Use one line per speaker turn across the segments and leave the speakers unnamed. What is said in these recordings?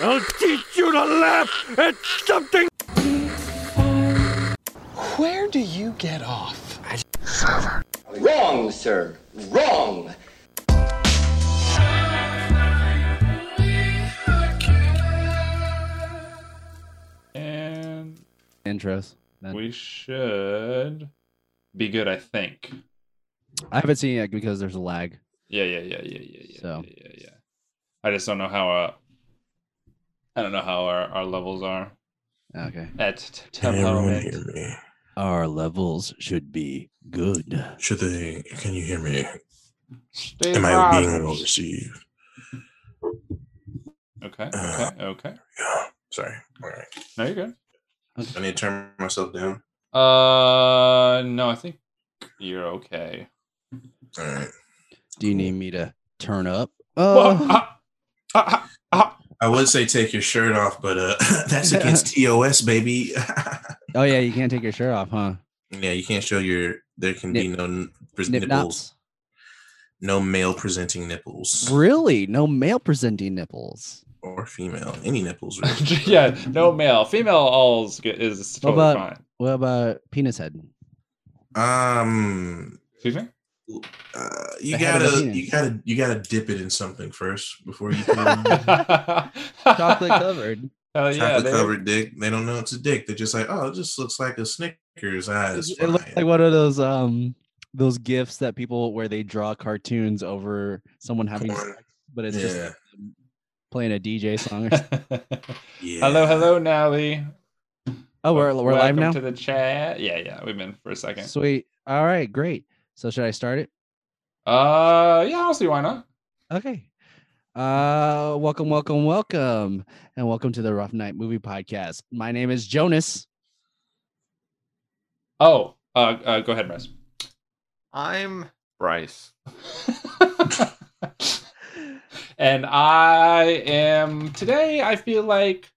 I'll teach you to laugh at something.
Where do you get off?
Wrong, sir. Wrong.
And
Intros. Then.
we should be good, I think.
I haven't seen it yet because there's a lag.
Yeah, yeah, yeah, yeah, yeah, yeah,
So.
yeah, yeah, yeah. I just don't know how. Uh, I don't know how our, our levels are
Okay.
at t- temperament.
me?
Our levels should be good.
Should they? Can you hear me?
Stay
Am I being well
positive.
received?
Okay, okay,
Uh,
okay.
Yeah. Sorry. All right.
No, you're good.
I need to turn myself down.
Uh, no, I think you're okay.
All right.
Do you need me to turn up?
Whoa,
Oh,
ah, ah, ah.
I would say take your shirt off, but uh, that's against TOS, baby.
oh yeah, you can't take your shirt off, huh?
yeah, you can't show your. There can be
Nip-
no n- pres-
Nip
nipples,
knots.
no male presenting nipples
Really? No male presenting nipples.
or female, any nipples. Really.
yeah, no male, female, all's good is
What
totally
about-
fine.
What about penis head?
Um,
Excuse me.
uh, you
The head of the
gotta,
penis.
you gotta, you gotta dip it in something first before you can.
Chocolate
Chocolate
covered.
Hell yeah,
chocolate
baby.
covered dick. They don't know it's a dick. They're just like, oh, it just looks like a Snickers. Ah, it's
It looks
fine."
like one of those um those gifts that people where they draw cartoons over someone having
Porn.
sex, but it's just
Yeah.
um, playing a DJ song. Or something.
yeah.
Hello, hello, Nally.
Oh, we're we're live
Welcome
now.
to the chat. Yeah, yeah, we've been for a second.
Sweet. All right, great. So should I start it?
Uh, yeah, I'll see why not.
Okay. Uh, welcome, welcome, welcome, and welcome to the Rough Night Movie Podcast. My name is Jonas.
Oh, uh, uh go ahead, Russ.
I'm Bryce.
and I am today. I feel like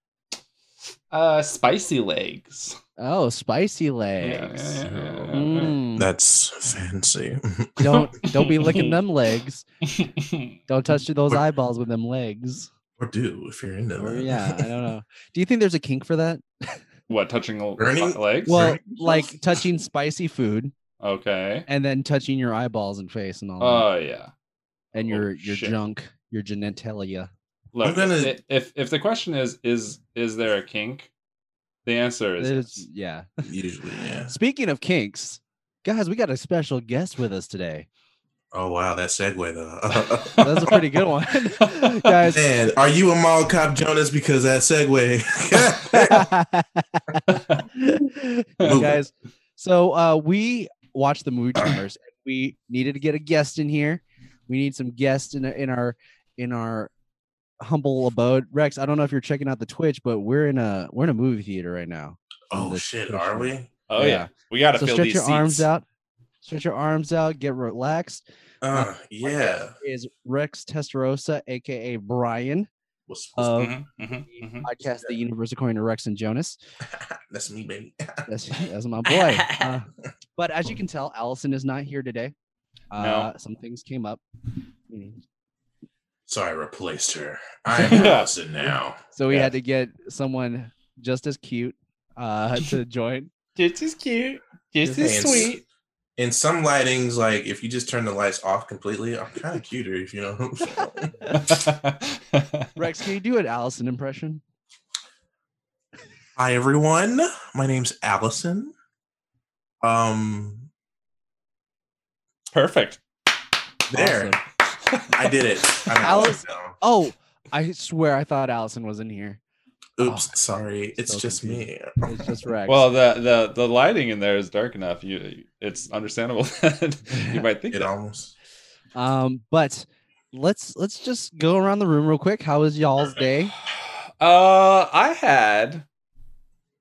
uh spicy legs.
Oh, spicy
Yeah, yeah,
legs.
yeah, yeah, yeah, yeah.
Mm,
That's fancy.
Don't don't be licking them legs.
I
Don't touch those
Or-
eyeballs with them legs.
or do if you're into
Or
that.
yeah, I don't know. Do you think there's a kink for that?
what touching l-
Ernie?
legs?
Well,
Right.
like touching spicy food
okay.
and then touching your eyeballs and face and all that,
Oh yeah.
and
oh,
your your
shit.
junk, your genitalia.
Look,
gonna-
i- if if the question is is is there a kink, the answer is
It's, yeah.
Usually, yeah.
Speaking of kinks, guys, we got a special guest with us today.
Oh wow, that segue though.
That's a pretty good one, guys.
Man, are you a mall cop, Jonas? Because that segue.
guys, so uh, we watched the movie Tremors. and we needed to get a guest in here. We need some guests in in our in our humble abode. Rex, I don't know if you're checking out the Twitch, but we're in a we're in a movie theater right now.
oh shit, are we?
oh yeah.
yeah.
we gotta
so
fill
stretch
these
your arms
seats.
out. Stretch your arms out. Get relaxed. Oh,
Uh, yeah.
Is Rex Testarossa, aka Brian,
What's- what's-
of
Mhm, mhm, mhm.
podcast The Universe According to Rex and Jonas.
That's me, baby.
That's, that's my boy. Uh, but as you can tell, Allison is not here today. Uh, Some things came up.
so I replaced her. I am Allison now.
So we
Yeah.
had to get someone just as cute uh, to join.
This is cute. This
Your
is
hands.
sweet.
in some lightings, like if you just turn the lights off completely, I'm kind of cuter, if you know. what I'm saying.
Rex, can you do an Allison impression?
Hi everyone, my name's Allison. Um,
Perfect.
there,
Awesome.
I did it. I'm
Alice-
Allison. now.
Oh, I swear I thought Allison was in here.
Oops,
Oh,
sorry, it's
so
just me.
It's just Rex.
Well, the, the the lighting in there is dark enough. You, it's understandable that you might think
It
that.
almost.
um, but let's let's just go around the room real quick. How was y'all's day?
Uh, I had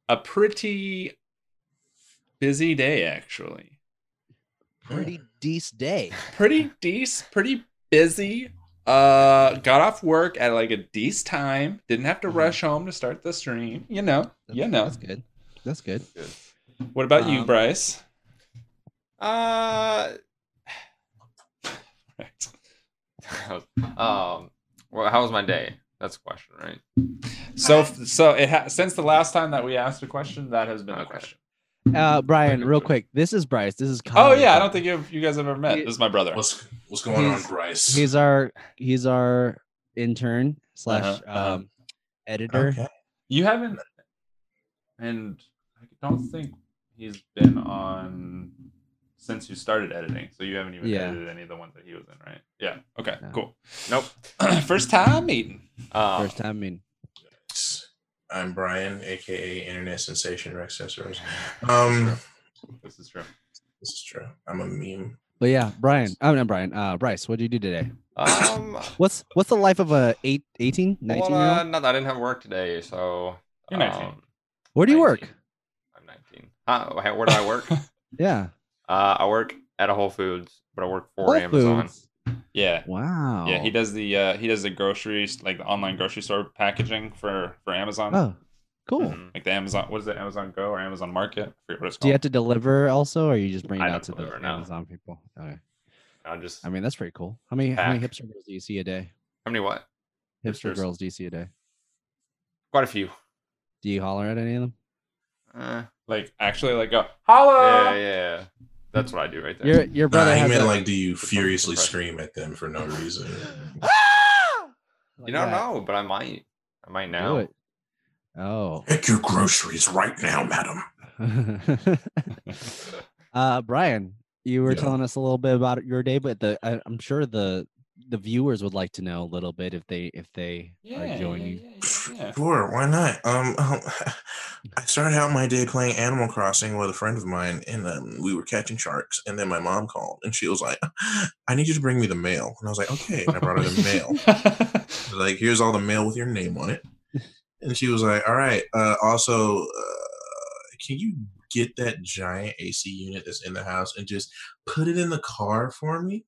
a pretty busy day actually.
Pretty decent day.
Pretty decent, pretty busy. Uh, got off work at like a decent time. Didn't have to
Mhm.
rush home to start the stream. You know, you know.
That's good. That's good.
What about you,
Um,
Bryce?
Uh, um, well, how was my day? That's the question, right?
So so it ha- since the last time that we asked a question, that has been a
Okay.
question.
Uh, Brian, real quick. This is Bryce. This is Colin.
Oh yeah, I don't think you've, you guys have ever met. This is my brother.
What's what's going on,
He's-
Bryce?
he's our he's our intern slash
Uh-huh, uh-huh.
um editor.
okay.
You haven't, and I don't think he's been on since you started editing. So you haven't even
Yeah.
edited any of the ones that he was in, right? Yeah. Okay.
No.
Cool.
Nope.
First time meeting.
Uh,
Oh. First time. I mean,
I'm Brian, aka Internet Sensation Rex Cesarus. Um,
This is true.
this is true. I'm a meme.
but yeah, Brian. I'm not Brian. Uh, Bryce. What did you do today?
um,
What's what's the life of a eight, 18, 19
well,
year
uh,
old?
no, I didn't have work today, so
You're 19.
Where do you work?
19. I'm 19. Huh, how- where do I work? uh,
Yeah.
I work at a Whole Foods, but I work for
Whole
Amazon.
Foods.
Yeah.
Wow.
Yeah. He does the uh, he does the groceries like the online grocery store packaging for for Amazon.
Oh, cool.
Mhm.
Like the Amazon, what is it? Amazon Go or Amazon Market? I forget what it's
Do
called.
you have to deliver also, or you just bring it
I
out to
don't
the
deliver, no.
Amazon people? Okay.
I'm just.
I mean, that's pretty cool. How many how many
Pack.
hipster girls do you see a day?
How many what?
Hipster
Hipsters.
girls do you see a day?
Quite a few.
Do you holler at any of them?
Uh,
like actually, like go
yeah,
holla.
yeah. That's what I do right there.
Your your brother
Nah, he
has
meant
a-
like, do you
something
furiously
depressing.
scream at them for no reason?
like
Ah!
you don't
that.
know, but I might. I might
Do
now.
it. Oh.
Get your groceries right now, madam.
uh, Brian, you were
Yeah.
telling us a little bit about your day, but the I, I'm sure the the viewers would like to know a little bit if they if they are joining.
Sure, why not? Um, um, I started out my day playing Animal Crossing with a friend of mine, and um, we were catching sharks. And then my mom called, and she was like, "I need you to bring me the mail." And I was like, "Okay." And I brought her the mail. I was like, "Here's all the mail with your name on it." And she was like, "All right. Uh, also, uh, can you get that giant AC unit that's in the house and just put it in the car for me?"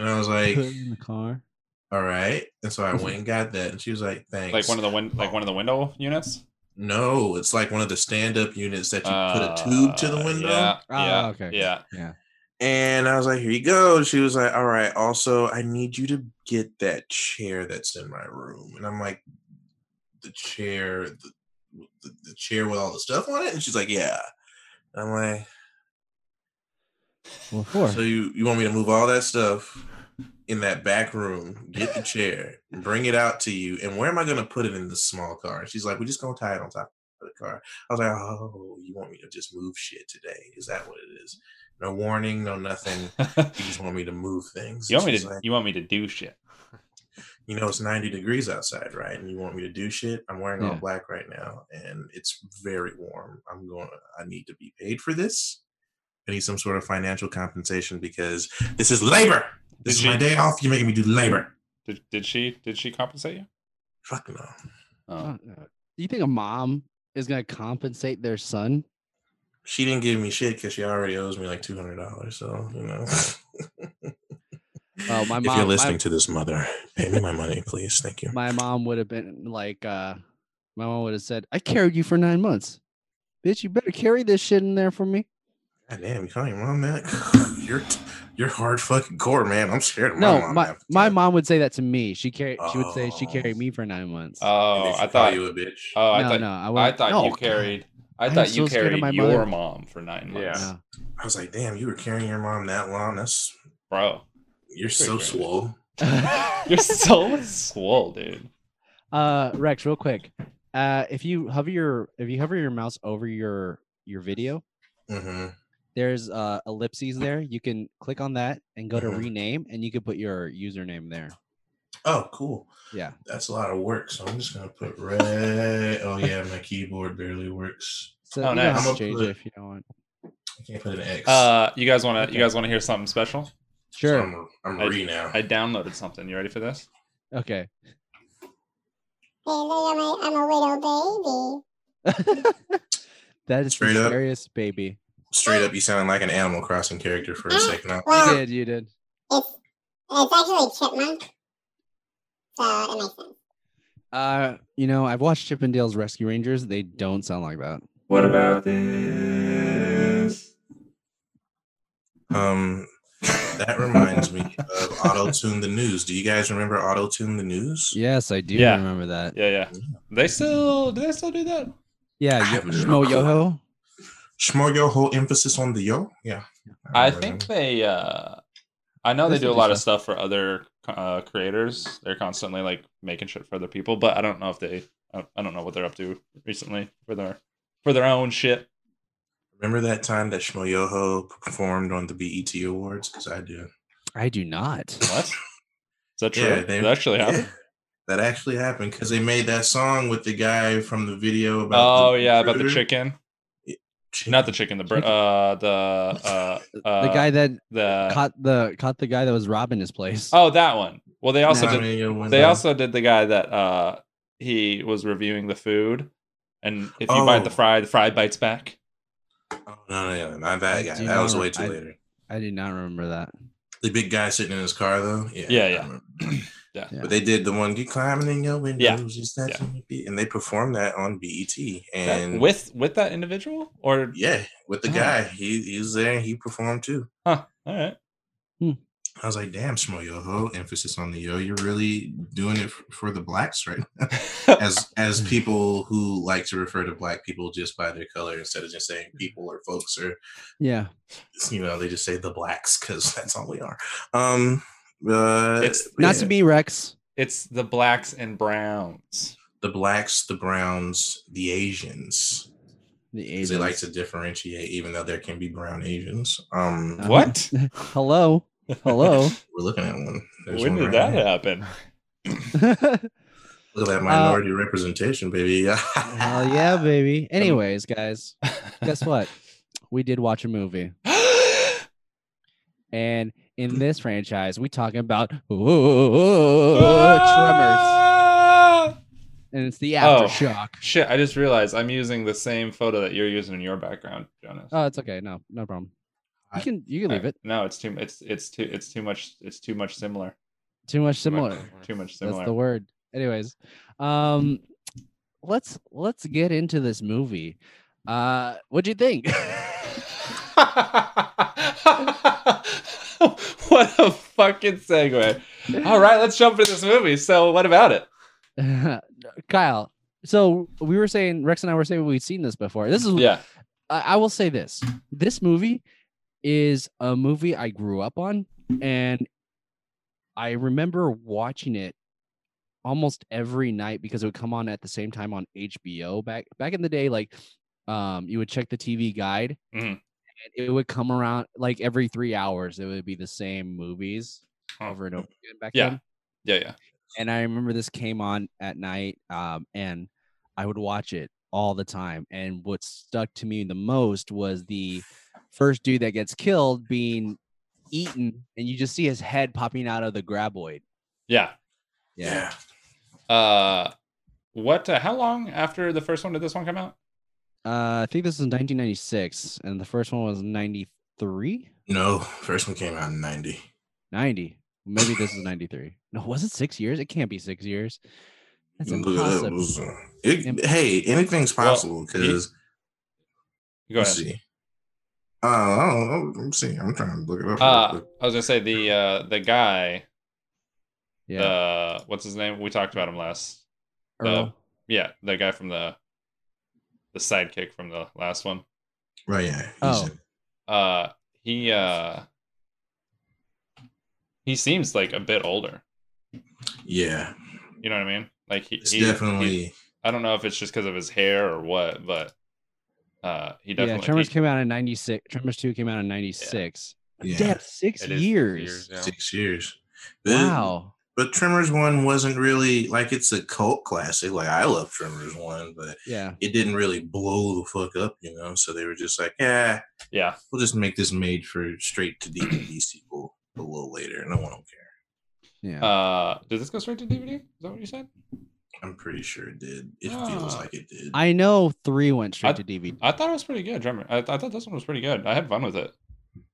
And I was like,
Put it in the car.
"All right." And so I went and got that, and she was like, "Thanks."
like one of the win- like one of the window units.
No, it's like one of the stand-up units that you put a tube to the
Uh,
window.
Yeah,
Ah,
yeah,
okay.
yeah.
And I was like, "Here you go." She was like, "All right." Also, I need you to get that chair that's in my room. And I'm like, "The chair, the, the, the chair with all the stuff on it." And she's like, "Yeah." And I'm like,
Well, four.
"So you you want me to move all that stuff in that back room? Get the chair, bring it out to you, and where am I going to put it in the small car?" She's like, "We're just going to tie it on top of the car." I was like, "Oh, you want me to just move shit today? Is that what it is? No warning, no nothing." You just want me to move things.
you want me
She's
to
like,
you want me to do shit?
you know, it's 90 degrees outside, right? And you want me to do shit? I'm wearing all
Yeah.
black right now, and it's very warm. I'm going. I need to be paid for this. I need some sort of financial compensation because this is labor. This
Did
is
she-
my day off. You're making me do labor.
Did, did she did she compensate you?
Fuck no.
Oh.
Do Uh, you think a mom is gonna compensate their son?
She didn't give me shit because she already owes me like two hundred dollars. So you know.
Oh, my
if
mom- my-
you're listening to this, mother, pay me my money, please. Thank you.
My mom would have been like, uh, my mom would have said, "I carried you for nine months, bitch. You better carry this shit in there for me."
God damn, you calling your mom that? you're you're hard fucking core, man. I'm scared of my
No,
mom.
my
half the
my
time.
mom would say that to me. She carried. She would say she
Oh.
carried me for nine months.
And if
Oh, I
she call
thought.
you a bitch.
Oh, I
no,
thought.
no, I,
I
wouldn't-
thought
no,
you carried. I
I'm
thought
so
you
scared of
carried
my
your
mother.
mom for nine
Yeah.
months,
No.
I was like, damn, you were carrying your mom that long. That's
bro.
you're
Pretty
so
crazy.
swole.
You're so swole, dude.
uh, Rex, real quick. Uh, if you hover your if you hover your mouse over your your video,
hmm
there's uh ellipses there. You can click on that and go to
Mhm.
rename, and you can put your username there.
Oh, cool.
Yeah.
That's a lot of work. So I'm just gonna put red. oh yeah, my keyboard barely works.
So
Oh,
you don't
nice.
have
I'ma
to change
put-
it if you don't want.
I can't put an X.
Uh, you guys want to
Okay.
you guys want to hear something special?
Sure.
I'm, I'm
I-
re now.
I downloaded something. You ready for this?
okay.
I'm a widow
That is
Straight
the
up.
scariest baby.
Straight up, you sounding like an Animal Crossing character for a second. I-
baby. Well,
You did, you did.
it's it's actually a chipmunk, so it makes sense.
Uh, you know, I've watched Chip and Dale's Rescue Rangers. They don't sound like that.
What about this?
Um, That reminds me of Auto Tune the News. Do you guys remember Auto Tune the News?
Yes, I do
Yeah.
remember that.
Yeah, yeah. They still do they still do that?
Yeah,
I
yo-
have no
Shmo
clue.
Yoho.
Schmoyo, whole emphasis on the yo. Yeah.
I
remember
think
them.
they uh I know they
That's
do a lot of
interesting.
stuff for other uh creators. They're constantly like making shit for other people, but I don't know if they I I don't know what they're up to recently for their for their own shit.
Remember that time that Shmoyoho performed on the BET Awards? Because I do.
I do not.
What? Is that true?
Yeah, they-
Did that actually happened?
Yeah, that actually happened because they made that song with the guy from the video about.
Oh yeah, about the
recruiter.
chicken.
Chick-
Not the chicken, the br-
Chicken.
uh the uh uh
the guy that
Uh,
the
caught the caught the guy that was robbing his place.
Oh, that one. Well, they also
Nah,
did
Simon and your window.
They also did the guy that uh he was reviewing the food, and if you bite the
Oh.
fry, the fry bites back.
Oh, no, no, no, not that
I
guy.
do
That was
not-
way too
I-
later.
I did not remember that.
The big guy sitting in his car though. Yeah.
Yeah,
I
yeah.
remember.
Yeah.
Yeah.
But they did the one "Get climbing in your windows,"
Yeah.
is that
Yeah.
gonna be-" and they performed that on BET.
That-
And
with with that individual, or
yeah, with the
Oh.
guy, he, he was there. and He performed too.
huh, all right,
I was like, "Damn, Shmo Yoho!" Emphasis on the yo. You're really doing it f- for the blacks, right? now." as as
Mm.
people who like to refer to black people just by their color instead of just saying people or folks or
Yeah.
you know they just say the blacks because that's all we are. Um, uh,
It's-
but
Not
yeah.
to be Rex.
it's the blacks and browns.
the blacks, the browns, the Asians.
The
'cause
Asians.
They like to differentiate, even though there can be brown Asians. Um,
Uh-huh.
What?
Hello. Hello.
we're looking at one. There's
when
one
did
right
that
here.
happen?
Look at
Uh,
that minority representation, baby.
Hell yeah, baby. Anyways, guys, guess what? We did watch a movie. And in this franchise, we talking about Tremors.
Ah!
And it's the
Oh.
aftershock.
Shit! I just realized I'm using the same photo that you're using in your background, Jonas.
Oh, it's okay. No, no problem. You
I-
can you can
All
leave
right.
it.
No, it's too. It's it's too. It's too much. It's too much similar.
Too much similar.
Too much similar.
That's the word. Anyways, um, let's let's get into this movie. Uh, what'd you think?
what a fucking segue. All right, let's jump into this movie. So, what about it?
Kyle. So we were saying Rex and I were saying we'd seen this before. This is
Yeah.
I, I will say this. This movie is a movie I grew up on, and I remember watching it almost every night because it would come on at the same time on HBO back back in the day. Like, um, you would check the TV guide,
Mhm.
and it would come around like every three hours. It would be the same movies
Huh.
over and over again back
Yeah.
then
Yeah, yeah.
and I remember this came on at night, um, and I would watch it all the time. And what stuck to me the most was the first dude that gets killed being eaten, and you just see his head popping out of the graboid.
Yeah.
yeah.
Uh what uh, how long after the first one did this one come out?
Uh, I think this was 1996, and the first one was 93,
No, first one came out in '90.
90. Maybe this is 93. No, was it six years? It can't be six years. That's
Look at that. It
impossible.
was, uh, it-
Imp-
hey, anything's
Well,
possible because
Go
let's
ahead.
see. Uh, I don't know. Let's see. I'm trying to look it up. real
Uh
quick.
I was going to say the uh the guy
Yeah.
uh what's his name? We talked about him last.
Earl.
uh, Yeah, the guy from the the sidekick from the last one.
Right, yeah. he's-
Oh.
Uh he uh he seems like a bit older.
Yeah.
You know what I mean? Like he,
It's
he- he-
definitely.
I don't know if it's just because of his hair or what, but uh, he
yeah,
definitely.
Tremors
he-
came out in 96. Tremors 2 came out in 96.
yeah.
Damn, six
It is six
years.
yeah.
Six years. The-
Wow.
But Tremors 1 wasn't really like it's a cult classic. Like I love Tremors 1, but
Yeah.
it didn't really blow the fuck up, you know? So they were just like, yeah,
yeah,
we'll just make this made for straight to DVD sequel a little later. No one will care.
Yeah.
Uh, did this go straight to DVD? Is that what you said?
I'm pretty sure it did. It feels
Ah.
like it did.
I know three went straight
I-
to DVD.
I thought it was pretty good. Drummer, I, I thought this one was pretty good. I had fun with it.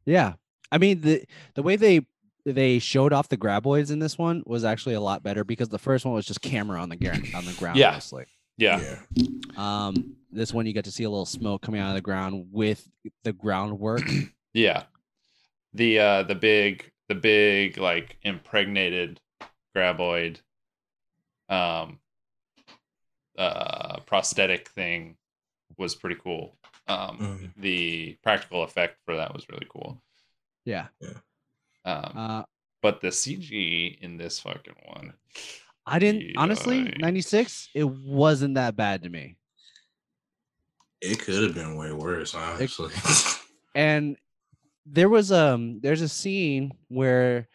Yeah. I mean the the way they they showed off the graboids in this one was actually a lot better because the first one was just camera on the ground on the ground
Yeah.
mostly.
Yeah,
Um this one you get to see a little smoke coming out of the ground with the groundwork.
yeah. The uh, the big the big like impregnated graboid um uh prosthetic thing was pretty cool. Um
Mm.
Mhm.
the practical effect for that was really cool.
Yeah.
Um
Uh,
but the CG in this fucking one
I didn't honestly
Yikes.
96 it wasn't that bad to me.
It could have been way worse, honestly.
And there was um there's a scene where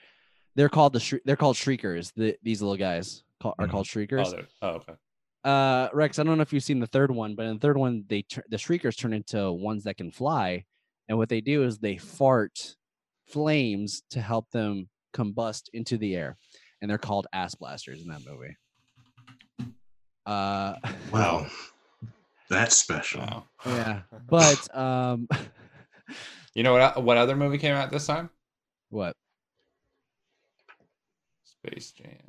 they're called the shri- they're called shriekers. The, these little guys call, are
Mhm.
called
Oh,
shriekers.
there- oh, okay.
uh rex i don't know if you've seen the third one but in the third one they tur- the shriekers turn into ones that can fly and what they do is they fart flames to help them combust into the air and they're called ass blasters in that movie uh
wow. That's special.
Wow.
yeah but um
You know what? o- What other movie came out this time?
what
Space Jam.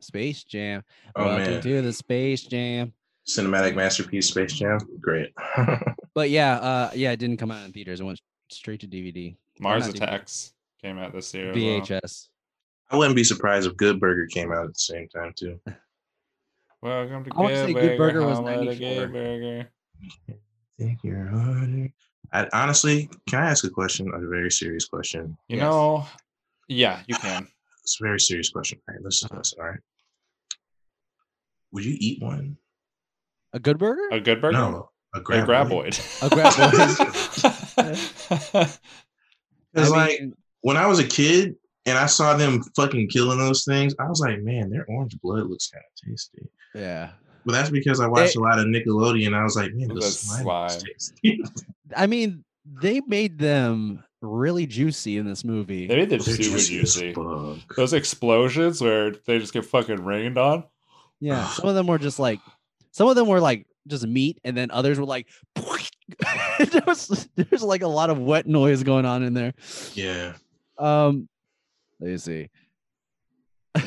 space jam
Oh,
welcome
man.
to the space jam
Cinematic masterpiece Space Jam. Great.
but yeah uh yeah it didn't come out in theaters it went straight to dvd
Mars
not DVD.
Attacks came out this year. as well.
vhs
I wouldn't be surprised if Good Burger came out at the same time too.
Welcome to
I wanna
Good
say
Burger.
Good Burger was
How about a
94.
Good Burger.
Think you're harder. I, honestly, can I ask a question? A very serious question.
You know, yeah, you can.
It's a very serious question. All right, listen to this. All right. Would you eat one?
a good burger
A Good Burger.
No, a
a
graboid.
Graboid.
A Graboid.
'Cause,
I
like
mean,
when I was a kid and I saw them fucking killing those things, I was like, man, their orange blood looks kind of tasty.
yeah
But that's because I watched
They-
a lot of Nickelodeon. I was like, man, the
The
slime, looks
slime.
tasty.
I mean, they made them really juicy in this movie.
Maybe they're
They're
super
juicy as
juicy.
fuck.
Those explosions where they just get fucking rained on.
yeah, some of them were just like, some of them were like just meat, and then others were like, there was there's like a lot of wet noise going on in there.
Yeah.
Um, let me see.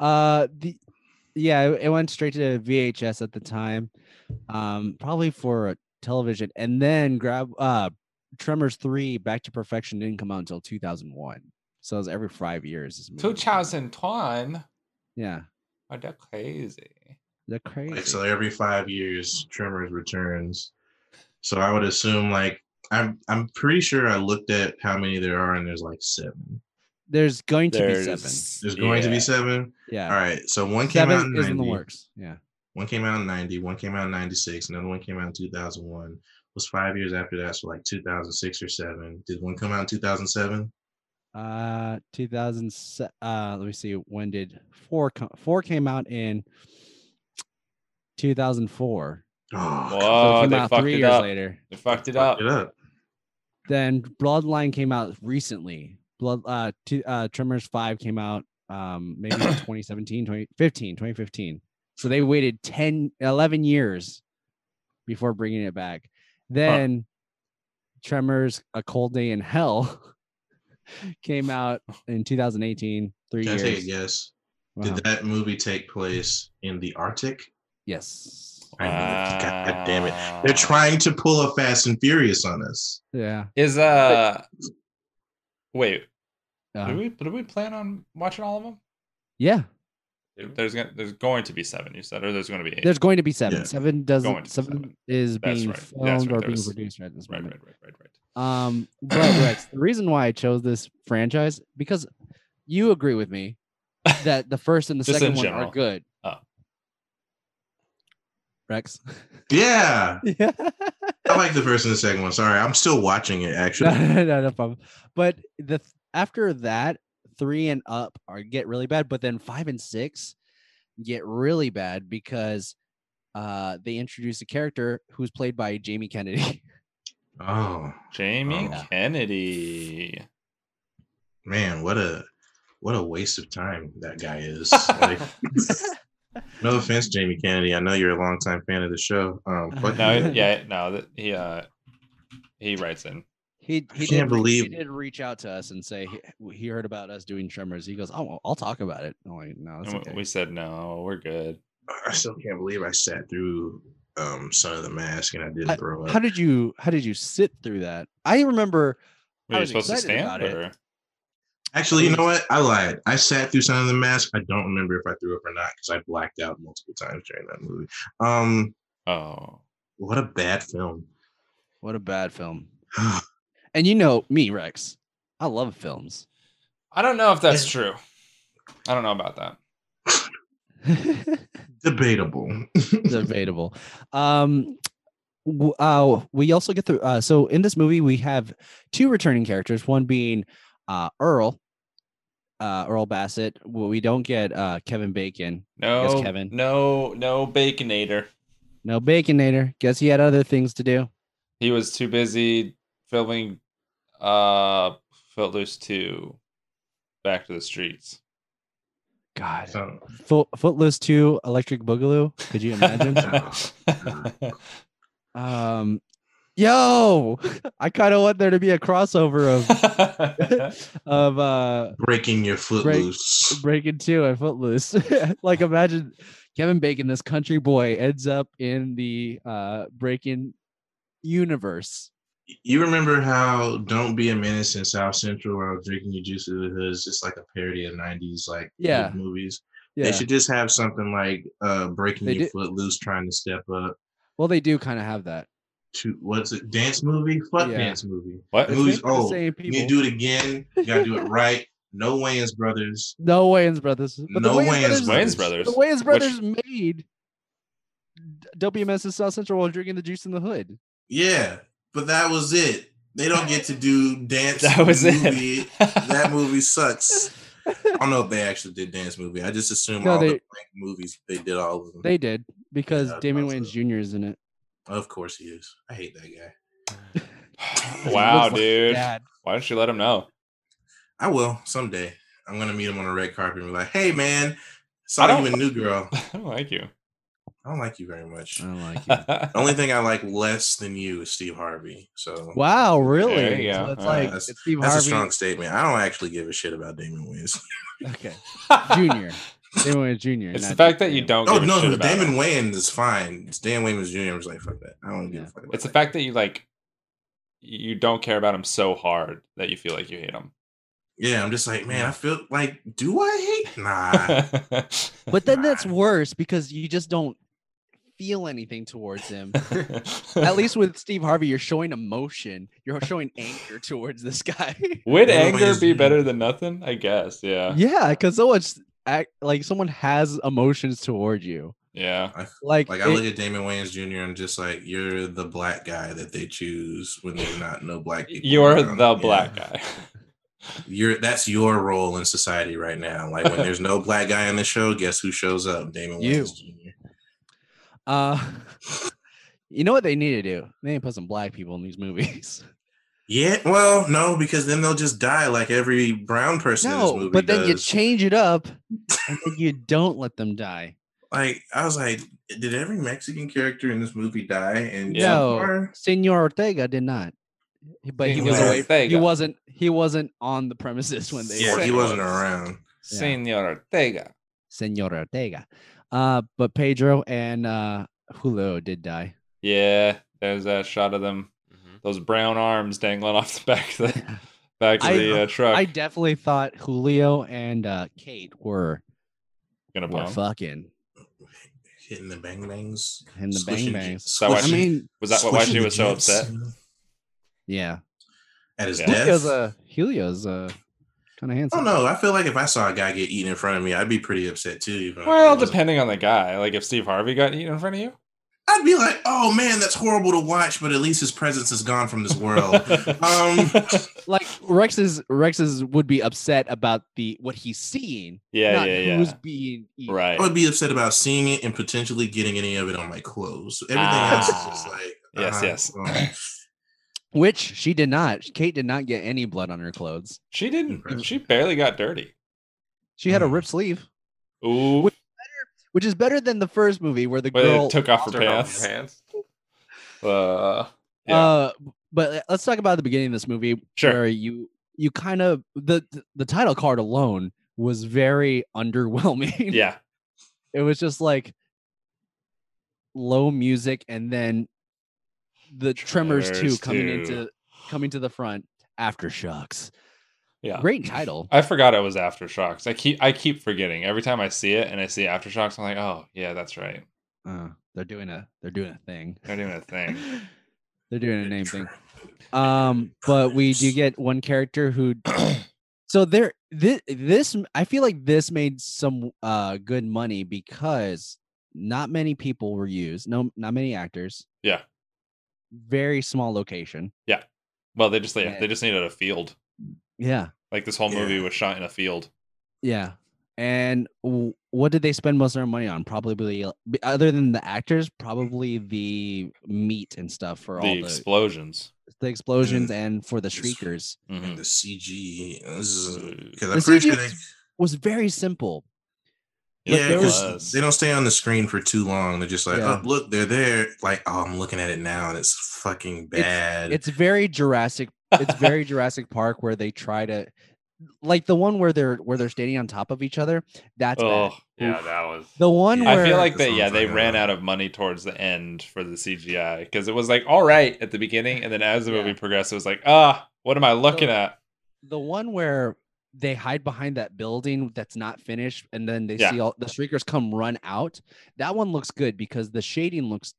uh, the yeah, it it went straight to VHS at the time, um, probably for a television, and then grab uh, Tremors three Back to Perfection didn't come out until two thousand one. So it was every five years. this movie came out.
2001.
Yeah,
Oh, that's crazy.
they're crazy.
Like so every five years, Tremors returns. So I would assume like I'm I'm pretty sure I looked at how many there are and there's like seven.
There's going to be seven.
There's-
There's going to
yeah.
be seven.
Yeah,
All right. So one came out in
seven is in the
90,
works. Yeah,
one came out in 90, one came out in 96, another one came out in 2001. Was five years after that, so like 2006 or seven. Did one come out in 2007?
uh, two thousand. Uh, let me see. When did four come? Four came out in two thousand four.
Oh,
So
Whoa,
it came
they
out
fucked
three
it
years
up.
later.
They fucked it up.
fucked it up.
Then Bloodline came out recently. Blood uh, two uh Tremors 5 came out um maybe in 2017, 2015, 2015. So they waited 10 11 years before bringing it back. Then Tremors A Cold Day in Hell came out in 2018, 3
Can I
years.
take a guess?
Wow.
Did that movie take place in the Arctic?
Yes.
I knew it. God damn it. They're
Ah.
trying to pull a Fast and Furious on us.
Yeah.
Is uh, wait,
Uh,
did we did we plan on watching all of them?
yeah.
There's gonna there's going to be seven. You said, or there's going to be eight.
There's going to be 7.
Yeah.
7
Going
doesn't
to
7,
seven.
is
That's
being
right. That's
filmed
right.
or
There
being
was-
produced right this
right,
moment.
right, right, right, right.
Um, but Rex, the reason why I chose this franchise because you agree with me that the first and the
Just
second
in
one are
general.
good.
Oh.
Rex.
Yeah.
yeah.
I like the first and the second one. Sorry. I'm still watching it, actually.
no, no, no, no problem. But the th- after that, three and up are get really bad, but then five and six get really bad because uh they introduce a character who's played by Jamie Kennedy.
Oh,
Jamie
Oh.
Kennedy.
man. What a. What a waste of time that guy is. Like, no offense, Jamie Kennedy. I know you're a longtime fan of the show. Um, but
No, yeah, no, that he uh he writes in.
He he
can't
did, reach-
believe-
he did reach out to us and say he, he heard about us doing tremors. He goes, "Oh, I'll talk about it." I'm like, "No, that's
And
okay."
we- we said no, we're good.
I still can't believe I sat through um, Son of the Mask and I didn't throw up.
how did you how did you sit through that? I remember
We
I
were
was
supposed to
excited about
stand
it.
or
Actually, you know what? I lied. I sat through Son of the Mask. I don't remember if I threw up or not because I blacked out multiple times during that movie. Um,
Oh.
what a bad film.
What a bad film. And you know me, Rex. I love films.
I don't know if that's true. I don't know about that.
Debatable.
Debatable. Um, w- uh, we also get the uh, so in this movie we have two returning characters. One being uh, Earl, uh, Earl Bassett. Well, we don't get uh, Kevin Bacon.
No,
Kevin.
no, no baconator.
No Baconator. Guess he had other things to do.
He was too busy filming uh Footloose 2 Back to the Streets.
God,
So,
Foot, Footloose Two, Electric Boogaloo. Could you imagine? um, yo, I kind of want there to be a crossover of of uh
breaking your foot
Break-
loose.
breaking two and footloose like imagine kevin bacon this country boy ends up in the uh breaking universe
You remember how "Don't Be a Menace" in South Central while drinking your juice through the hood is just like a parody of '90s like
Yeah.
movies.
yeah
They should just have something like uh, "Breaking
They
Your
did-
Foot Loose," trying to step up
well they do kind of have that
to what's it? Dance movie? Fuck
Yeah.
dance movie.
What?
That
It's
movie's
made by the
old.
same
You
people.
need to do it again. You gotta do it right. No Wayans brothers.
no wayans brothers but
no
the
Wayans
wayans, brothers,
Brothers.
Wayans Brothers.
the wayans brothers made wms in south central while drinking the juice in the hood
Yeah, but that was it. They don't get to do dance.
That was
movie.
it.
that movie sucks. I don't know if they actually did dance movie. I just assume
No,
all
they-
the blank movies they did all of them.
they did because
Yeah, I
damon
thought
wayans
so.
jr is in it
of course he is. I hate that guy.
wow,
Looks like
dude.
Dad.
Why don't you let him know?
I will someday. I'm gonna meet him on a red carpet and be like, "Hey, man, saw
don't-
you in New Girl.
I don't like you.
I don't like you very much.
i don't like it
The only thing I like less than you is Steve Harvey. So
wow really
There you
So
go.
it's
Uh,
like
that's-
it's steve
that's a
harvey
strong statement. I don't actually give a shit about Damon Wayans.
okay junior. Damon Wayans Jr.
It's the
not
fact
Damon
that you
Wayans.
don't
Oh
give a
no,
shit
no
about
Damon
it.
Wayans is fine. It's Dan Wayans Jr. I was like, "Fuck that. I don't give
Yeah.
a fuck about
It's the
that."
fact that you like you don't care about him so hard that you feel like you hate him.
Yeah, I'm just like, man, I feel like, do I hate? Nah.
But then that's worse because you just don't feel anything towards him. At least with Steve Harvey, you're showing emotion. You're showing anger towards this guy.
would
Damon
anger
Wayans
be
Jr.
better than nothing? I guess. Yeah.
yeah, because so much act, like someone has emotions toward you.
Yeah.
Like,
Like I
it-
look at Damon Wayans Jr. and just like you're the black guy that they choose when there's not no black people.
You're
around.
the
Yeah.
black guy.
You're that's your role in society right now. Like when there's no black guy on the show, guess who shows up? Damon
You.
Wayans Jr.
uh, you know what they need to do? They need to put some black people in these movies.
Yeah, well, no, because then they'll just die like every brown person in this
no,
movie.
but then you
does.
change it up and then you don't let them die.
like I was like, did every Mexican character in this movie die? And
Yeah.
No,
Or-
Senor Ortega did not. But he
Senor
was away he
Ortega.
wasn't he wasn't on the premises when they
yeah,
were
he wasn't around.
Senor Ortega.
Senor Ortega. Uh but Pedro and uh Julio did die.
Yeah. There's that shot of them,
Mm-hmm.
those brown arms dangling off the back of the back of
I-
the uh, truck.
I definitely thought Julio and uh Kate were,
gonna
were
bomb.
fucking
Hitting the bang bangs.
in the bang
squishing-
bangs.
So I
I
should-
mean,
Was that what, why
squishing
she
the
was so
jets,
upset?
you know,
yeah.
At his
Yeah.
Julio's
death.
uh Julio's uh kind of
I
handsome.
don't know. I feel like if I saw a guy get eaten in front of me, I'd be pretty upset too. even if I
Well,
wasn't.
depending on the guy. Like if Steve Harvey got eaten in front of you.
I'd be like, "Oh man, that's horrible to watch," but at least his presence is gone from this world. Um,
Like Rex's Rex's would be upset about the what he's seeing,
yeah,
not
yeah, yeah.
who's Oh, being eaten.
I
right.
would be upset about seeing it and potentially getting any of it on my clothes. Everything else is just
Ah.
like,
Yes,
uh-huh,
yes.
well,
Which she did not. Kate did not get any blood on her clothes.
She didn't.
Impressive.
She barely got dirty.
She had a
Hmm.
ripped sleeve.
Ooh,
which is better than the first movie where the
where
girl.
they took off her
Took off
pants. Uh, yeah.
uh, but let's talk about the beginning of this movie
sure.
where you you kind of the the title card alone was very underwhelming.
Yeah.
it was just like low music, and then the Tremors, two
Tremors
coming
2.
into coming to the front. Aftershocks.
Yeah.
Great title.
I forgot it was Aftershocks. I keep I keep forgetting every time I see it and I see Aftershocks. I'm like, oh yeah, that's right.
Uh, they're doing a they're doing a thing.
They're doing a thing.
they're doing a name thing. Um, but we do get one character who. So there, this, this I feel like this made some uh good money because not many people were used. No, not many actors.
Yeah.
Very small location.
Well, they just they,
Yeah.
they just needed a field.
Yeah.
Like this whole
Yeah.
movie was shot in a field.
Yeah. And w- what did they spend most of their money on? Probably, uh, b- other than the actors, probably the meat and stuff for all
the
the,
explosions.
the explosions and for the
It's-
shriekers
Mhm.
The E. CG, because
The
I'm pretty sure
CG
they,
was very simple.
Yeah,
yeah,
there
'cause
was.
they don't stay on the screen for too long. They're just like,
Yeah.
oh, look, they're there. Like, oh, I'm looking at it now, and it's fucking bad.
It's very Jurassic. It's very Jurassic Park where they try to, like the one where they're where they're standing on top of each other. That's bad.
Oh yeah, that was.
the one
Yeah.
where
I feel like
This
that. Yeah,
one's
they
like,
ran
uh,
out of money towards the end for the CGI because it was like all right at the beginning, and then as the
Yeah.
movie progressed, it was like ah, what am I looking
So-
at?
the one where they hide behind that building that's not finished and then they
Yeah.
see all the shriekers come run out that one looks good because the shading looks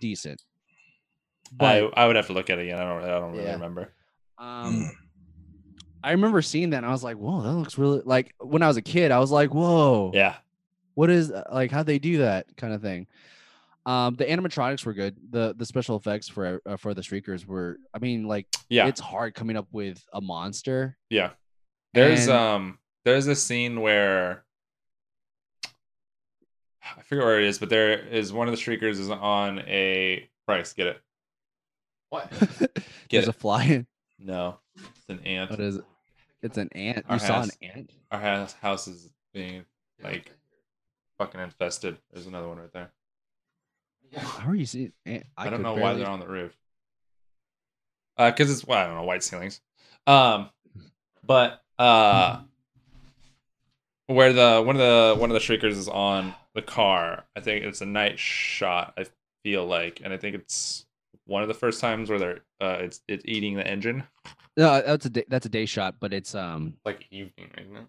decent
I,
but
I would have to look at it again. I don't. I don't really
Yeah.
remember.
um i remember seeing that and i was like whoa that looks really like when i was a kid i was like whoa
Yeah.
what is like how'd they do that kind of thing um the animatronics were good the the special effects for uh, for the shriekers were i mean like
Yeah.
it's hard coming up with a monster
Yeah. There's
And-
um there's a scene where I forget where it is, but there is one of the shriekers is on a price. Get it? What?
there's a
it.
fly
No, it's an ant.
what is it it's an ant
Our
you saw an
house.
ant
Our house, house is being like fucking infested. There's another one right there.
How are you seeing? I,
I, don't
could
know why
barely-
they're on the roof. Uh, cause it's well, I don't know white ceilings. Um, but uh, where the one of the one of the shriekers is on the car. I think it's a night shot. I feel like, and I think it's one of the first times where they're uh, it's it's eating the engine.
No, that's a day, that's a day shot, but it's um
Like evening, isn't it?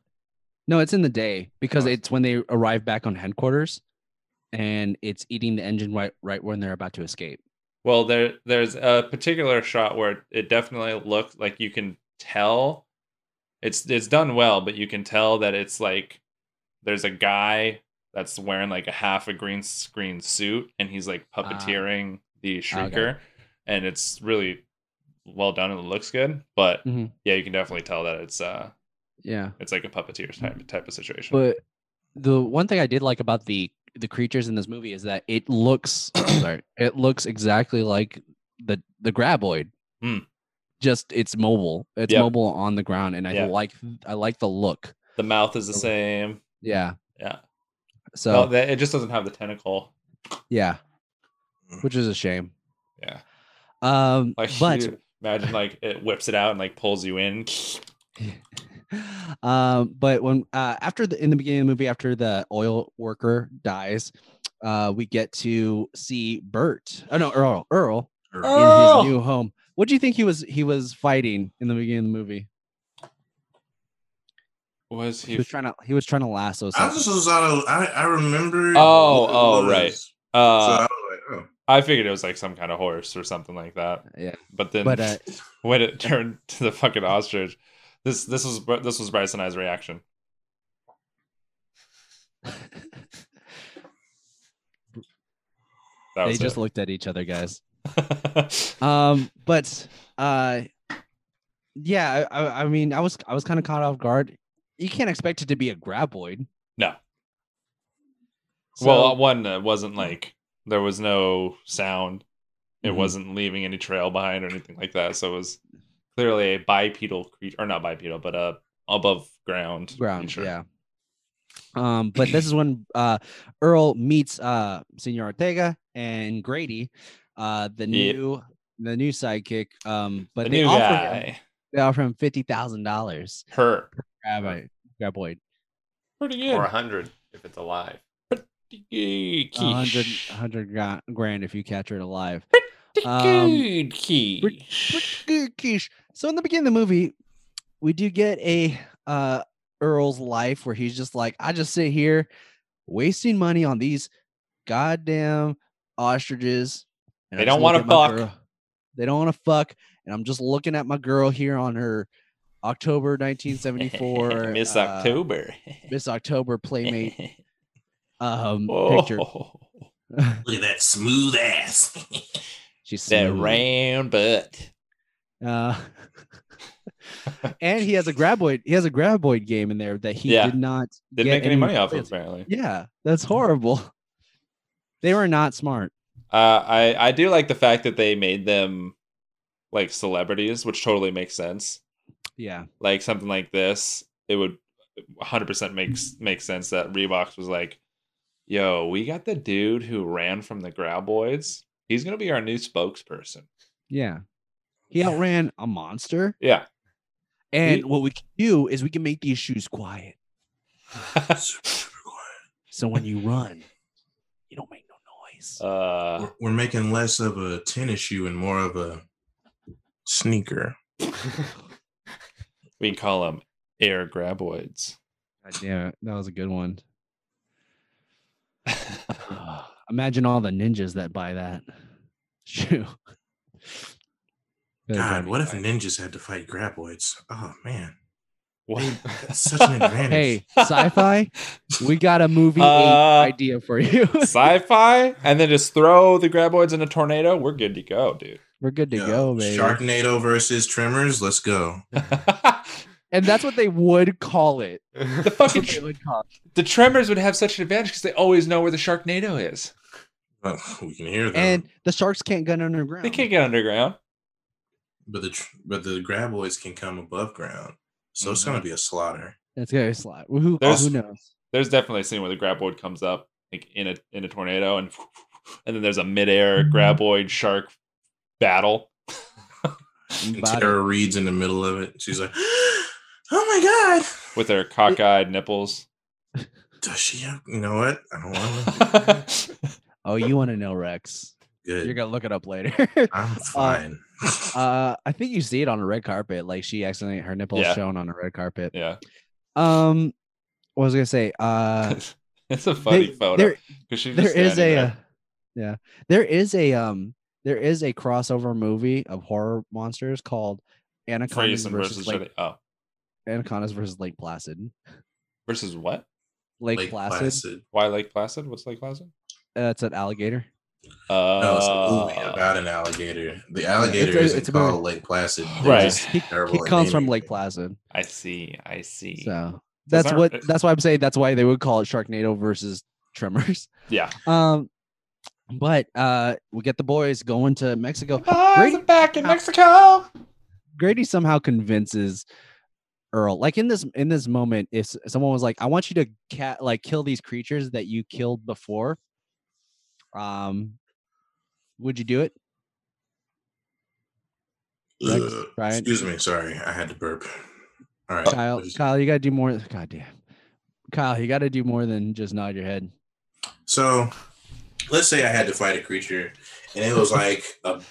no, it's in the day because
Oh.
it's when they arrive back on headquarters, and it's eating the engine right right when they're about to escape.
Well, there there's a particular shot where it definitely looked like you can tell it's it's done well, but you can tell that it's like there's a guy that's wearing like a half a green screen suit and he's like
Ah.
puppeteering the
Okay.
shrieker and it's really well done and it looks good, but
Mhm.
yeah, you can definitely tell that it's uh
Yeah,
it's like a puppeteer type type of situation.
but the one thing I did like about the the creatures in this movie is that it looks sorry, it looks exactly like the the graboid.
Hmm.
Just it's mobile. It's
Yep.
mobile on the ground, and I
Yeah.
like I like the look.
the mouth is the same.
Yeah.
Yeah.
So
no, that, it just doesn't have the tentacle.
yeah,
Mm.
which is a shame.
Yeah.
Um,
Like
but
you imagine like it whips it out and like pulls you in.
um, but when uh, after the in the beginning of the movie, after the oil worker dies, uh, we get to see Bert. Oh no, Earl. Earl
Or-
Oh,
in
Earl!
Oh!
his new home. What do you think he was? He was fighting in the beginning of the movie.
Was
He was trying to. He was trying to lasso.
I just
Something.
was out of, I, I remember.
Oh,
what it
oh, right.
was. So
Uh,
I was like, oh.
I figured it was like some kind of horse or something like that.
Yeah,
But then
but uh,
when it turned to the fucking ostrich, this this was Br- this was Bryce and I's reaction. That
they
was
just
it.
looked at each other, guys. um but uh yeah I- I, I mean i was i was kind of caught off guard you can't expect it to be a graboid
No.
so,
well, one it wasn't like there was no sound. It
Mhm.
wasn't leaving any trail behind or anything like that. So it was clearly a bipedal creature, or not bipedal, but a above ground
ground
creature.
yeah um but this is when uh earl meets uh senor ortega and grady uh the
Yeah.
new the new sidekick um but
the
they
new
offer
guy,
him they offer him fifty thousand dollars
her,
graboid graboid
pretty good,
hundred if it's alive.
pretty good,
a hundred
quiche.
a hundred gra- grand if you catch it alive
pretty
um,
good, quiche.
Quiche. So in the beginning of the movie, we do get a uh Earl's life where he's just like, I just sit here wasting money on these goddamn ostriches. and
They don't
I'm just
wanna
looking at my
fuck."
girl- They don't want to fuck. And I'm just looking at my girl here on her October 1974
Miss
uh,
October.
Miss October playmate um picture.
Oh,
Look at that smooth ass.
She's
that
smooth.
round butt.
Uh, and he has a graboid. He has a graboid game in there that he
Yeah.
did not
Didn't
get
make any money off of
sales.
apparently.
Yeah, that's horrible. They were not smart.
Uh, I I do like the fact that they made them like celebrities, which totally makes sense.
Yeah,
Like something like this, it would 100% makes makes sense that Reeboks was like, "Yo, we got the dude who ran from the Graboids. He's gonna be our new spokesperson."
yeah. He outran a monster.
Yeah,
And
He-
what we can do is we can make these shoes quiet. So when you run, you don't make no noise.
uh,
We're- We're making less of a tennis shoe and more of a sneaker.
we can call him Air Graboids.
God damn it, that was a good one. Imagine all the ninjas that buy that shoe. Better
God,
drive me
what if
crazy.
ninjas had to fight graboids? Oh man,
What?
that's such an advantage.
Hey, sci-fi, we got a movie eight
Uh,
idea for you.
Sci-fi, and then just throw the Graboids in a tornado. We're good to go, dude.
We're good to
Yo,
go, baby.
Sharknado versus Tremors. Let's go.
And that's what they would call it.
the fucking
They
tr-
would call it.
the Tremors would have such an advantage because they always know where the Sharknado is.
Oh, we can hear them.
And the sharks can't get underground.
They can't get underground.
but the tr- but the graboids can come above ground, so it's
Mm-hmm.
gonna be a slaughter.
That's gonna be a slot. Who, oh,
There's-
who knows?
There's definitely a scene where the Graboid comes up like in a in a tornado, and and then there's a midair
Mm-hmm.
Graboid shark battle.
And
Body.
Tara reads in the middle of it. She's like, "Oh my god!"
with their cockeyed nipples.
Does she? Have- you know what? I don't want to.
Oh, you want to know, Rex? You're
Good.
gonna look it up later.
I'm fine.
uh, I think you see it on a red carpet. Like she accidentally her nipples
Yeah.
shown on a red carpet.
yeah,
Um, what was I gonna say? Uh,
it's a funny
they-
photo.
there-
'cause she's just
there is
standing
a
there.
uh, yeah there is a um there is a crossover movie of horror monsters called anacondas
Freezing
versus,
versus
lake
Shredder- oh
anacondas versus lake placid
versus what?
lake, placid,
Why Lake Placid? What's Lake Placid?
Uh, it's an alligator
Uh,
Oh,
No, it's a movie about an alligator. The alligator
It's a-
isn't
it's a movie.
called Lake Placid. They're
Right.
just
he,
terrible
he
at
comes from
naming
lake
things.
placid
I see. I see. uh,
so that's
not-
what that's why i'm saying that's why they would call it sharknado versus tremors
Yeah.
um but uh we get the boys going to mexico
Boys
Grady-
are Ah, back in Mexico.
Grady somehow convinces Earl. Like in this in this moment, if s- someone was like, "I want you to cat like kill these creatures that you killed before," um, would you do it? Rex,
Ugh.
Brian.
Excuse me. Sorry, I had to burp. All right.
Kyle,
what is-
Kyle, you gotta do more. God damn, Kyle, you gotta do more than just nod your head.
So, let's say I had to fight a creature, and it was like a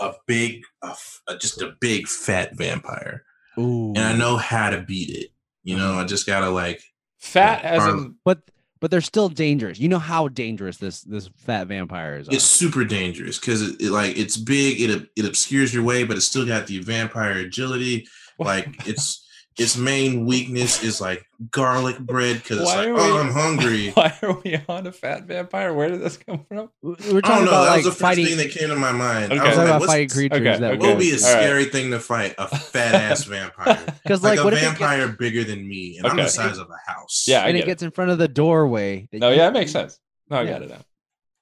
a big, a f- a- just a big fat vampire,
Ooh,
and I know how to beat it. You know,
Mm-hmm.
I just gotta like
Fat
Yeah,
as
Harlem.
in
but but they're still dangerous. You know how dangerous this this fat vampire is.
It's super dangerous because it, it, like it's big. It ob- it obscures your way, but it's still got the vampire agility. Like its its main weakness is like garlic bread because it's
Why
like
are
oh
we-
I'm hungry.
Why are we on a fat vampire? Where did this come from?
We're talking
I don't know.
about
that
like
was the first
fighting.
thing that came to my mind.
Okay.
I
we're
was
talking
like,
about
what's-
fighting creatures
okay,
that
okay.
What would be a
All right.
scary thing to fight? A fat ass vampire.
because
Like,
like, what
a
if it gets-
vampire bigger than me, and I'm the
Okay.
size of a house.
Yeah, I
and it
get it.
gets in front of the doorway. that
No,
you-
Oh, yeah, it makes sense. No, I
Yeah.
got it now.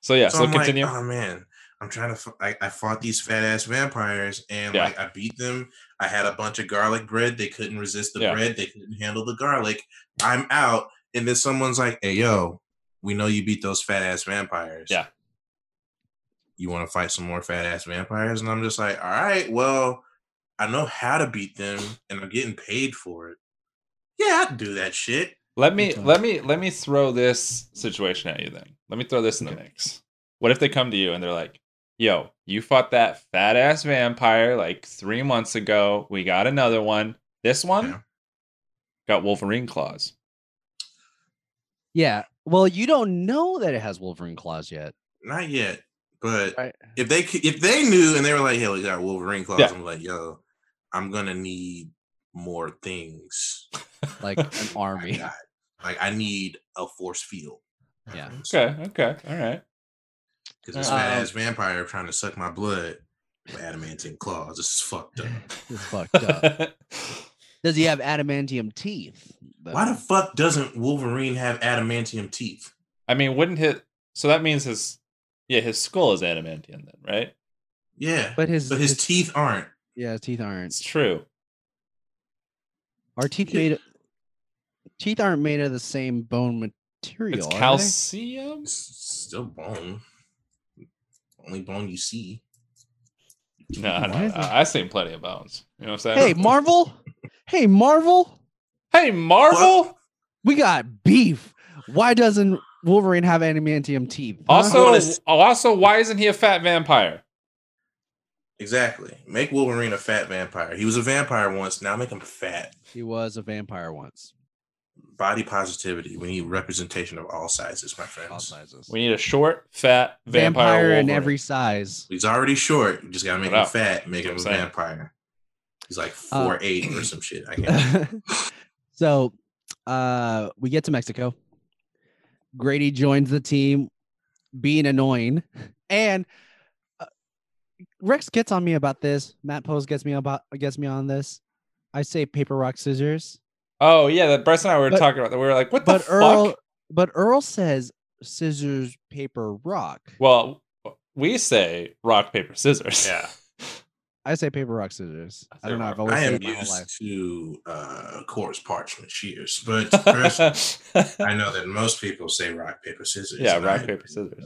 So yeah, so,
I'm
continue.
Like, oh man, I'm trying to. F- I, I fought these fat ass vampires, and
Yeah.
like I beat them. I had a bunch of garlic bread. They couldn't resist the
Yeah.
bread. They couldn't handle the garlic. I'm out, and then someone's like, "Hey, yo, we know you beat those fat ass vampires.
Yeah.
you want to fight some more fat ass vampires?" And I'm just like, "All right, well, I know how to beat them, and I'm getting paid for it. Yeah, I can do that shit."
let me
Okay.
let me let me throw this situation at you then. Let me throw this in the mix. What if they come to you and they're like, "Yo, you fought that fat ass vampire like 3 months ago. We got another one. This one
Yeah.
got Wolverine claws.
Yeah. Well, you don't know that it has Wolverine claws yet.
Not yet, but
Right.
if they c- if they knew and they were like, "Hell, you got Wolverine claws,"
Yeah.
I'm like, "Yo, I'm gonna need more things."
Like an army.
God. Like I need a force field.
Yeah.
okay, okay, all right.
Because this
Um,
fat ass vampire trying to suck my blood with adamantium claws. This is fucked up.
It's fucked up. Does he have adamantium teeth? though?
Why the fuck doesn't Wolverine have adamantium teeth?
I mean, wouldn't hit? So that means his yeah, his skull is adamantium then, right?
Yeah, but
But his,
his, teeth aren't.
yeah, his teeth
It's
aren't.
true.
Our teeth
Yeah.
made teeth aren't made of the same bone material.
It's
are they?
calcium.
It's still bone. Only bone you see.
No, I,
Why is
don't,
it-
I, I seen plenty of bones. You know what I'm
Hey,
saying?
Marvel. Hey, Marvel.
Hey, Marvel.
We got beef. Why doesn't Wolverine have adamantium teeth? huh?
Also, oh,
wanna s-
also, why isn't he a fat vampire?
Exactly. Make Wolverine a fat vampire. He was a vampire once. Now make him fat.
he was a vampire once.
Body positivity. We need representation of all sizes, my friends.
All sizes.
We need a short, fat vampire,
vampire in
Wolverine.
every size.
He's already short. You just gotta make
What
him
up?
fat. Make him a
That's what I'm saying.
vampire. He's like
Uh,
four eight or some shit. I can't.
so uh we get to Mexico. Grady joins the team being annoying and uh, Rex gets on me about this. Matt Pose gets me about gets me on this. I say paper rock scissors.
Oh yeah, that Bryce and I were
But-
talking about that. We were like, what the
But
fuck?
Earl but Earl says scissors paper rock.
Well, we say rock paper scissors.
Yeah.
I say paper rock scissors.
I
I
say
don't know.
rock-
I've always
I am
said it my whole life.
used to uh coarse parchment shears, but first, I know that most people say rock paper scissors.
Yeah,
and
rock,
I-
paper, scissors.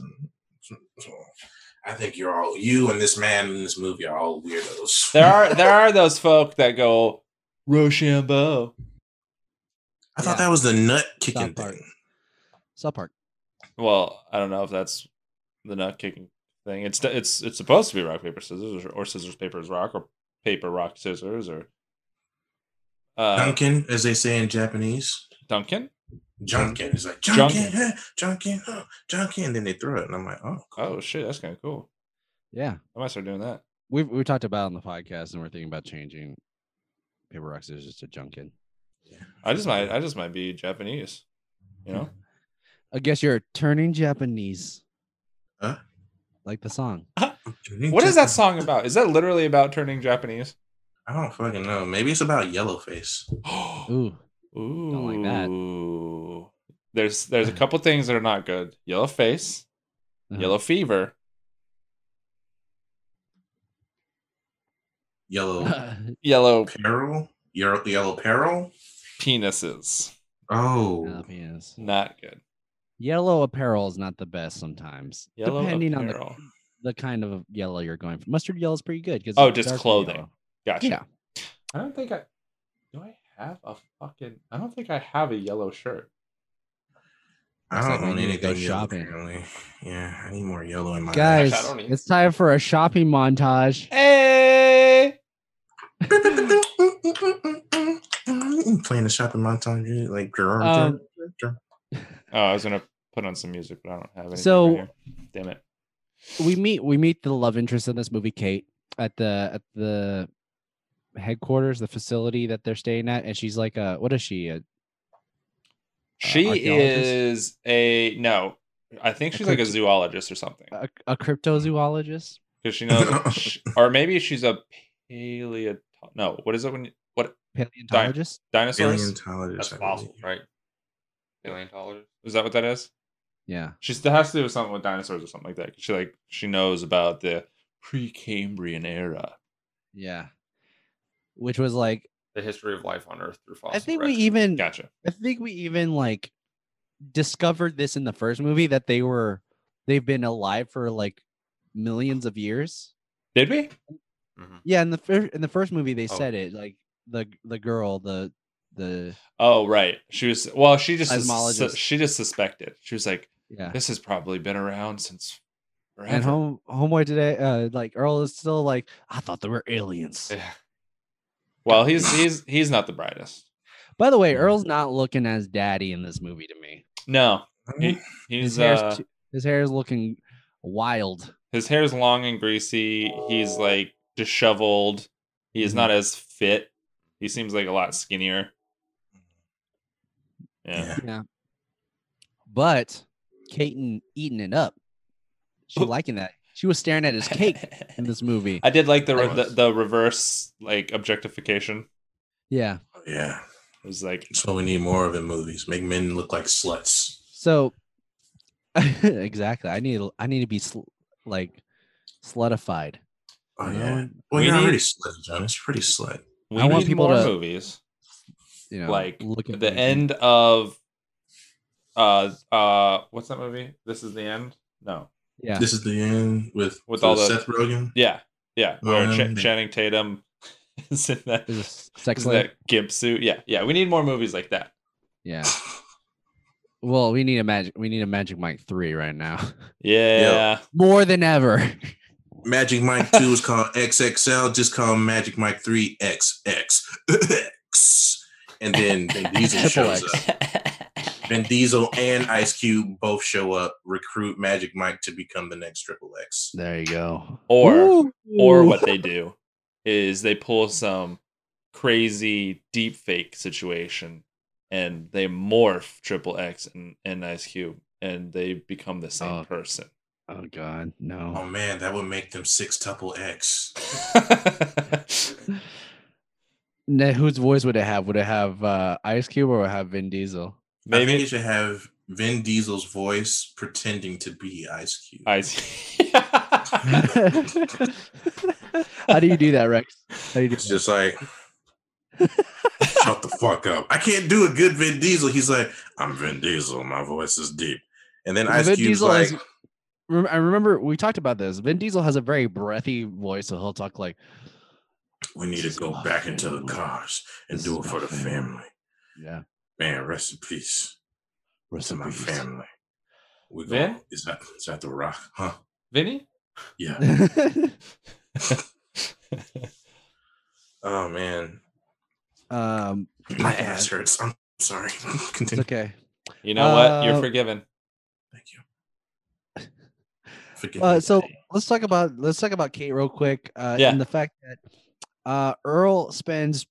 I think you're all you and this man in this movie are all weirdos.
there are there are those folk that go Rochambeau.
I thought
Yeah.
that was the nut kicking
South Park.
thing.
South Park.
Well, I don't know if that's the nut kicking thing. It's it's it's supposed to be rock paper scissors or, or scissors paper is rock or paper rock scissors or uh,
Dunkin, as they say in Japanese.
Duncan.
Junkin. It's like
Junkin.
Junkin, huh, Junkin, huh, Junkin. And then they throw it. And I'm like, oh, cool.
Oh shit, that's kind of cool.
Yeah.
I might start doing that.
We've we talked about it on the podcast and we're thinking about changing paper rock scissors to junkin.
I just might I just might be Japanese. You know.
I guess you're turning Japanese.
Huh?
Like the song.
Mm-hmm.
What is that song about? Is that literally about turning Japanese?
I don't fucking know. Maybe it's about yellowface.
Ooh.
Ooh,
like that.
There's there's a couple things that are not good. Yellow face,
Uh-huh.
yellow fever.
Yellow
yellow
peril. Yellow, yellow peril.
penises.
Yellow
Oh,
penis.
Not good.
Yellow apparel is not the best sometimes.
Yellow
depending on
apparel.
the, the kind of yellow you're going for. Mustard yellow is pretty good because
Oh, just clothing. Gotcha.
Yeah.
I don't think I do I have a fucking I don't think I have a yellow shirt.
I
Looks
don't
like we
own
need to go
anything yellow.
shopping.
Apparently. Yeah, I need more yellow in my
Guys,
I don't even-
it's time for a shopping montage.
Hey
Playing the shopping montage, you know, like drum,
Um,
drum, drum.
Oh, I was gonna put on some music, but I don't have anything.
So-
right here. damn it.
we meet we meet the love interest in this movie, Kate, at the at the headquarters, the facility that they're staying at, and she's like, uh, what is she? A,
She
archaeologist?
is a no. I think she's like a
crypto-
zoologist or something
a, a cryptozoologist?
because she knows, sh or maybe she's a paleo. No, what is it when you, what
Paleontologist?
dinosaurs?
Paleontologist, I believe.
right? Paleontologist. Is that what that is?
Yeah.
She still has to do with something with dinosaurs or something like that. She like she knows about the Precambrian era,
Yeah. Which was like
The history of life on Earth through fossils.
I think we even
Gotcha.
I think we even like discovered this in the first movie that they were they've been alive for like millions of years.
Did we?
Mm-hmm.
Yeah, in the fir- in the first movie they
Oh.
said it like the the girl the the
Oh right. She was well. She just sus-
Seismologist.
she just suspected. She was like,
yeah.
this has probably been around since. Forever.
And
Eh.
home homeboy today uh like Earl is still like I thought they were aliens.
Yeah. Well, he's he's he's not the brightest.
By the way, Earl's not looking as daddy in this movie to me.
No, he,
His
he's
hair's
uh,
t- his hair is looking wild.
his hair's long and greasy. He's like disheveled. He
Mm-hmm.
is not as fit. He seems like a lot skinnier. Yeah.
Yeah.
Yeah. But Kaiten eating it up. She
Oh.
liking that. She was staring at his cake in this movie.
I did like the, re-
That
the
was-
the reverse like objectification.
Yeah.
Yeah.
It was like
That's what we need more of in movies. Make men look like sluts.
So exactly. I need I need to be sl- like slutified.
Oh,
You know,
yeah. Well,
we
you're
need-
already slut, Jonas. You're pretty slut.
we
I want
need
people
more
to-
movies.
You know,
like
look
the
at me.
end of uh uh what's that movie? This is the end? No.
Yeah.
This is the end with,
With
the
all the-
Seth Rogen.
Yeah. Yeah. Where
Um,
Ch-
the-
Channing Tatum is in that,
Is
is
this sex
in
slave?
that gimp suit. Yeah. Yeah. We need more movies like that.
Yeah. Well, we need a magic we need a magic Mike 3 right now.
Yeah.
More than ever.
Magic Mike 2 is called XXL. Just call him Magic Mike 3 XX. and then Vin Diesel
Triple
shows up. Vin Diesel and Ice Cube both show up, recruit Magic Mike to become the next Triple X.
There you go.
Or or
Ooh.
what they do is they pull some crazy deep fake situation and they morph triple X and, and Ice Cube and they become the same
Oh.
person.
Oh god,
Oh
no.
man, that would make them six tuple X.
Now, whose voice would it have? Would it have uh, Ice Cube or would it have Vin Diesel?
I think
Maybe
it should have Vin Diesel's voice pretending to be Ice Cube.
Ice.
How do you do that, Rex? How do you do
It's just like, shut the fuck up. I can't do a good Vin Diesel. He's like, I'm Vin Diesel. My voice is deep. And then Ice
Vin
Cube's
Diesel
like,
has- Rem- I remember we talked about this. Vin Diesel has a very breathy voice, so he'll talk like,
we need to
This is
go
my
back into the
family.
cars and
This
do
is
it for
my
the
family.
family.
"Yeah,
Man, rest in peace
rest
to
in
my
peace."
family. We
Vin?
go. Is that is that the rock? Huh?
Vinny?
Yeah. Oh man,
um,
my ass hurts. I'm sorry.
it's
Continue.
okay.
you know what? You're
Uh,
forgiven.
Thank you. Forgive
Uh,
me,
so
Daddy.
let's talk about let's talk about Kate real quick. Uh,
Yeah.
And the fact that uh, Earl spends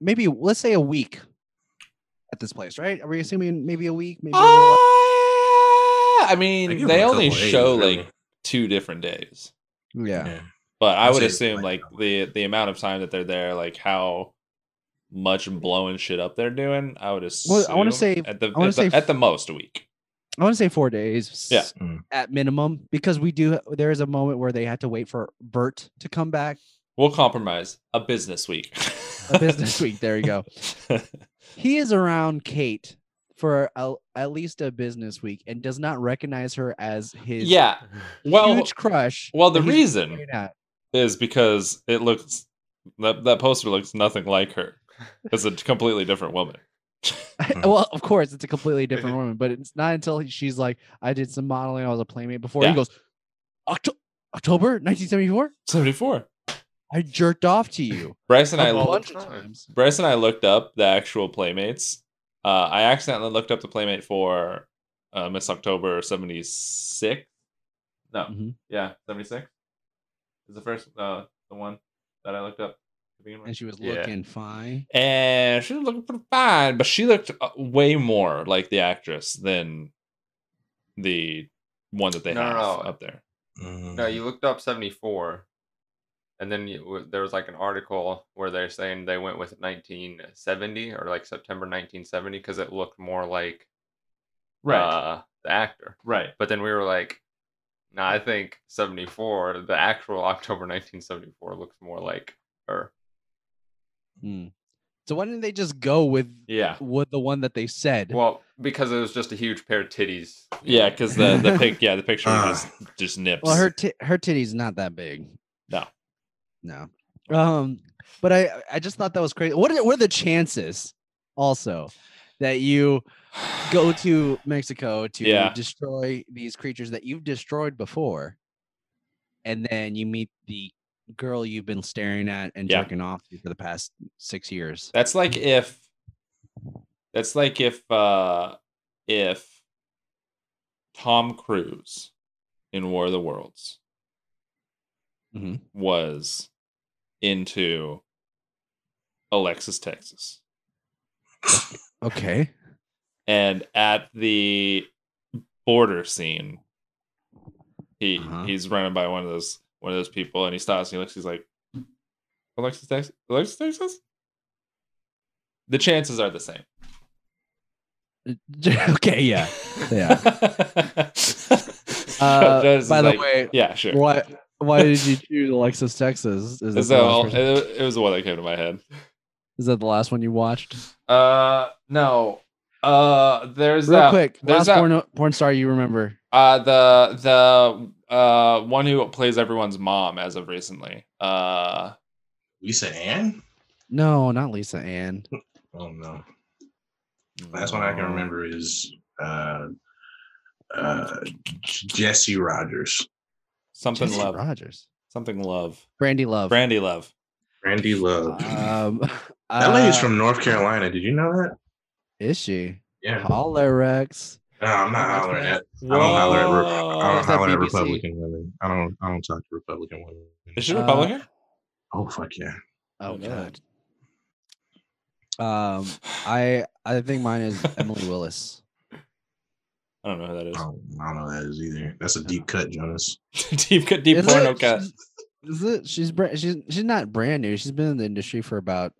maybe let's say a week at this place, right? Are we assuming maybe a week? Maybe a little
Oh!
less?
Ah, I
I
mean,
give
they
him a
only
couple A's,
show
really.
like two different days,
yeah.
Yeah.
but I
I'd
would
say
assume like
like-
the the amount of time that they're there, like how much blowing shit up they're doing. I would assume.
Well, I wanna say-
at the,
I wanna
at, the
say-
at the most a week.
I want to say four days.
Yeah.
s-
Mm.
At minimum, because we do. There is a moment where they had to wait for Bert to come back.
We'll compromise a business week.
A business week. There you go. He is around Kate for a, at least a business week and does not recognize her as his
yeah. Well,
huge crush.
well, the
that he's
reason
staring at.
is because it looks that that poster looks nothing like her. It's a completely different woman.
Mhm.
well, of course, it's a completely different woman, but it's not until he- she's like, "I did some modeling. I was a playmate before."
Yeah.
He goes, Octo- "October 1974,
Seventy four.
I jerked off to you
Bryce and I.
a
All the
bunch of
time.
times."
Bryce and I looked up the actual playmates. Uh, I accidentally looked up the playmate for uh, Miss October seventy six. No,
Mhm.
yeah, seventy six is the first uh, the one that I looked up. to begin with.
And she was
Yeah.
looking fine.
and she was looking pretty fine, but she looked uh, way more like the actress than the one that they
No, no,
have
no.
up there.
Mm.
No, you looked up 74, and then you, w- there was like an article where they're saying they went with 1970 or like September 1970 because it looked more like uh, the actor.
right.
But then we were like, no, nah, I think 74, the actual October 1974 looks more like her.
Hmm. So why didn't they just go with
Yeah.
with the one that they said?
Well, because it was just a huge pair of titties.
Yeah, because the the pic yeah the picture was just, just nips.
Uh. Well, her ti her titty's not that big.
No.
no. Um, but I I just thought that was crazy. What are, what are the chances also that you go to Mexico to
Yeah.
destroy these creatures that you've destroyed before, and then you meet the girl you've been staring at and
Yeah.
jerking off to for the past six years.
That's like if that's like if uh if Tom Cruise in War of the Worlds Mm-hmm.
Mhm.
was into Alexis Texas.
Okay.
And at the border scene, he
Uh-huh.
he's running by one of those one of those people and he stops and he looks, he's like Alexis Texas Alexis Texas? The chances are the same.
okay. Yeah. Yeah. Uh,
Just
by
like,
the way,
yeah, sure.
why why did you choose Alexis Texas? Is that,
Is
the
that
last
all-
person-
it, it was the one that came to my head.
is that the last one you watched?
Uh, no. Uh, there's
Real
that,
quick, last
there's that,
porn, porn star you remember?
uh, the the uh one who plays everyone's mom as of recently. Uh,
Lisa Ann?
No, not Lisa Ann.
Oh no. Last one I
Um,
can remember is uh uh Jesse Rogers.
something
Jesse
love,
Rogers,
something love,
Brandy Love.
Brandy love.
Randy Love.
Uh,
Um,
that lady's
uh,
from North Carolina. Did you know that?
Is she?
Yeah.
Holler Rex.
No, I'm not hollering at I don't holler at re- I
Whoa.
don't
Is that
holler at
BBC?
Republican women. I don't I don't talk to Republican women.
Is she
Uh,
Republican?
Oh fuck yeah.
Oh
Okay.
god. Um, I I think mine is Emily Willis.
I don't know who that
I
is.
don't, I don't know what that is either. That's a deep cut, Jonas.
deep cut, deep
Is
porno
it?
cut.
She's- Is it? She's brand. She's she's not brand new. She's been in the industry for about.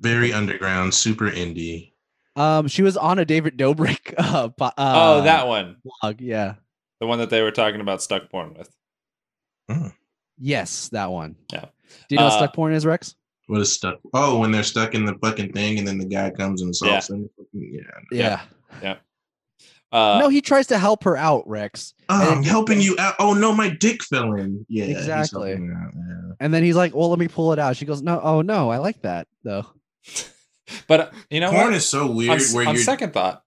Very underground, super indie.
Um, she was on a David Dobrik. Uh, po-
Oh,
uh,
that one,
blog. Yeah.
the one that they were talking about stuck porn with.
Yes, that one.
Yeah.
Do you know what
Uh,
stuck porn is, Rex?
What is stuck? Oh, when they're stuck in the fucking thing, and then the guy comes and assaults them. Yeah.
Yeah.
Uh,
no, he tries to help her out, Rex,
Oh,
And
I'm
it-
helping you out. Oh no, my dick fell in. Yeah, he's
Exactly.
helping me out, yeah.
and then he's like, "Well, let me pull it out." She goes, "No, oh no, I like that though."
But uh, you know
Porn
what?
is so
on,
weird.
s-
where
on
you're,
second thought,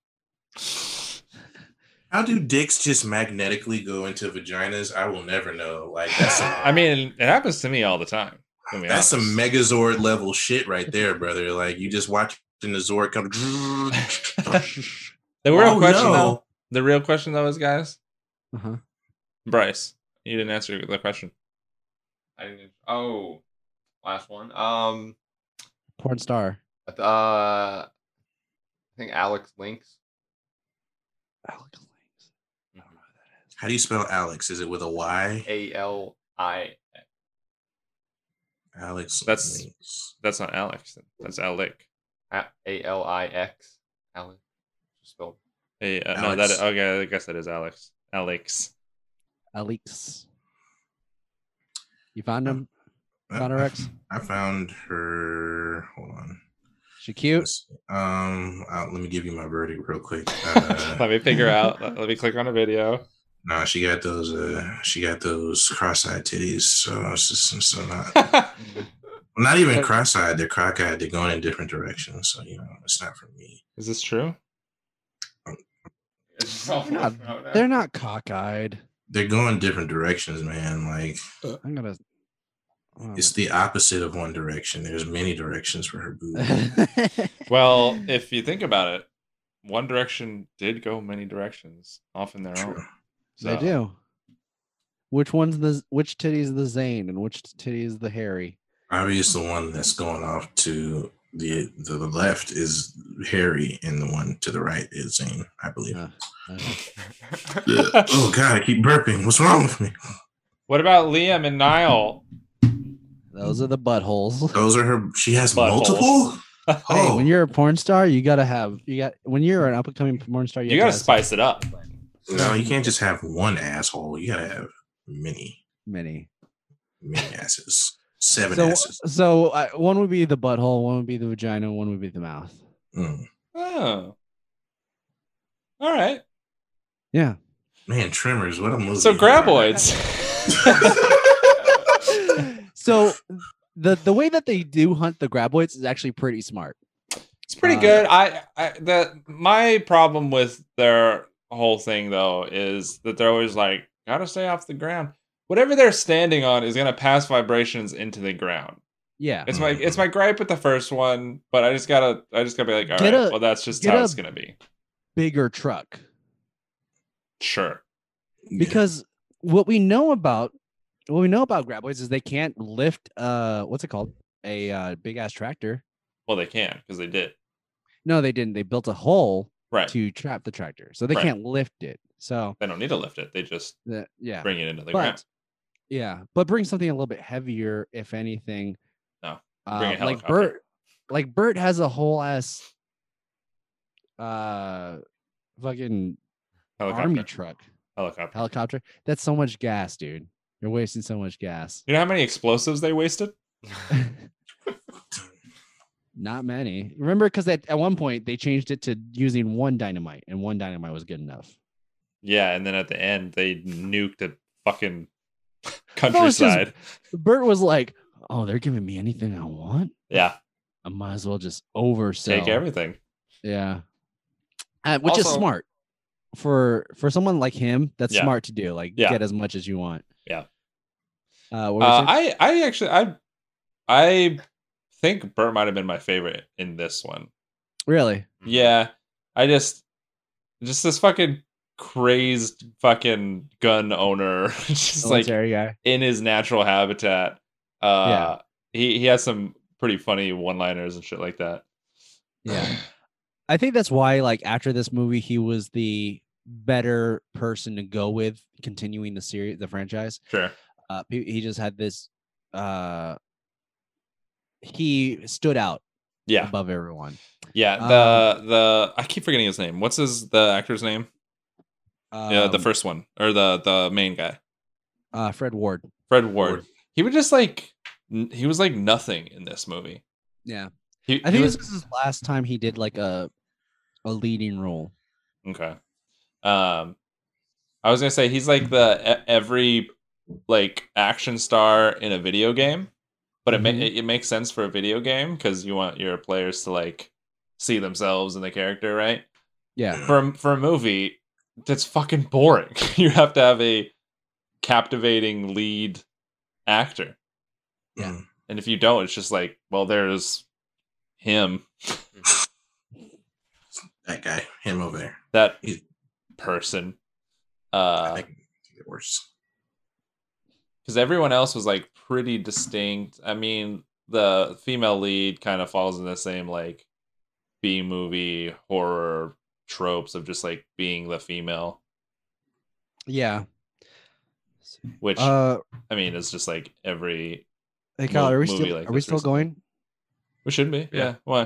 how do dicks just magnetically go into vaginas? I will never know. Like that's some,
I mean, it happens to me all the time. to be
that's some
honest.
Megazord level shit right there, brother. Like you just watching the Zord come.
the real
Oh,
question,
no.
though. The real question, though, is guys,
Uh-huh.
Bryce, you didn't answer the question.
I didn't, oh, last one. Um,
Porn star.
uh, I think Alex Links.
Alex Langs.
How do you spell Alex? Is it with a Y?
A L I.
Alex.
That's-
Links.
That's not Alex. That's Alec.
A L I X. Alex. Spelled.
Hey, uh, no, that
Alex.
okay. I guess that is Alex. Alex.
Alex. You found him?
Uh,
Found her Rex?
I found her. Hold on.
She cute?
Let's- Um, uh, let me give you my verdict real quick. Uh,
Let me figure out. Let, let me click on a video.
Nah, she got those. Uh, she got those cross-eyed titties. So it's just so not not even cross-eyed. They're crock-eyed. They're going in different directions. So you know, it's not for me.
is this true?
They're not,
uh,
they're not cockeyed.
They're going different directions, man. Like
I'm gonna. oh,
it's the opposite of one direction. There's many directions for her boob.
my-
Well, if you think about it, One Direction did go many directions, off in their
True.
own.
they
So-
do. Which one's the which titty is the Zane and which titty is the Harry?
Robbie is the one that's going off to the to the left is Harry, and the one to the right is Zane, I believe.
Uh, okay.
oh God, I keep burping. What's wrong with me?
What about Liam and Niall?
Those are the buttholes.
Those are her. She has
Buttholes.
multiple. Oh,
Hey, when you're a porn star, you gotta have you got when you're an up and coming porn star, you,
You gotta
have to have
spice it up.
No, you can't just have one asshole. You gotta have many,
many.
many asses. Seven
So,
asses.
so uh, one would be the butthole, one would be the vagina, one would be the mouth.
Mm.
Oh. All right.
Yeah.
Man, Tremors, what a movie.
So graboids.
So the the way that they do hunt the graboids is actually pretty smart.
it's pretty
Uh,
good. I, I the my problem with their whole thing though is that they're always like gotta stay off the ground. whatever they're standing on is gonna pass vibrations into the ground.
Yeah.
It's my it's my gripe with the first one, but I just gotta I just gotta be like, all right,
Get a-
well that's just
get
how
a-
it's gonna be.
Bigger truck.
Sure.
Because what we know about what we know about graboids is they can't lift uh what's it called? A uh, big ass tractor.
Well, they can because they did.
No, they didn't. They built a hole
Right.
to trap the tractor. So they
Right.
can't lift it. So
They don't need to lift it. They just
the, yeah.
bring it into the ground.
but yeah, but bring something a little bit heavier, if anything.
No,
uh,
bring a
like
helicopter.
Bert, like Bert has a whole ass, uh, fucking
Helicopter.
army truck
Helicopter.
helicopter. That's so much gas, dude. You're wasting so much gas.
You know how many explosives they wasted?
Not many. Remember, because at, at one point they changed it to using one dynamite, and one dynamite was good enough.
Yeah, and then at the end they nuked a fucking
it's just-
countryside.
Bert was like, "Oh, they're giving me anything I want.
Yeah,
I might as well just oversell."
take everything.
Yeah. Uh, which is
Also-
smart for for someone like him. That's
Yeah.
smart to do. Like
Yeah.
get as much as you want.
Yeah.
Uh, what were you
Uh,
saying?
I I actually I I think Bert might have been my favorite in this one.
really?
Yeah, I just just this fucking crazed fucking gun owner, just like
Military guy.
in his natural habitat. Uh, he he has some pretty funny one liners and shit like that.
Yeah. I think that's why, like after this movie, he was the better person to go with continuing the series, the franchise.
Sure.
Uh, he, he just had this. Uh, he stood out
Yeah.
above everyone.
Yeah.
um,
The the I keep forgetting his name. What's his the actor's name? yeah, the
Um,
first one or the the main guy,
uh, Fred Ward.
Fred Ward. He was just like n- he was like nothing in this movie.
Yeah,
He, he
I think
was,
this is his last time he did like a a leading role.
okay. Um, I was gonna say he's like the e- every like action star in a video game, but it, ma-
Mhm.
it it makes sense for a video game because you want your players to like see themselves in the character, right?
Yeah,
for a, for a movie that's fucking boring. you have to have a captivating lead actor.
Yeah.
Mm. And if you don't, it's just like, well, there's him,
that guy, him over there.
that
He's-
person.
I
Uh
think it's worse.
because everyone else was like pretty distinct. I mean, the female lead kind of falls in the same like B movie horror tropes of just like being the female,
yeah.
which
Uh,
I mean is just like every
hey Kyle, are we
movie
still
like
are we
this
still
recently.
going?
we should be.
Yeah.
yeah. Why?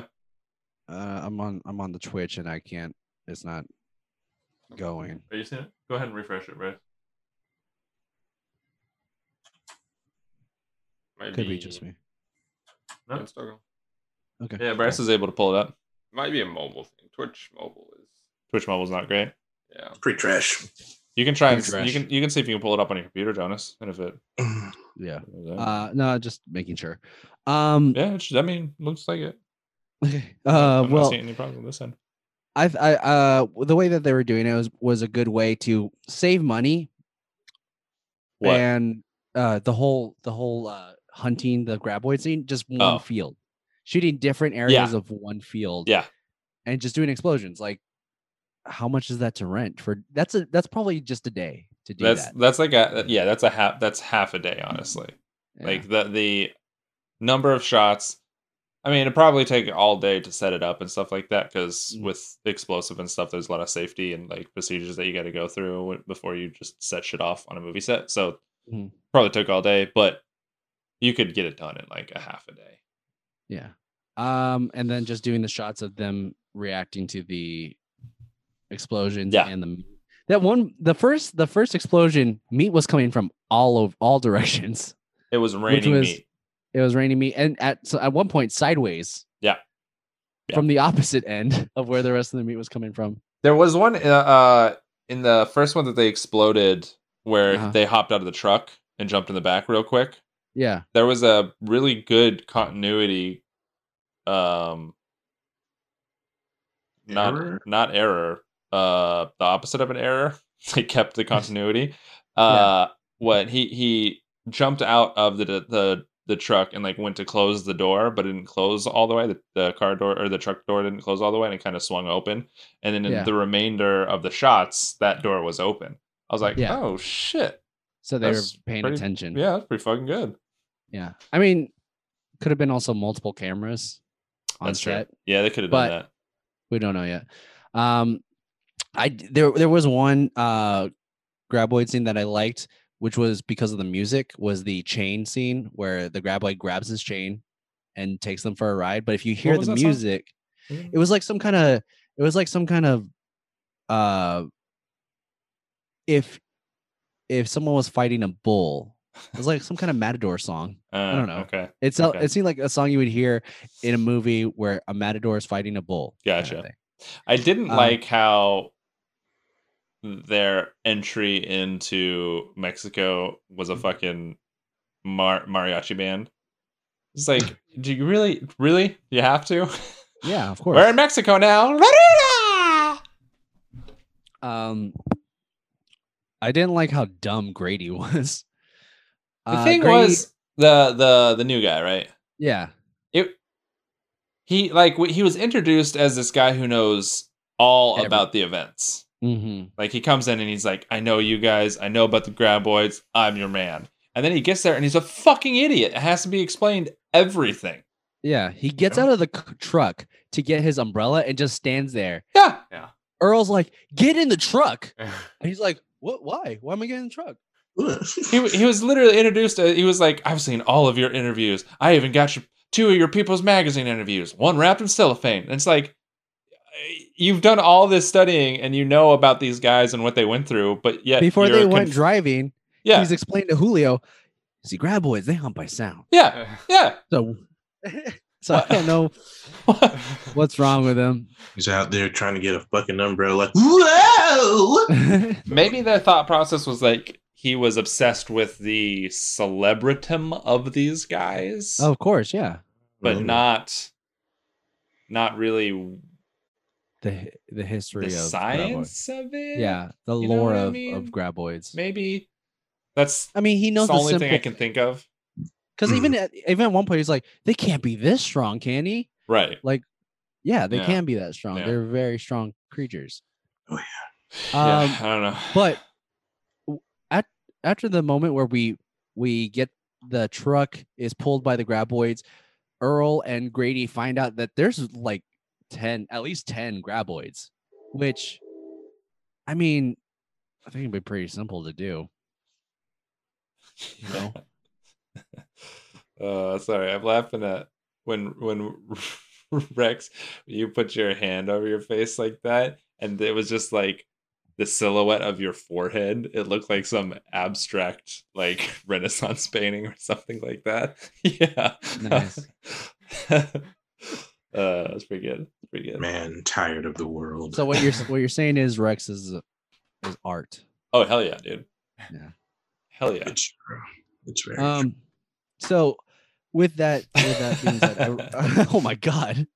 Uh, I'm on I'm on the Twitch and I can't. It's not going.
Are you seeing it? Go ahead and refresh it, bro. Might
Could be just me.
No, it's still going.
Okay.
Yeah, Bryce
Bryce
is,
is able to pull it up.
might be a mobile thing. Twitch mobile is
Twitch mobile's not great.
yeah.
Pretty trash.
You can try and
Pretty
you
trash.
can you can see if you can pull it up on your computer, Jonas. And if it Mm,
Yeah. Uh, no, just making sure. Um.
yeah, it should, I mean, looks like it.
okay.
I'm
Uh.
not
Well,
seeing any problems on this end.
I, I uh the way that they were doing it was was a good way to save money
What?
and uh the whole the whole uh hunting the graboid scene just one
Oh.
field shooting different areas of one field
Yeah.
and just doing explosions like how much is that to rent for that's a that's probably just a day to do
that's
that
that's like a yeah, that's a half that's half a day, honestly.
Yeah.
Like the the number of shots. I mean, it probably take all day to set it up and stuff like that because
Mm.
with explosive and stuff, there's a lot of safety and like procedures that you got to go through w- before you just set shit off on a movie set. So
Mhm.
probably took all day, but you could get it done in like a half a day.
yeah um and then just doing the shots of them reacting to the explosions
Yeah.
and the meat. that one the first the first explosion meat was coming from all of all directions
It was raining
was-
meat.
it was raining meat and at so at one point sideways
Yeah. Yeah.
from the opposite end of where the rest of the meat was coming from
There was one uh, uh, in the first one that they exploded where
Uh-huh.
they hopped out of the truck and jumped in the back real quick.
yeah
There was a really good continuity, um, not
Error?
not error, uh, the opposite of an error. they kept the continuity. Uh, what he he jumped out of the the the truck and like went to close the door, but it didn't close all the way. The, the car door or the truck door didn't close all the way, and it kind of swung open. And then in
Yeah.
the remainder of the shots, that door was open. I was like,
Yeah.
oh shit,
So they
That's
were paying
pretty-
attention.
yeah, that's pretty fucking good.
Yeah. I mean, could have been also multiple cameras on
That's true.
set.
Yeah, they could have
But-
done that.
We don't know yet. Um, I d- there there was one uh graboid scene that I liked, which was because of the music, was the chain scene where the graboid grabs his chain and takes them for a ride. But if you hear
was
the
that song?
music,
Mm.
it was like some kind of it was like some kind of uh if if someone was fighting a bull. It was like some kind of matador song.
Uh,
don't know.
Okay,
It's a-
Okay.
it seemed like a song you would hear in a movie where a matador is fighting a bull. kinda
Gotcha.
thing.
I didn't
Um,
like how their entry into Mexico was
Mm-hmm.
a fucking mar- mariachi band. It's like, do you really, really, you have to?
Yeah, of course. Uh,
We're in Mexico now.
Um, I didn't like how dumb Grady was.
The
Uh,
thing
Grady-
was the the the new guy, right?
yeah,
It he like w- he was introduced as this guy who knows all
Every-
about the events.
hmm
Like he comes in and he's like, I know you guys, I know about the graboids, I'm your man. And then he gets there and he's a fucking idiot. It has to be explained everything.
yeah. He gets out of the c- truck to get his umbrella and just stands there.
Yeah.
Earl's like, "Get in the truck,"
yeah.
and he's like, "What? Why? Why am I getting in the truck?"
He, w- he was literally introduced. uh he was like, I've seen all of your interviews. I even got your, two of your People's Magazine interviews, one wrapped in cellophane. And it's like, you've done all this studying and you know about these guys and what they went through, but yet.
Before
you're
they went
conf-
driving,
Yeah.
he's explained to Julio, "See, graboids they hunt by sound."
Yeah. Yeah.
So, so I don't know what's wrong with him.
He's out there trying to get a fucking umbrella. Like, whoa!
Maybe their thought process was like he was obsessed with the celebritum of these guys,
of course, yeah.
but
Maybe.
not not really
The the history
the
of graboids.
science of it.
Yeah, the
You know
lore
what I
of, of
mean?
graboids.
maybe that's
I mean, he knows
the
the
only thing I
simple
can think of.
because even at, even at one point he's like, they can't be this strong, can he?
Right.
Yeah, they
Yeah.
can be that strong.
Yeah.
They're very strong creatures.
Oh,
Um,
yeah, I don't know.
but w- at after the moment where we we get the truck is pulled by the graboids, Earl and Grady find out that there's like ten, at least ten graboids, which I mean, I think it'd be pretty simple to do. No.
Uh, sorry, I'm laughing at when when Rex, you put your hand over your face like that, and it was just like the silhouette of your forehead. It looked like some abstract like Renaissance painting or something like that. yeah,
Nice.
uh, that's pretty good. Pretty good.
Man, tired of the world.
So what you're s- what you're saying is Rex is is art.
Oh hell yeah, dude.
Yeah.
Hell yeah. Uh,
It's true. It's very true.
Um, so with that, with that being said, I- oh my god,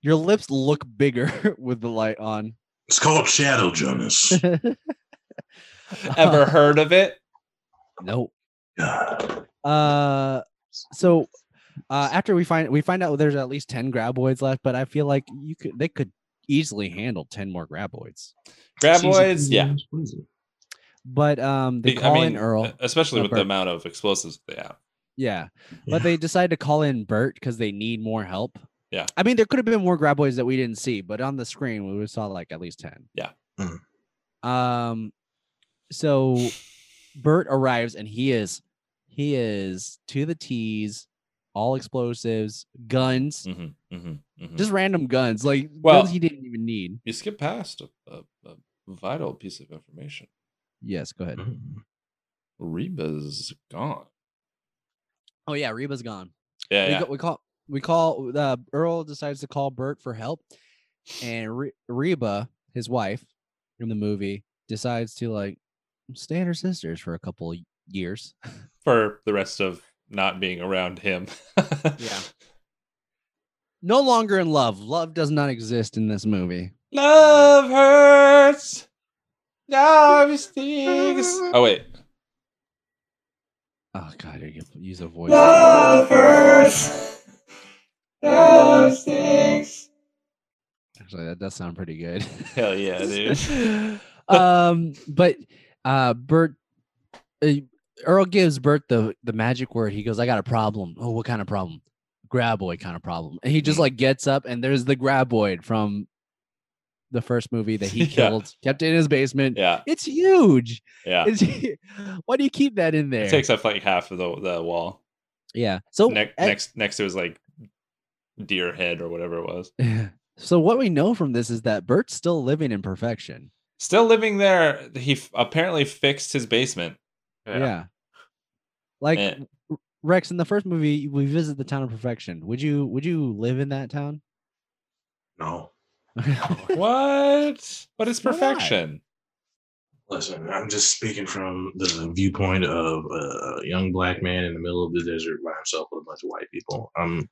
your lips look bigger with the light on.
It's called Shadow Jonas.
Ever heard of it?
Nope.
Yeah.
Uh, so uh, after we find we find out there's at least ten graboids left, but I feel like you could they could easily handle ten more graboids.
Graboids, yeah.
But um, they
Be- e,
call in Earl.
especially
uh,
with the
Bert.
amount of explosives they have.
Yeah.
Yeah.
But they decide to call in Bert because they need more help.
Yeah.
I mean, there could have been more graboids that we didn't see, but on the screen we would've saw like at least 10.
Yeah.
Mhm.
Um so Bert arrives and he is he is to the T's, all explosives, guns,
Mm-hmm, mm-hmm,
just random guns, like
Well-
guns he didn't even need.
you skip past a, a, a vital piece of information.
Yes, go ahead.
Mm.
Reba's gone. Mm-hmm.
Oh yeah, Reba's gone.
Yeah,
we,
yeah.
Go, we call we call uh, Earl decides to call Bert for help, and Re- Reba, his wife, in the movie, decides to like stay at her sister's for a couple y- years.
for the rest of not being around him.
Yeah. No longer in love. Love does not exist in this movie.
Love hurts. Love stings. Oh wait,
Oh god, you can use a voice. Actually, that does sound pretty good.
Hell yeah, dude.
um, but uh, Bert, uh, Earl gives Bert the the magic word. He goes, "I got a problem." Oh, what kind of problem? Graboid kind of problem. And he
Mm.
just like gets up, and there's the graboid from the first movie that he
Yeah.
killed, kept in his basement.
Yeah,
It's huge.
yeah.
It's, why do you keep that in there?
It takes up like half of the the wall.
yeah. So
Next,
at-
next, next to his like deer head or whatever it was.
So what we know from this is that Bert's still living in perfection.
Still living there. He f- apparently fixed his basement.
Yeah. Like
Eh.
R- Rex in the first movie, we visit the town of perfection. Would you would you live in that town?
No.
What? But it's
Why not?
perfection.
Listen, I'm just speaking from the viewpoint of a young black man in the middle of the desert by himself with a bunch of white people. I'm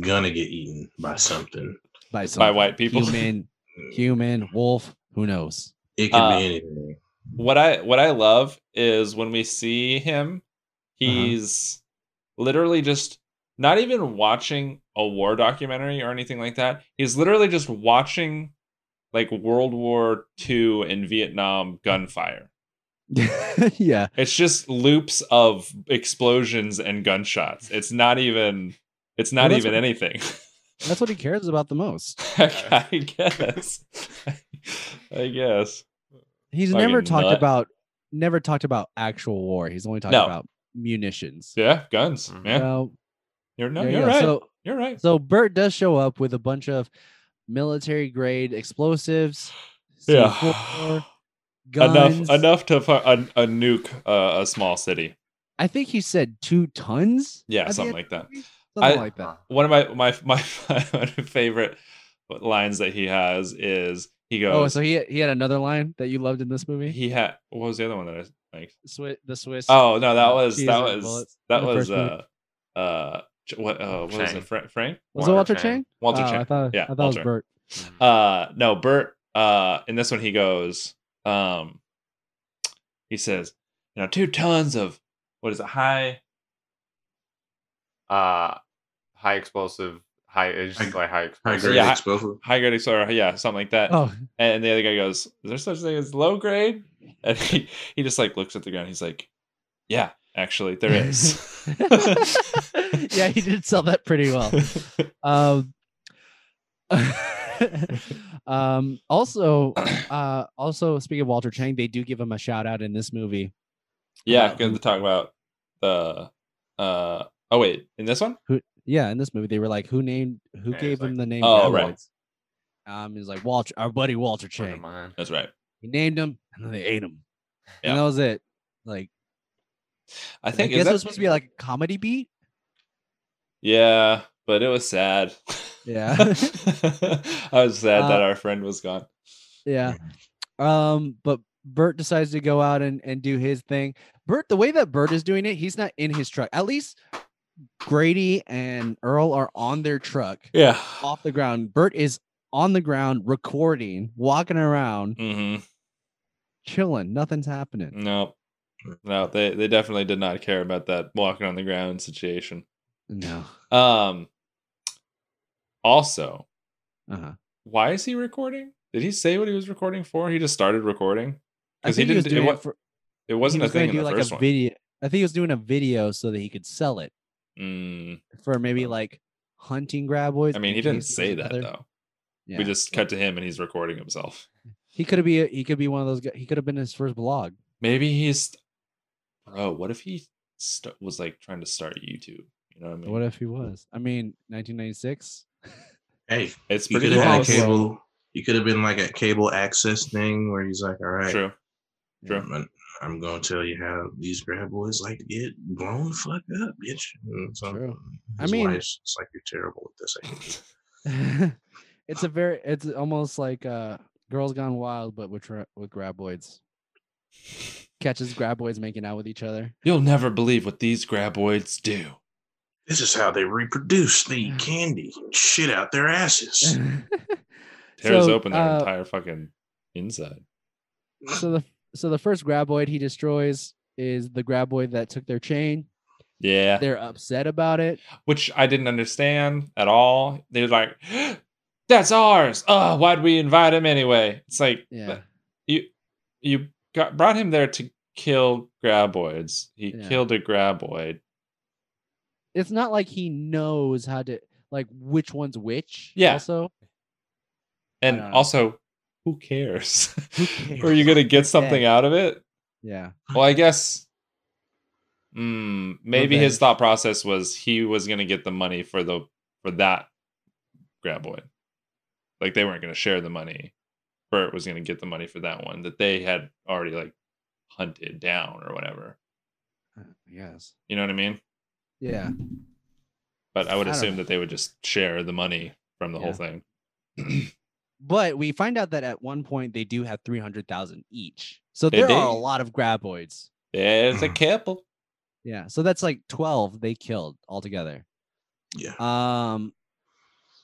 gonna get eaten by something.
By
By
some
white people.
human, human, wolf, who knows?
It could
Uh,
be anything.
what I what I love is when we see him,
Uh-huh.
he's literally just not even watching a war documentary or anything like that. He's literally just watching like World War II and Vietnam gunfire.
yeah.
It's just loops of explosions and gunshots. It's not even it's not
Well, that's
even
what-
anything.
That's what he cares about the most.
I, guess. I guess.
He's never
Fucking
talked
nut.
about never talked about actual war. He's only talked
No.
about munitions.
Yeah, guns.
Mhm.
Yeah.
So,
You're no,
there you
you're
go.
right.
So
you're right.
So Bert does show up with a bunch of military grade explosives.
Yeah.
C4, guns.
Enough, enough to fu- a, a nuke uh, a small city.
I think he said two tons.
Yeah,
at the
something
end
like that.
of the movie? Something
I-
like that.
One of my my my, my favorite lines that he has is he
Oh,
goes
so he he had another line that you loved in this movie.
he had what was the other one that I like
Swi- the Swiss.
oh no that
Uh,
was
cheese
that
and
was
bullets
that
in the
was
first movie.
uh uh Ch- what uh what was
Chang.
it Frank Frank
was it Walter
Walter
Chang?
Chang.
Walter
Oh, I
Chang
thought
Yeah,
I thought it
Walter.
was Bert.
Mm-hmm.
uh no bert uh in this one he goes um he says you know two tons of what is it high
Uh, high explosive, high. It's just
High-
like high
High
explosive.
grade
yeah, I-
explosive.
high grade ex- or yeah something like that
Oh,
and the other guy goes is there such thing as low grade and he, he just like looks at the ground he's like yeah actually there is
yeah, he did sell that pretty well. Um, um, also, uh, also speaking of Walter Chang, they do give him a shout out in this movie.
yeah good to talk about the uh oh wait in this one
Who, yeah, in this movie, they were like, "Who named? Who
Yeah,
gave
it's like-
him the name?"
Oh,
Graboids?"
right.
Um, he's like Walter, our buddy Walter
Friend of
Chang.
mine.
that's right
He named him, and then they ate him,
Yeah.
and that was it. Like,
i
I,
think is
guess
that-
it was supposed to be like a comedy beat.
Yeah, but it was sad.
Yeah,
I was sad that
Uh,
our friend was gone.
yeah. Um, but Bert decides to go out and and do his thing. Bert, the way that Bert is doing it, he's not in his truck. At least Grady and Earl are on their truck
Yeah.
off the ground. Bert is on the ground recording, walking around,
hmm
chilling. Nothing's happening.
No. No, they, they definitely did not care about that walking on the ground situation.
No.
Um also,
Uh-huh.
why is he recording? Did he say what he was recording for? He just started recording? Because he didn't it, wa-
for,
it
he
wasn't a
was gonna
thing in
do
the
like
first
a
one.
video. I think he was doing a video so that he could sell it
Mm,
for maybe like hunting graboids.
I mean, he didn't say that though.
Yeah.
We just cut to him and he's recording himself.
he could be a, he could be one of those guys. He could have been his first blog.
Maybe he's, bro. What if he st- was like trying to start YouTube? You know what I mean?
What if he was? I mean, 1996.
Hey,
it's
you
pretty
could have had a
close.
cable-
cable. You could have been like a cable access thing where he's like, "All right,
True. True.
I'm, I'm gonna tell you how these grab boys like to get blown the fuck up, bitch." And so
True. I
His
mean-
wife's just like, "You're terrible at this." I hate you."
it's a very it's almost like uh Girls Gone Wild, but with tra- with graboids. Catches graboids making out with each other.
You'll never believe what these graboids do.
This is how they reproduce the candy shit out their asses.
Tears
So,
open their
uh,
entire fucking inside.
so the so the first graboid he destroys is the graboid that took their chain.
Yeah.
They're upset about it.
which I didn't understand at all. They're like, "That's ours." Oh, why'd we invite him anyway? It's like
Yeah.
you you got brought him there to kill graboids. He
Yeah.
killed a graboid.
It's not like he knows how to like which one's which.
Yeah.
Also,
And
don't know.
also, who cares?
Who
Are you
cares?
gonna get something
Revenge.
out of it?
yeah.
Well, I guess. Mm, maybe his
Revenge.
thought process was he was gonna get the money for the for that graboid. Like they weren't gonna share the money. Bert was gonna get the money for that one that they had already like hunted down or whatever.
Yes.
You know what I mean?
Yeah.
But I would
I don't
assume
know.
that they would just share the money from the
Yeah.
whole thing.
But we find out that at one point they do have three hundred thousand each. So
They
there are a
did.
lot of graboids.
There's a couple.
Yeah. So that's like twelve they killed altogether.
Yeah.
Um,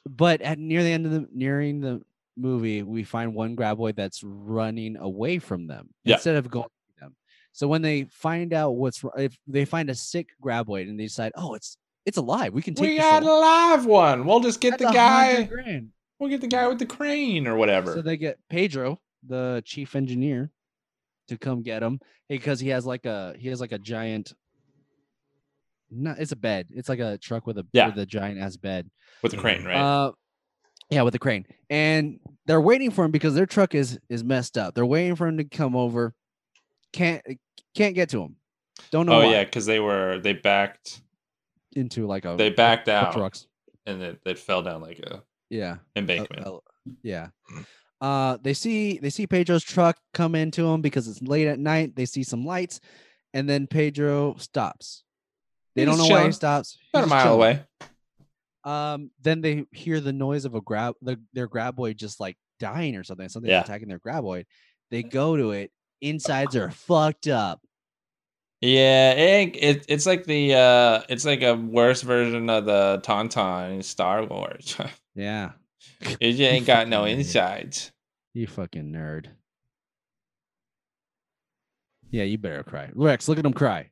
but at near the end of the nearing the movie, we find one graboid that's running away from them
Yeah.
instead of going to them. So when they find out what's wr- if they find a sick graboid and they decide, oh, it's it's alive, we can take.
We
this
got a
alive."
live one. We'll just get
That's
the
a
guy.
hundred grand.
We'll get the guy with the crane or whatever.
So they get Pedro, the chief engineer, to come get him because he has like a he has like a giant. No, it's a bed. It's like a truck with a
Yeah.
with a giant ass bed.
with the crane, right?
Uh, yeah, with the crane, and they're waiting for him because their truck is is messed up. They're waiting for him to come over. Can't can't get to him. Don't know.
oh
why.
yeah, because they were they backed
into like a
they
a-
backed
a
out
trucks.
and it, it fell down like a
Yeah, a-
embankment.
a- Oh, yeah.
Mm.
Uh, they see they see Pedro's truck come into him because it's late at night. They see some lights, and then Pedro stops. They
He's
don't know
just
why he
chilling.
stops. He's
About a
just
mile
chilling.
away.
Um, then they hear the noise of a grab the, their graboid just like dying or something. Something's
Yeah.
attacking their graboid. They go to it. Insides are fucked up.
Yeah, it, it it's like the uh it's like a worse version of the Tauntaun in Star Wars.
Yeah,
it just ain't got no
Fucking idiot.
insides.
you fucking nerd. Yeah, you better cry, Rex. Look at him cry.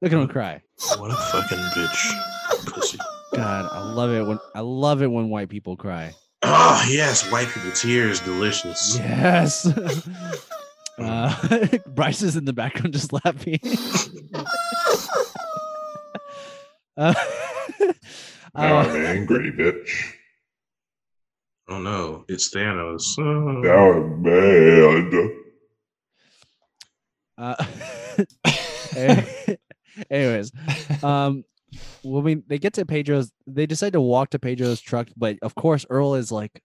Look
Mm.
at him cry.
What a fucking bitch. Pussy.
God, I love it when I love it when white people cry.
Oh, yes. White people tears. Delicious.
Yes. uh, Bryce is in the background just laughing. uh, uh,
angry, bitch.
Oh, no. It's Thanos. Oh.
Now I'm mad.
uh, any- anyways, um, when we they get to Pedro's, they decide to walk to Pedro's truck, but of course Earl is like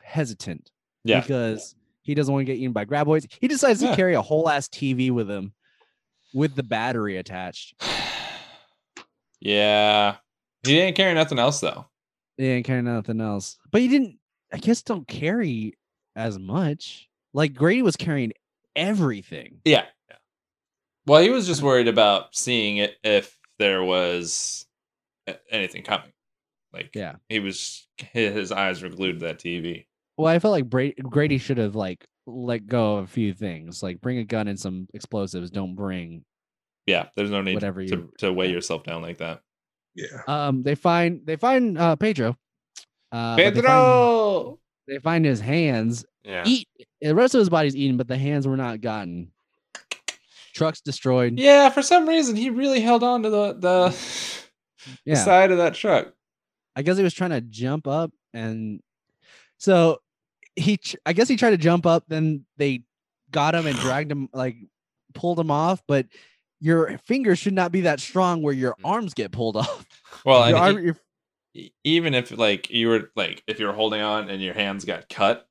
hesitant
Yeah.
because he doesn't want to get eaten by graboids. He decides
Yeah.
to carry a whole ass TV with him, with the battery attached.
yeah. He didn't carry nothing else though.
They didn't carry nothing else. But he didn't, I guess, don't carry as much. Like Grady was carrying everything.
Yeah. Well, he was just worried about seeing it if there was a- anything coming. Like
Yeah.
he was his, his eyes were glued to that TV.
Well, I felt like Bra- Grady should have like let go of a few things, like bring a gun and some explosives. Don't bring.
Yeah, there's no need
Whatever Uh,
to,
you-
to weigh yourself down like that.
Yeah.
Um, they find they find uh Pedro. Uh, but they find-
Pedro.
they find his hands.
Yeah.
Eat the rest of his body's eaten, but the hands were not gotten. Trucks destroyed.
Yeah, for some reason he really held on to the the, the
Yeah.
side of that truck.
I guess he was trying to jump up, and so he, tr- I guess he tried to jump up. Then they got him and dragged him, like pulled him off. But your fingers should not be that strong where your arms get pulled off.
Mm. Well,
Your
and
arm-
e-
your-
e- even if like you were like if you were holding on and your hands got cut,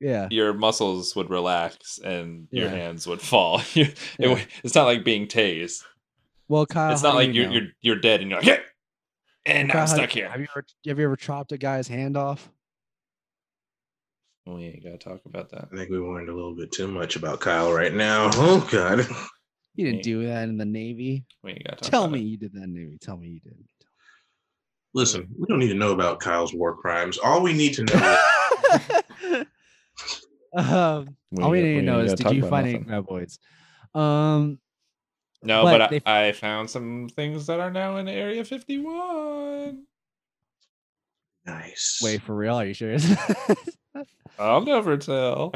yeah,
your muscles would relax and your
Yeah.
hands would fall. You- it
Yeah.
w- it's not like being tased.
well, Kyle,
it's
how
not
do
like
you
you're,
know?
you're you're dead and you're like, "Yeah, and
Kyle,
I'm
how-
stuck here.
Have you ever, have you ever chopped a guy's hand off?
Oh, we ain't gotta talk about that.
I think we learned a little bit too much about Kyle right now. Oh, God.
You didn't
Me.
do that in the Navy.
We ain't gotta talk
Tell
about
me
it.
you did that in the Navy. Tell me you did.
Listen, we don't need to know about Kyle's war crimes. All we need to know is
um, All we
ain't-
need to
ain't
know is
gotta
did
talk
you
about
find any
nothing.
graboids? Um,
No,
But
but,
they-
I, I found some things that are now in Area 51.
Nice.
Wait, for real? Are you serious?
I'll never tell.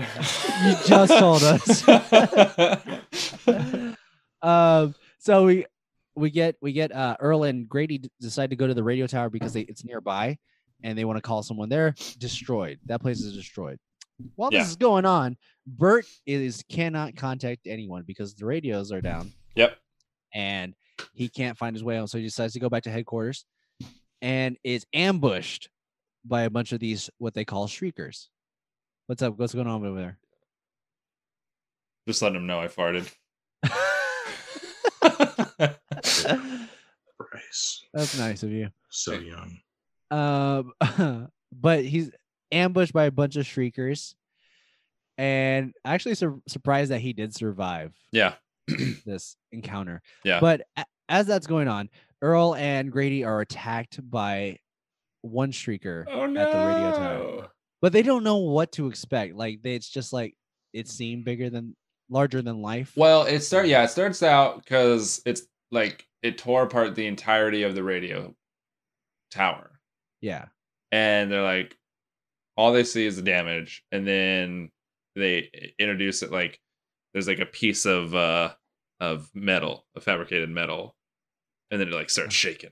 You just told us. um, so we we get we get uh, Earl and Grady d- decide to go to the radio tower because they, it's nearby, and they want to call someone there. Destroyed. That place is destroyed. While
Yeah.
this is going on, Bert is cannot contact anyone because the radios are down.
Yep.
and he can't find his way home, so he decides to go back to headquarters, and is ambushed by a bunch of these what they call shriekers. What's up? What's going on over there?
just let him know I farted.
Bryce.
That's nice of you.
So young.
Um, but he's ambushed by a bunch of shriekers, and actually sur- surprised that he did survive
yeah.
this encounter.
Yeah.
But a- as that's going on, Earl and Grady are attacked by one shrieker
Oh
at the radio tower, but they don't know what to expect. Like they, it's just like it seemed bigger than larger than life.
Well, it start yeah, it starts out because it's like it tore apart the entirety of the radio tower.
Yeah.
and they're like all they see is the damage and then they i- introduce it like there's like a piece of uh of metal of fabricated metal and then it like starts shaking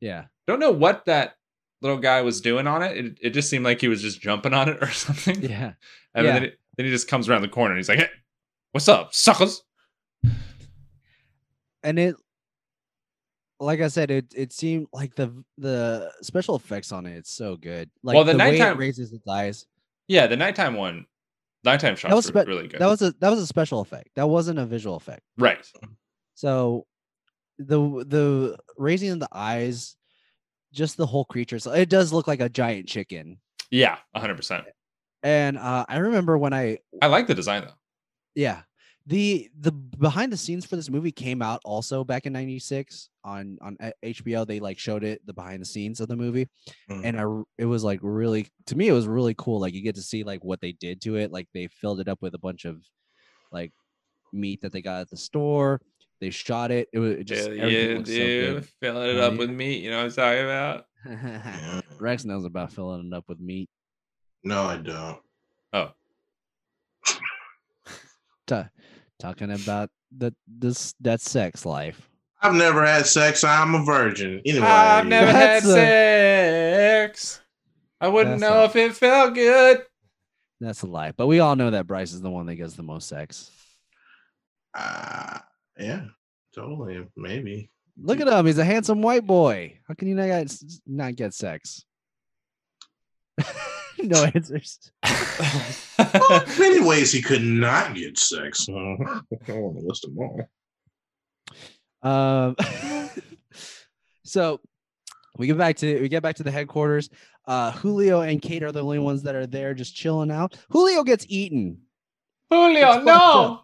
Yeah.
don't know what that little guy was doing on it it, it just seemed like he was just jumping on it or something
Yeah.
and
yeah.
then, it, then he just comes around the corner and he's like hey what's up suckers
and it like i said it it seemed like the v- the special effects on it it's so good like
Well, the
way it
nighttime-
raises its eyes
yeah the nighttime one nighttime shots
was
were
spe-
really good
that was a that was a special effect that wasn't a visual effect
right
so the the raising of the eyes just the whole creature so it does look like a giant chicken
yeah 100%
and uh i remember when i
i like the design though
Yeah. The the behind the scenes for this movie came out also back in 96 on on uh, HBO they like showed it the behind the scenes of the movie
Mm.
and I r it was like really to me it was really cool like you get to see like what they did to it like they filled it up with a bunch of like meat that they got at the store they shot it it was it just
Hell
everything
yeah,
looked
dude. Filling it
Hell
up
yeah.
with meat. You know what I'm talking about?
so good.
Yeah.
Rex knows about filling it up with meat
No, I don't.
Ta- talking about the this that sex life
I've never had sex. I'm a virgin. Anyway.
I've never had
That's
sex. I wouldn't
That's
know
a-
if it felt good.
that's a lie but we all know that Bryce is the one that gets the most sex
Uh, yeah, totally. Maybe.
Look at him. He's a handsome white boy. How can you not get, not get sex? no answers.
Well, many ways he could not get sex. I don't want to list them all.
Um, so we get back to we get back to the headquarters. Uh, Julio and Kate are the only ones that are there, just chilling out. Julio gets eaten, It's
Julio,
fucked
no.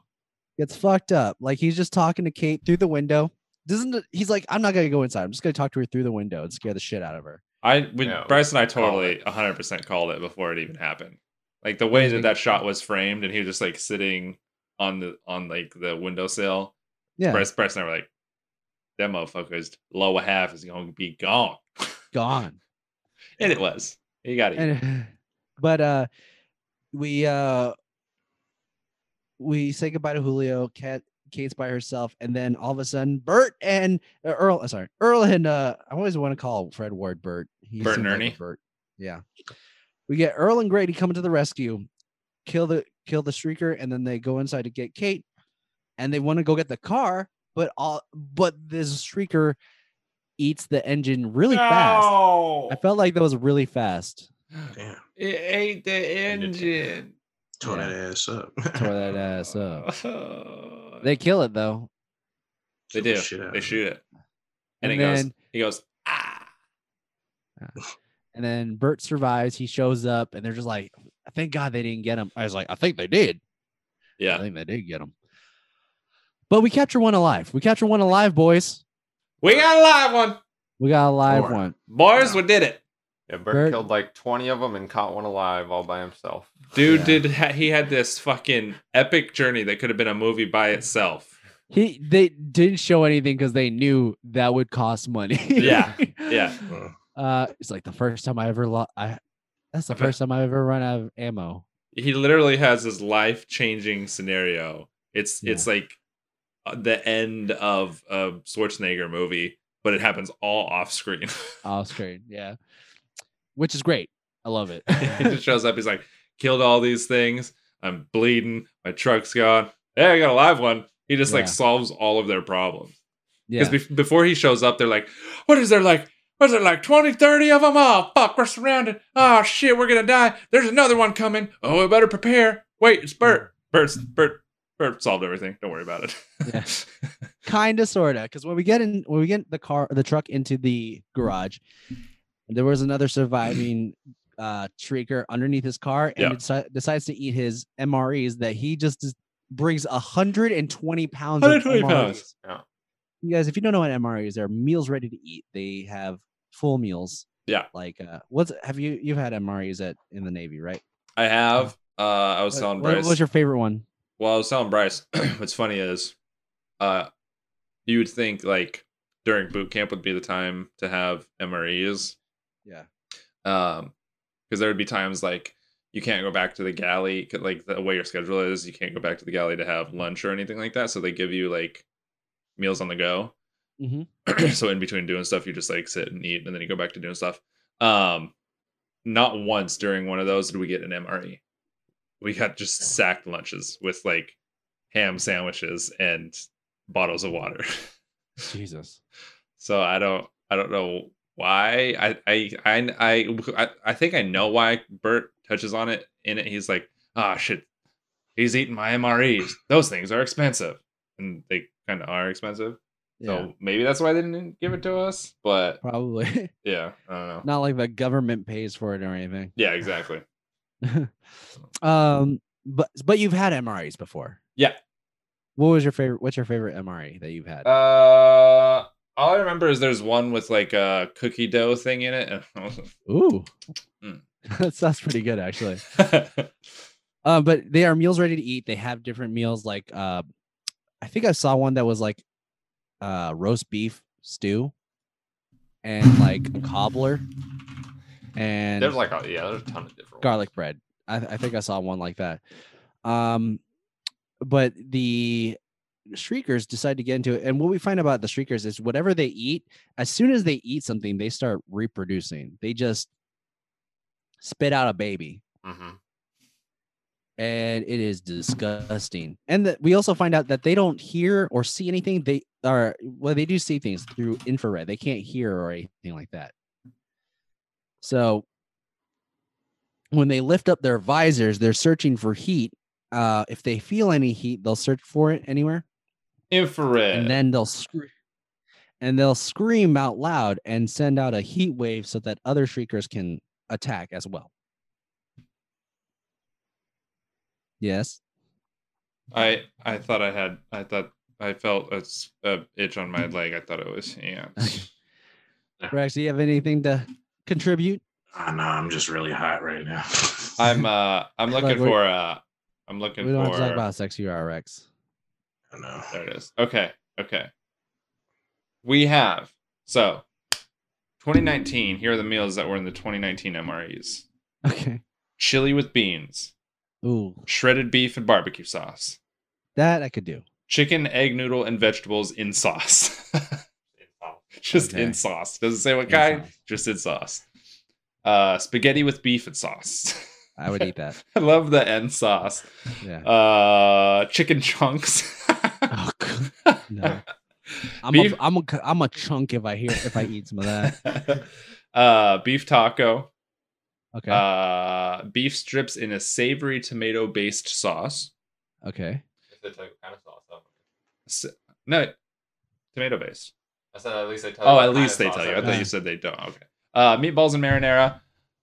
gets fucked up. Like he's just talking to Kate through the window. Doesn't he's like, I'm not gonna go inside. I'm just gonna talk to her through the window and scare the shit out of her.
I we,
No,
Bryce and I
call
totally 100% called it before it even happened. Like the way
do you
that
think?
that shot was framed and he was just like sitting on the on like the windowsill.
Yeah,
Bryce, Bryce and I were like that motherfucker's lower half is going to be gone.
gone.
and it was. He got it.
and but uh we uh we say goodbye to julio cat kate's by herself and then all of a sudden bert and uh, earl uh, sorry earl and uh i always want to call fred ward bert He
Bert and
seems like a
Ernie?
bert yeah we get earl and grady coming to the rescue kill the kill the shrieker and then they go inside to get kate and they want to go get the car but all but this shrieker eats the engine really fast
No.
i felt like that was really fast
Damn,
It ate the engine.
engine.
tore
Yeah.
that ass up.
tore that ass up. They
They
kill it though.
they
Shoot the
do.
shit out
They
of
shoot it, and,
And
it goes.
then-
He goes. Ah.
And then Bert survives. He shows up and they're just like, thank God they didn't get him. I was like, I think they did. I
Yeah.
think they did get him. But we capture one alive. We capture one alive, boys.
We got a live one,
We got a live
Four.
one.
boys. We did it.
Yeah, Bert,
Bert-
killed like 20 of them and caught one alive all by himself.
Dude,
Yeah.
did ha- he had this fucking epic journey that could have been a movie by itself.
He they didn't show anything because they knew that would cost money.
Yeah, yeah.
Uh, it's like the first time I ever lost. I that's the
I bet-
first time I ever run out of ammo.
He literally has his life changing scenario. It's it's like uh, the end of a Schwarzenegger movie, but it happens all off screen.
Off screen, yeah, which is great. I love it.
he just shows up. He's like, killed all these things. I'm bleeding. My truck's gone. Hey, I got a live one. He just
Yeah.
like solves all of their problems.
yeah,
Because before he shows up, they're like, what is there like? Was there like 20, 30 of them? Oh, fuck, we're surrounded. Oh, shit, we're going to die. There's another one coming. Oh, we better prepare. Wait, it's Bert. Bert's, Bert, Bert solved everything. Don't worry about it.
Yeah. kind of sorta because when we get in when we get the car the truck into the garage there was another surviving uh shrieker underneath his car and
Yeah.
he deci- decides to eat his mres that he just dis- brings 120 pounds
120
of
pounds.
MREs.
Yeah.
you guys if you don't know what mres are meals ready to eat they have full meals
Yeah.
like uh what's have you you've had mres at in the navy right
I have, uh, I was telling
what,
Bryce.
what was your favorite one
Well, I was telling Bryce, what's funny is, uh, you would think like during boot camp would be the time to have MREs.
Yeah.
Um, because there would be times like you can't go back to the galley, 'cause, like the way your schedule is, you can't go back to the galley to have lunch or anything like that. So they give you like meals on the go.
Mhm.
so in between doing stuff, you just like sit and eat, and then you go back to doing stuff. Um, not once during one of those did we get an MRE we got just sacked lunches with like ham sandwiches and bottles of water.
jesus
So I don't I don't know why I I I I- I, I think I know why Bert touches on it in it. He's like, ah shit, he's eating my MREs. Those things are expensive, and they kind of are expensive.
yeah
So maybe that's why they didn't give it to us. But
probably
yeah, I don't know.
not like the government pays for it or anything
Yeah, exactly.
um, but but you've had MREs before.
Yeah.
What was your favorite? What's your favorite MRE that you've had?
Uh, all I remember is there's one with like a cookie dough thing in it, and
Ooh,
Mm.
that sounds pretty good actually. Uh, but they are meals ready to eat. They have different meals. Like, uh, I think I saw one that was like uh, roast beef stew and like a cobbler and
There's like a yeah, there's a ton of different ones.
garlic bread. I, I think I saw one like that. Um, but the shriekers decide to get into it, and what we find about the shriekers is whatever they eat, as soon as they eat something, they start reproducing. They just spit out a baby,
Mhm.
and it is disgusting. And that we also find out that they don't hear or see anything. They are well, they do see things through infrared. They can't hear or anything like that. So when they lift up their visors, they're searching for heat. Uh, if they feel any heat, they'll search for it anywhere,
infrared.
and then they'll scream, and they'll scream out loud and send out a heat wave so that other shriekers can attack as well. Yes.
I I thought I had I thought I felt a, s- a itch on
Mm-hmm.
my leg. I thought it was yeah.
Rex, do you have anything to contribute?
Ah, no, I'm just really hot right now.
I'm uh I'm looking
we-
for uh I'm looking
we don't
for
have to talk about how sexy you are, Rex.
uh,
I know.
there it is. Okay, okay. We have so 2019. Here are the meals that were in the 2019 MREs:
Okay.
chili with beans,
Ooh,
shredded beef and barbecue sauce,
that I could do.
chicken, egg noodle, and vegetables in sauce. Just
Okay.
in sauce. Doesn't say what
In
kind.
sauce.
Just in sauce. Uh, spaghetti with beef and sauce.
I would eat that.
I love the end sauce.
Yeah.
Uh, chicken chunks.
Oh, God, no. I'm
beef,
a, I'm a c- I'm a chunk if I hear if I eat some of that.
uh, beef taco.
Okay.
Uh, beef strips in a savory tomato based sauce.
okay.
If they tell you what kind of sauce, though.
S- no, tomato based.
I said at least they tell. you
Oh,
what
at
kind of
least they
sauce
tell you. I
that
thought
is.
you said they don't. Okay. Uh, meatballs and marinara,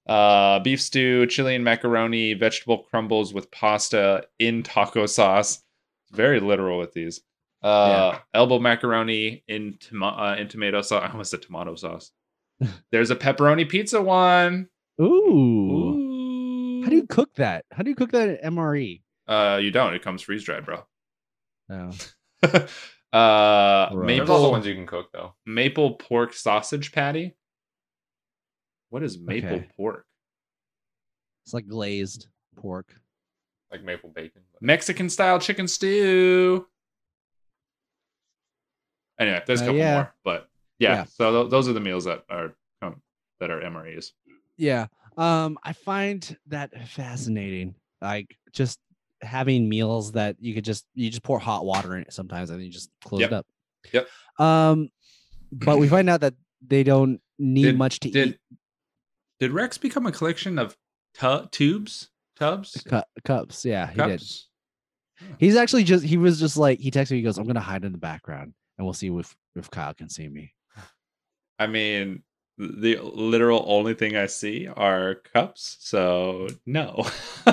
uh, beef stew, chili and macaroni, vegetable crumbles with pasta in taco sauce. Very literal with these. Uh, Elbow macaroni in toma- uh, in tomato sauce. I almost said tomato sauce. There's a pepperoni pizza one.
Ooh.
Ooh.
How do you cook that? How do you cook that at MRE?
Uh, you don't. It comes freeze dried, bro.
Oh.
uh,
There's
maple
also ones you can cook though.
maple pork sausage patty. What is maple
Okay.
pork?
It's like glazed pork.
Like maple bacon.
Mexican style chicken stew. Anyway, there's a
Uh,
couple
yeah.
more, but yeah,
Yeah.
So tho- those are the meals that are um, that are MREs.
Yeah. Um, I find that fascinating. Like just having meals that you could just you just pour hot water in it sometimes and then you just close
Yep.
it up.
Yep.
Um, but we find out that they don't need
Did-
much to
Did
eat.
did Rex become a collection of tu- tubes, tubs,
Cu- cups. Yeah, he did.
cups?
He's actually just he was just like he texted me. He goes, "I'm gonna hide in the background and we'll see if if Kyle can see me."
I mean, the literal only thing I see are cups, so no.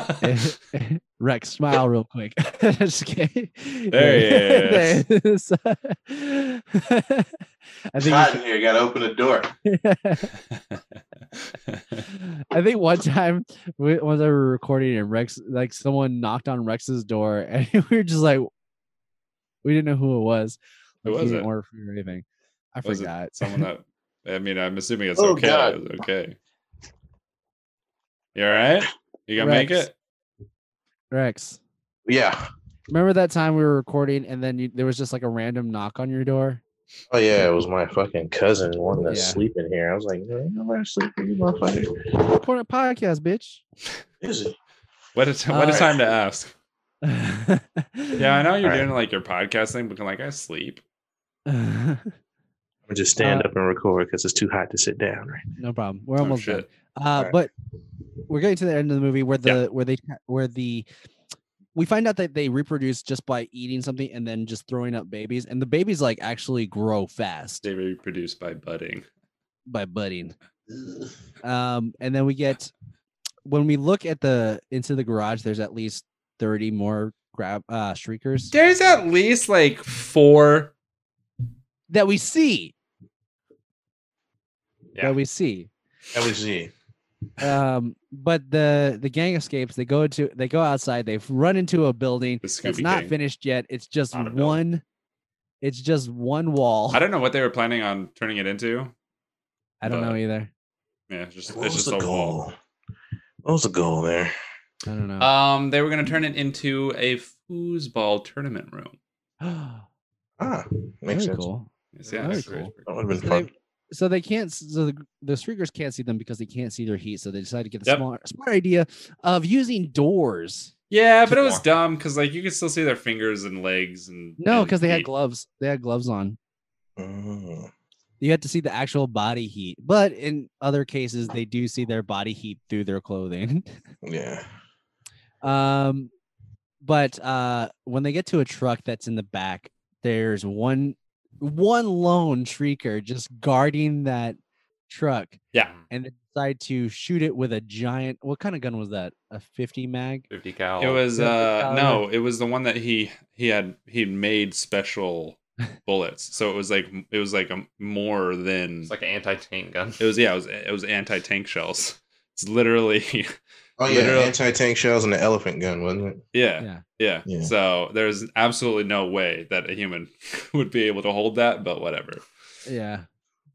Rex, smile real quick. Just kidding.
There
There is. I think
hot in here. Got to open the door.
I think one time, we, once I were recording and Rex, like someone knocked on Rex's door, and we were just like, we didn't know who it was.
Who
Like, he
was
didn't
it?
order food or anything. I
Was it
forgot.
Someone that I mean, I'm assuming it's
Oh,
okay.
God.
It was okay. You all right? You gonna make
Rex.
it?
Rex,
Yeah.
remember that time we were recording, and then you, there was just like a random knock on your door.
Oh yeah, it was my fucking cousin wanting to
Yeah.
sleep in here. I was like, "No, ain't nobody sleeping, you motherfucker."
Recording a podcast, bitch.
Is it?
What a t- what a
Alright.
time to ask. Yeah, I know you're
Alright.
doing like your podcast thing, but can like I sleep?
know.
I'm just stand
Uh,
up and record because it's too hot to sit down. Right?
no problem. We're
Oh,
almost done.
shit.
Uh,
Right.
but we're getting to the end of the movie where the
Yeah.
where they where the we find out that they reproduce just by eating something and then just throwing up babies, and the babies like actually grow fast
They reproduce by budding.
by budding. Um, and then we get when we look at the into the garage, there's at least thirty more grab uh shriekers
There's at least like four.
that we see
Yeah.
that we see.
That was it.
Um, but the the gang escapes. They go into they go outside. They run into a building.
The Scooby
It's not
Gang.
finished yet. It's just
Not a building.
one. It's just one wall.
I don't know what they were planning on turning it into.
I don't know
but-
either.
Yeah, it's just
What
it's
was
just
the
a wall.
goal? What was the goal there?
I don't know.
Um, they were gonna turn it into a foosball tournament room. Uh,
Ah,
Very
makes sense.
cool.
Yes,
Yeah,
yeah,
Very
it's pretty-
cool.
That would have
So
been
they,
fun.
so they can't. So the, the streakers can't see them because they can't see their heat. So they decide to get the
Yep.
smart, smart idea of using doors.
Yeah, but it
Just
was
walk.
dumb because like you could still see their fingers and legs and
No,
and
because they had
feet.
gloves. They had gloves on.
Mm.
You had to see the actual body heat. But in other cases, they do see their body heat through their clothing.
Yeah.
Um, but uh, when they get to a truck that's in the back, there's one one lone shrieker just guarding that truck,
Yeah,
Mm-hmm.
and they decide to shoot it with a giant. What kind of gun was that? A fifty mag?
50 cal.
it was.
Yeah, the
uh
power.
No, it was the one that he he had he had made special bullets. So it was like m- it was like a, more than
it's like an anti-tank gun.
it was. Yeah, it was it was anti tank shells. It's literally
Oh yeah,
Literal-
anti tank shells and the elephant gun, wasn't it?
yeah,
Yeah.
yeah
Yeah.
So there's absolutely no way that a human would be able to hold that. But whatever.
Yeah.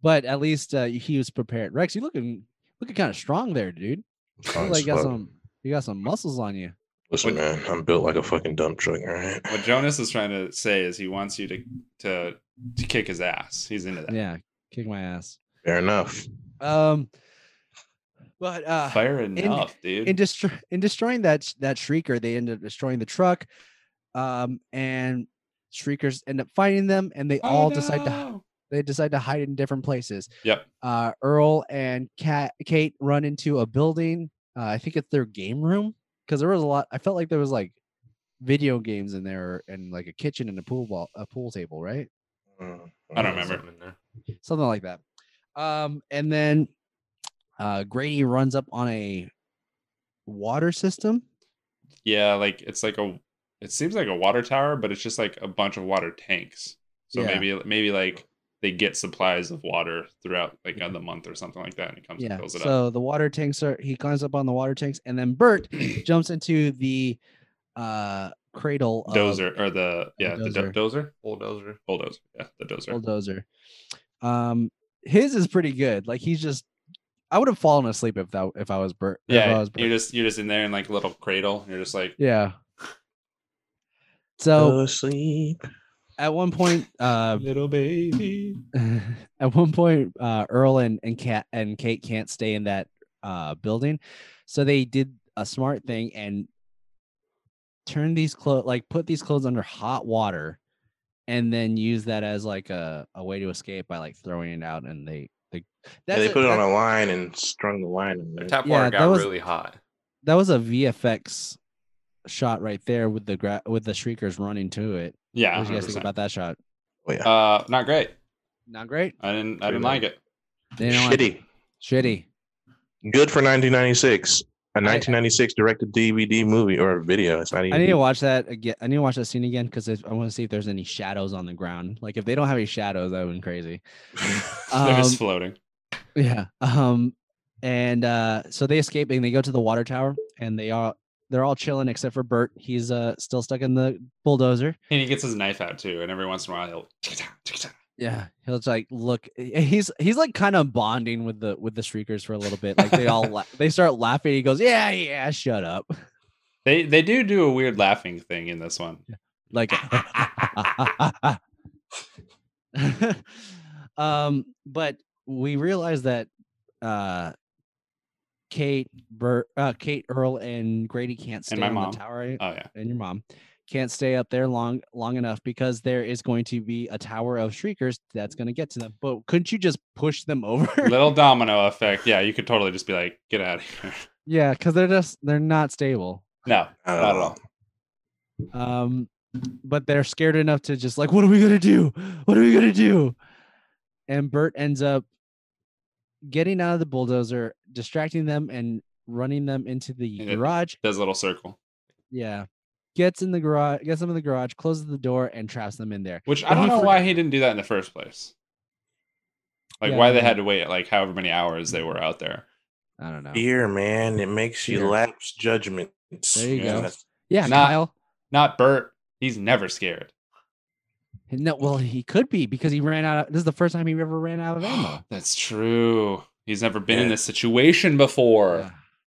But at least uh, he was prepared. Rex, you looking looking kind of strong there, dude. You
Oh,
Strong
look like
as
you got
fuck.
some you got some muscles on you.
Listen, man, I'm built like a fucking dump truck. All right.
What Jonas is trying to say is he wants you to to to kick his ass. He's into that.
Yeah, kick my ass.
Fair enough.
Um, but uh,
Fire enough, dude.
in destroy in destroying that sh- that shrieker, they end up destroying the truck. Um, and shriekers end up finding them, and they all decide to
Oh, no.
they decide to hide in different places.
Yep.
Uh, Earl and Cat Kate run into a building. Uh, I think it's their game room because there was a lot. I felt like there was like video games in there and like a kitchen and a pool ball a pool table, right?
Mm,
I don't
mm.
remember.
Something in there.
Something like that. Um, and then uh, Grady runs up on a water system.
Yeah, like it's like a it seems like a water tower, but it's just like a bunch of water tanks. So
Yeah.
maybe maybe like they get supplies of water throughout like the month or something like that and it comes
Mm-hmm. Yeah.
and fills it up.
So the water tanks are he climbs up on the water tanks and then Bert jumps into the uh cradle of
dozer or the yeah the do-
Dozer.
dozer
bulldozer.
bulldozer yeah the dozer
bulldozer. Um, his is pretty good. Like he's just, I would have fallen asleep if that if I was Bert. if I
yeah
was
you're
Bert.
just you're just in there in like a little cradle and you're just like
yeah. So
Go to sleep.
at one point, uh,
little baby
at one point, uh, Earl and and Cat and Kate can't stay in that uh, building, so they did a smart thing and turn these clothes, like put these clothes under hot water, and then use that as like a, a way to escape by like throwing it out. And they they
Yeah,
that's
they
a-
put it on
that-
a line and strung the line. on
The
there.
tap
Yeah,
water
that
got
was-
really hot.
that was a VFX shot right there with the gra- with the shriekers running to it.
yeah
What do you guys think
100%.
about that shot?
Oh, yeah.
uh not great
Not great.
i didn't
Pretty
i didn't
bad.
like it
They don't like it.
Shitty.
Shitty.
Good for 1996. A 1996 directed DVD movie or video. It's not even.
I need to watch that again. I need to watch that scene again because I want to see if there's any shadows on the ground. Like if they don't have any shadows, that would be crazy.
they're
Um,
just floating
yeah. Um, and uh, so they escape and they go to the water tower and they are they're all chilling except for Bert. He's uh still stuck in the bulldozer.
and he gets his knife out too and every once in a while he'll
Yeah, he'll just like look. eh, He's he's like kind of bonding with the with the shriekers for a little bit. Like they all la- they start laughing. He goes, "Yeah, yeah, shut up."
they they do do a weird laughing thing in this one
like um but we realized that uh kate Bert, uh kate earl and grady can't stay
And my
on
mom.
the tower any-
oh yeah
and your mom can't stay up there long long enough because there is going to be a tower of shriekers that's going to get to them but couldn't you just push them over
little domino effect yeah you could totally just be like get out of here
yeah because they're just they're not stable
no
Not at
not at
all.
all
um but they're scared enough to just like what are we gonna do what are we gonna do and bert ends up getting out of the bulldozer distracting them and running them into the
And it-
garage
does a little circle
yeah gets in the garage gets them in the garage closes the door and traps them in there
Which I
But
don't
he
know
forg-
why he didn't do that in the first place. Like
Yeah, I
why they
don't
had to wait like however many hours they were out there.
i don't know
Fear, man. It makes you
Fear.
lapse judgment.
There you
go.
yeah
Not-
kyle
Not Bert. He's never scared.
no well he could be because he ran out of, this is the first time he ever ran out of ammo
That's true. He's never been in
Yeah.
this situation before.
Yeah.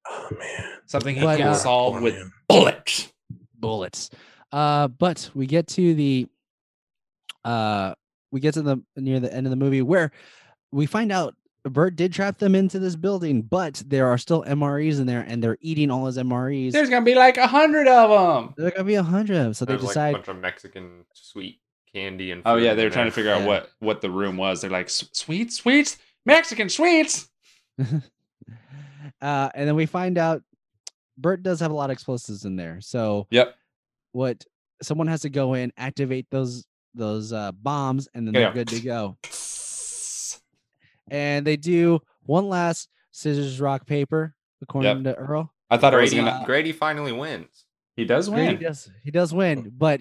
Oh man.
Something he
But,
can
uh,
solve
Poor
with
man.
bullets.
bullets. Uh, but we get to the uh, we get to the near the end of the movie where we find out Bert did trap them into this building, but there are still MREs in there, and they're eating all his MREs.
There's gonna be like a hundred of them.
there are gonna be a hundred of them, so they
There's like
decide.
a bunch of Mexican sweet candy and.
Oh
food
yeah,
in
they were trying to
there.
figure out
Yeah.
what what the room was. They're like "S- sweets, sweets, Mexican sweets.
uh, and then we find out Bert does have a lot of explosives in there. So
Yep.
what someone has to go in, activate those those uh, bombs, and then
Yeah,
they're
yeah.
good to go. And they do one last scissors, rock, paper, according to Earl.
I thought
Grady,
it was gonna.
Grady finally wins.
He does
Grady
win.
does he does win, but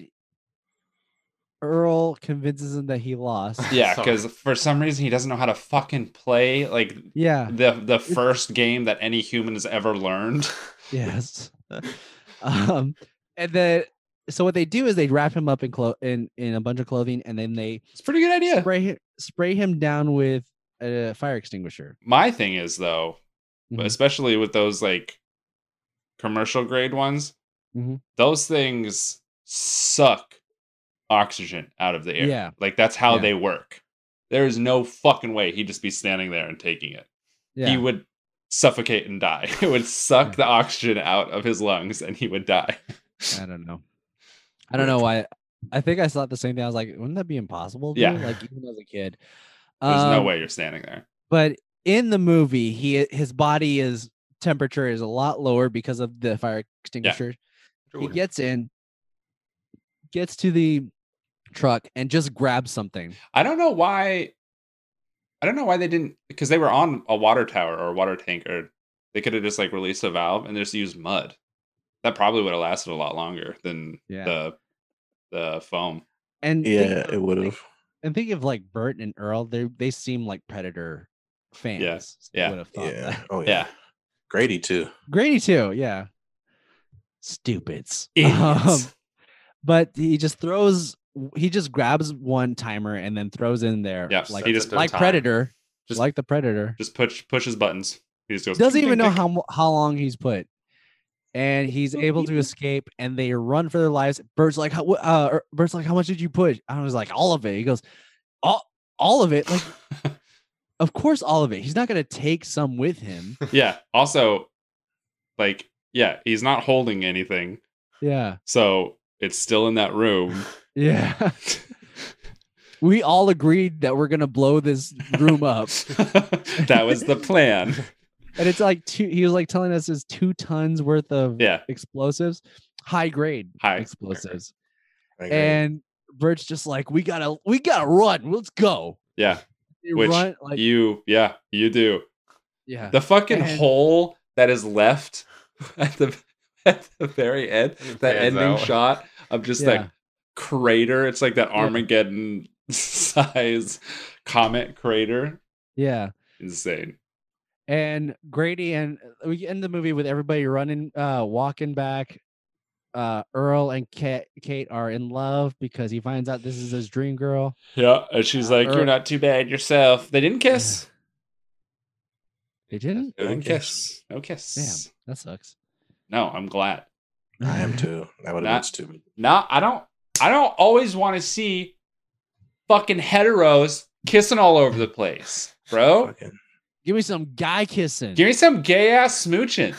Earl convinces him that he lost.
Yeah,
So-
because for some reason he doesn't know how to fucking play. Like
yeah.
the the first game that any human has ever learned.
Yes. um, and then so what they do is they wrap him up in clo- in in a bunch of clothing, and then they
It's a pretty good idea.
spray hi- spray him down with a fire extinguisher.
My thing is though,
Mhm.
especially with those like commercial grade ones,
Mhm.
those things suck oxygen out of the air.
Yeah.
Like that's how
Yeah.
they work. There is no fucking way he'd just be standing there and taking it.
Yeah.
He would suffocate and die. It would suck the oxygen out of his lungs and he would die.
I don't know. I don't know why. I think I thought the same thing. I was like, wouldn't that be impossible? dude?"
Yeah.
Like even as a kid.
There's no
Um,
way you're standing there.
But in the movie, he his body is temperature is a lot lower because of the fire extinguisher. He
Jordan.
gets in, gets to the truck, and just grabs something.
I don't know why. I don't know why they didn't because they were on a water tower or a water tank or they could have just like released a valve and just used mud. That probably would have lasted a lot longer than
Yeah.
the the foam.
And think
Yeah,
of-
it would have.
And think of like Bert and Earl. They they seem like predator fans. so you
yeah,
would have thought
Yeah.
that.
Oh yeah.
Yeah.
Grady too.
Grady too. Yeah. Stupids. Um,
Idiots.
but he just throws he just grabs one timer and then throws in there
Yes,
like
he just-
like
time.
predator
Just-
just like the predator
Just push pushes buttons. He just goes.
doesn't
ding,
even
ding,
know
ding.
how mo- how long he's put and he's able to escape and they run for their lives bird's like how wh- uh er, bird's like how much did you push i was like all of it he goes all all of it like of course all of it he's not going to take some with him
yeah. Also, like, yeah, he's not holding anything,
yeah
so it's still in that room.
yeah we all agreed that we're going to blow this room up
that was the plan.
and it's like two he was like telling us it's two tons worth of
Yeah.
explosives high grade
Hi.
explosives
Like,
and Bert's just like, we gotta, we gotta run. Let's go.
Yeah.
They
Which
run, like,
you, yeah, you do.
yeah,
The fucking
And-
hole that is left at the at the very end, that
Fans
ending
out.
shot of just
Yeah.
like crater. It's like that Armageddon size comet crater.
yeah.
Insane.
And Grady and we end the movie with everybody running, uh, walking back. Uh, Earl and Kate, Kate are in love because he finds out this is his dream girl.
Yeah, and she's like,
Or-
"You're not too bad yourself." They didn't kiss.
They didn't.
They didn't kiss. No kiss.
That sucks.
No, I'm glad.
I am too. That would have
Not-
been stupid.
Not. I don't. I don't always want to see fucking heteros kissing all over the place, bro.
Fucking-
Give me some guy kissing
Give me some gay ass smooching.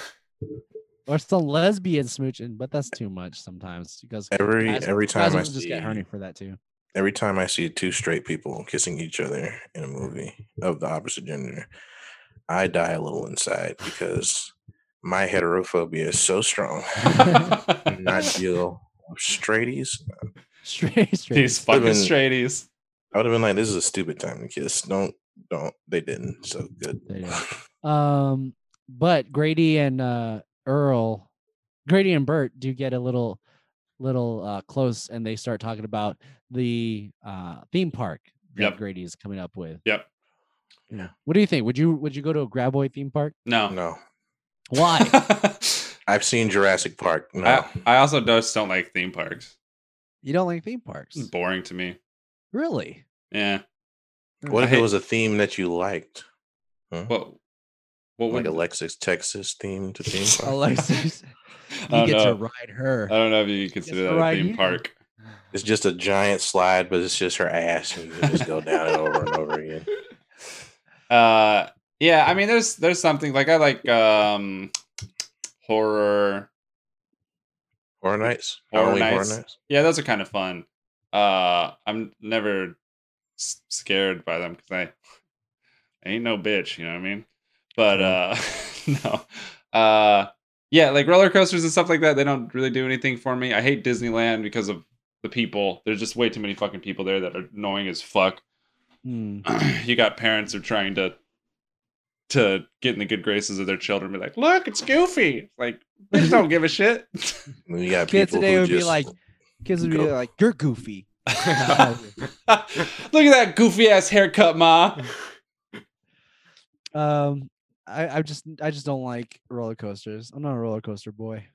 or some lesbian smooching, but that's too much sometimes because
Every
guys-
every
guys
time I
will just
see
get horny for that too.
every time I see two straight people kissing each other in a movie of the opposite gender, I die a little inside because my heterophobia is so strong. and I deal with straighties.
Straight, straight.
These fucking
Women-
straighties.
I would have been like, "This is a stupid time to kiss." Don't, don't. They didn't. So good.
They didn't. Um, but Grady and uh, Earl, Grady and Bert do get a little, little uh, close, and they start talking about the uh, theme park that
Yep.
Grady is coming up with.
Yep.
Yeah. What do you think? Would you would you go to a Graboid theme park?
No.
no,
Why?
I've seen Jurassic Park. No,
I, I also just don't like theme parks.
you don't like theme parks?
It's boring to me.
Really?
Yeah.
what
I
if
hate-
it was a theme that you liked,
What? What
like
would?
Alexis Texas theme to theme park?
Alexis, you
I don't
get
know. Uh,
to ride her.
I don't know if you consider
It's
that a
right
theme
here.
park.
It's just a giant slide, but it's just her ass, and you just go down and over and over again.
Uh, yeah. I mean, there's there's something like I like um horror.
Horror nights,
Horror
Halloween
Nights. Yeah, those are kind of fun. Uh, I'm never s- scared by them because I, I ain't no bitch. You know what I mean? But uh, no. Uh, yeah, like roller coasters and stuff like that. They don't really do anything for me. I hate Disneyland because of the people. There's just way too many fucking people there that are annoying as fuck.
Hmm.
you got parents who are trying to to get in the good graces of their children be like look it's goofy like bitch don't give a shit
And You got
Kids
people
today
who
would be
just-
like, kids would be
go-
like, you're goofy. Oh,
Look at that goofy ass haircut, ma.
Um, I, I just I just don't like roller coasters. I'm not a roller coaster boy.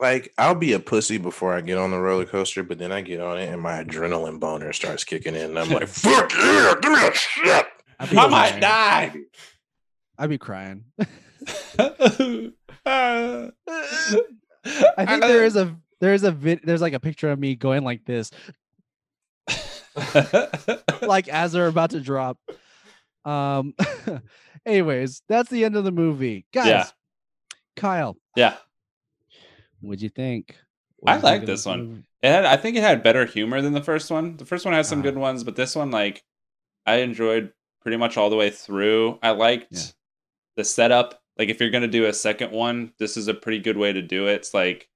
like I'll be a pussy before I get on the roller coaster, but then I get on it and my adrenaline boner starts kicking in, and I'm like, "Fuck yeah, give me that shit!"
I'd
I
crying.
might die.
I'd be crying. I
I
think there is a there is a vid, there's like a picture of me going like this, like as they're about to drop. Um. anyways, that's the end of the movie, guys.
Yeah.
Kyle,
yeah,
what'd you think?
I
What'd you
like
think of
this one.
movie?
it had, I think it had better humor than the first one. The first one had some
Uh-huh.
good ones, but this one, like, I enjoyed pretty much all the way through. I liked
Yeah.
the setup. Like, if you're gonna do a second one, this is a pretty good way to do it. It's like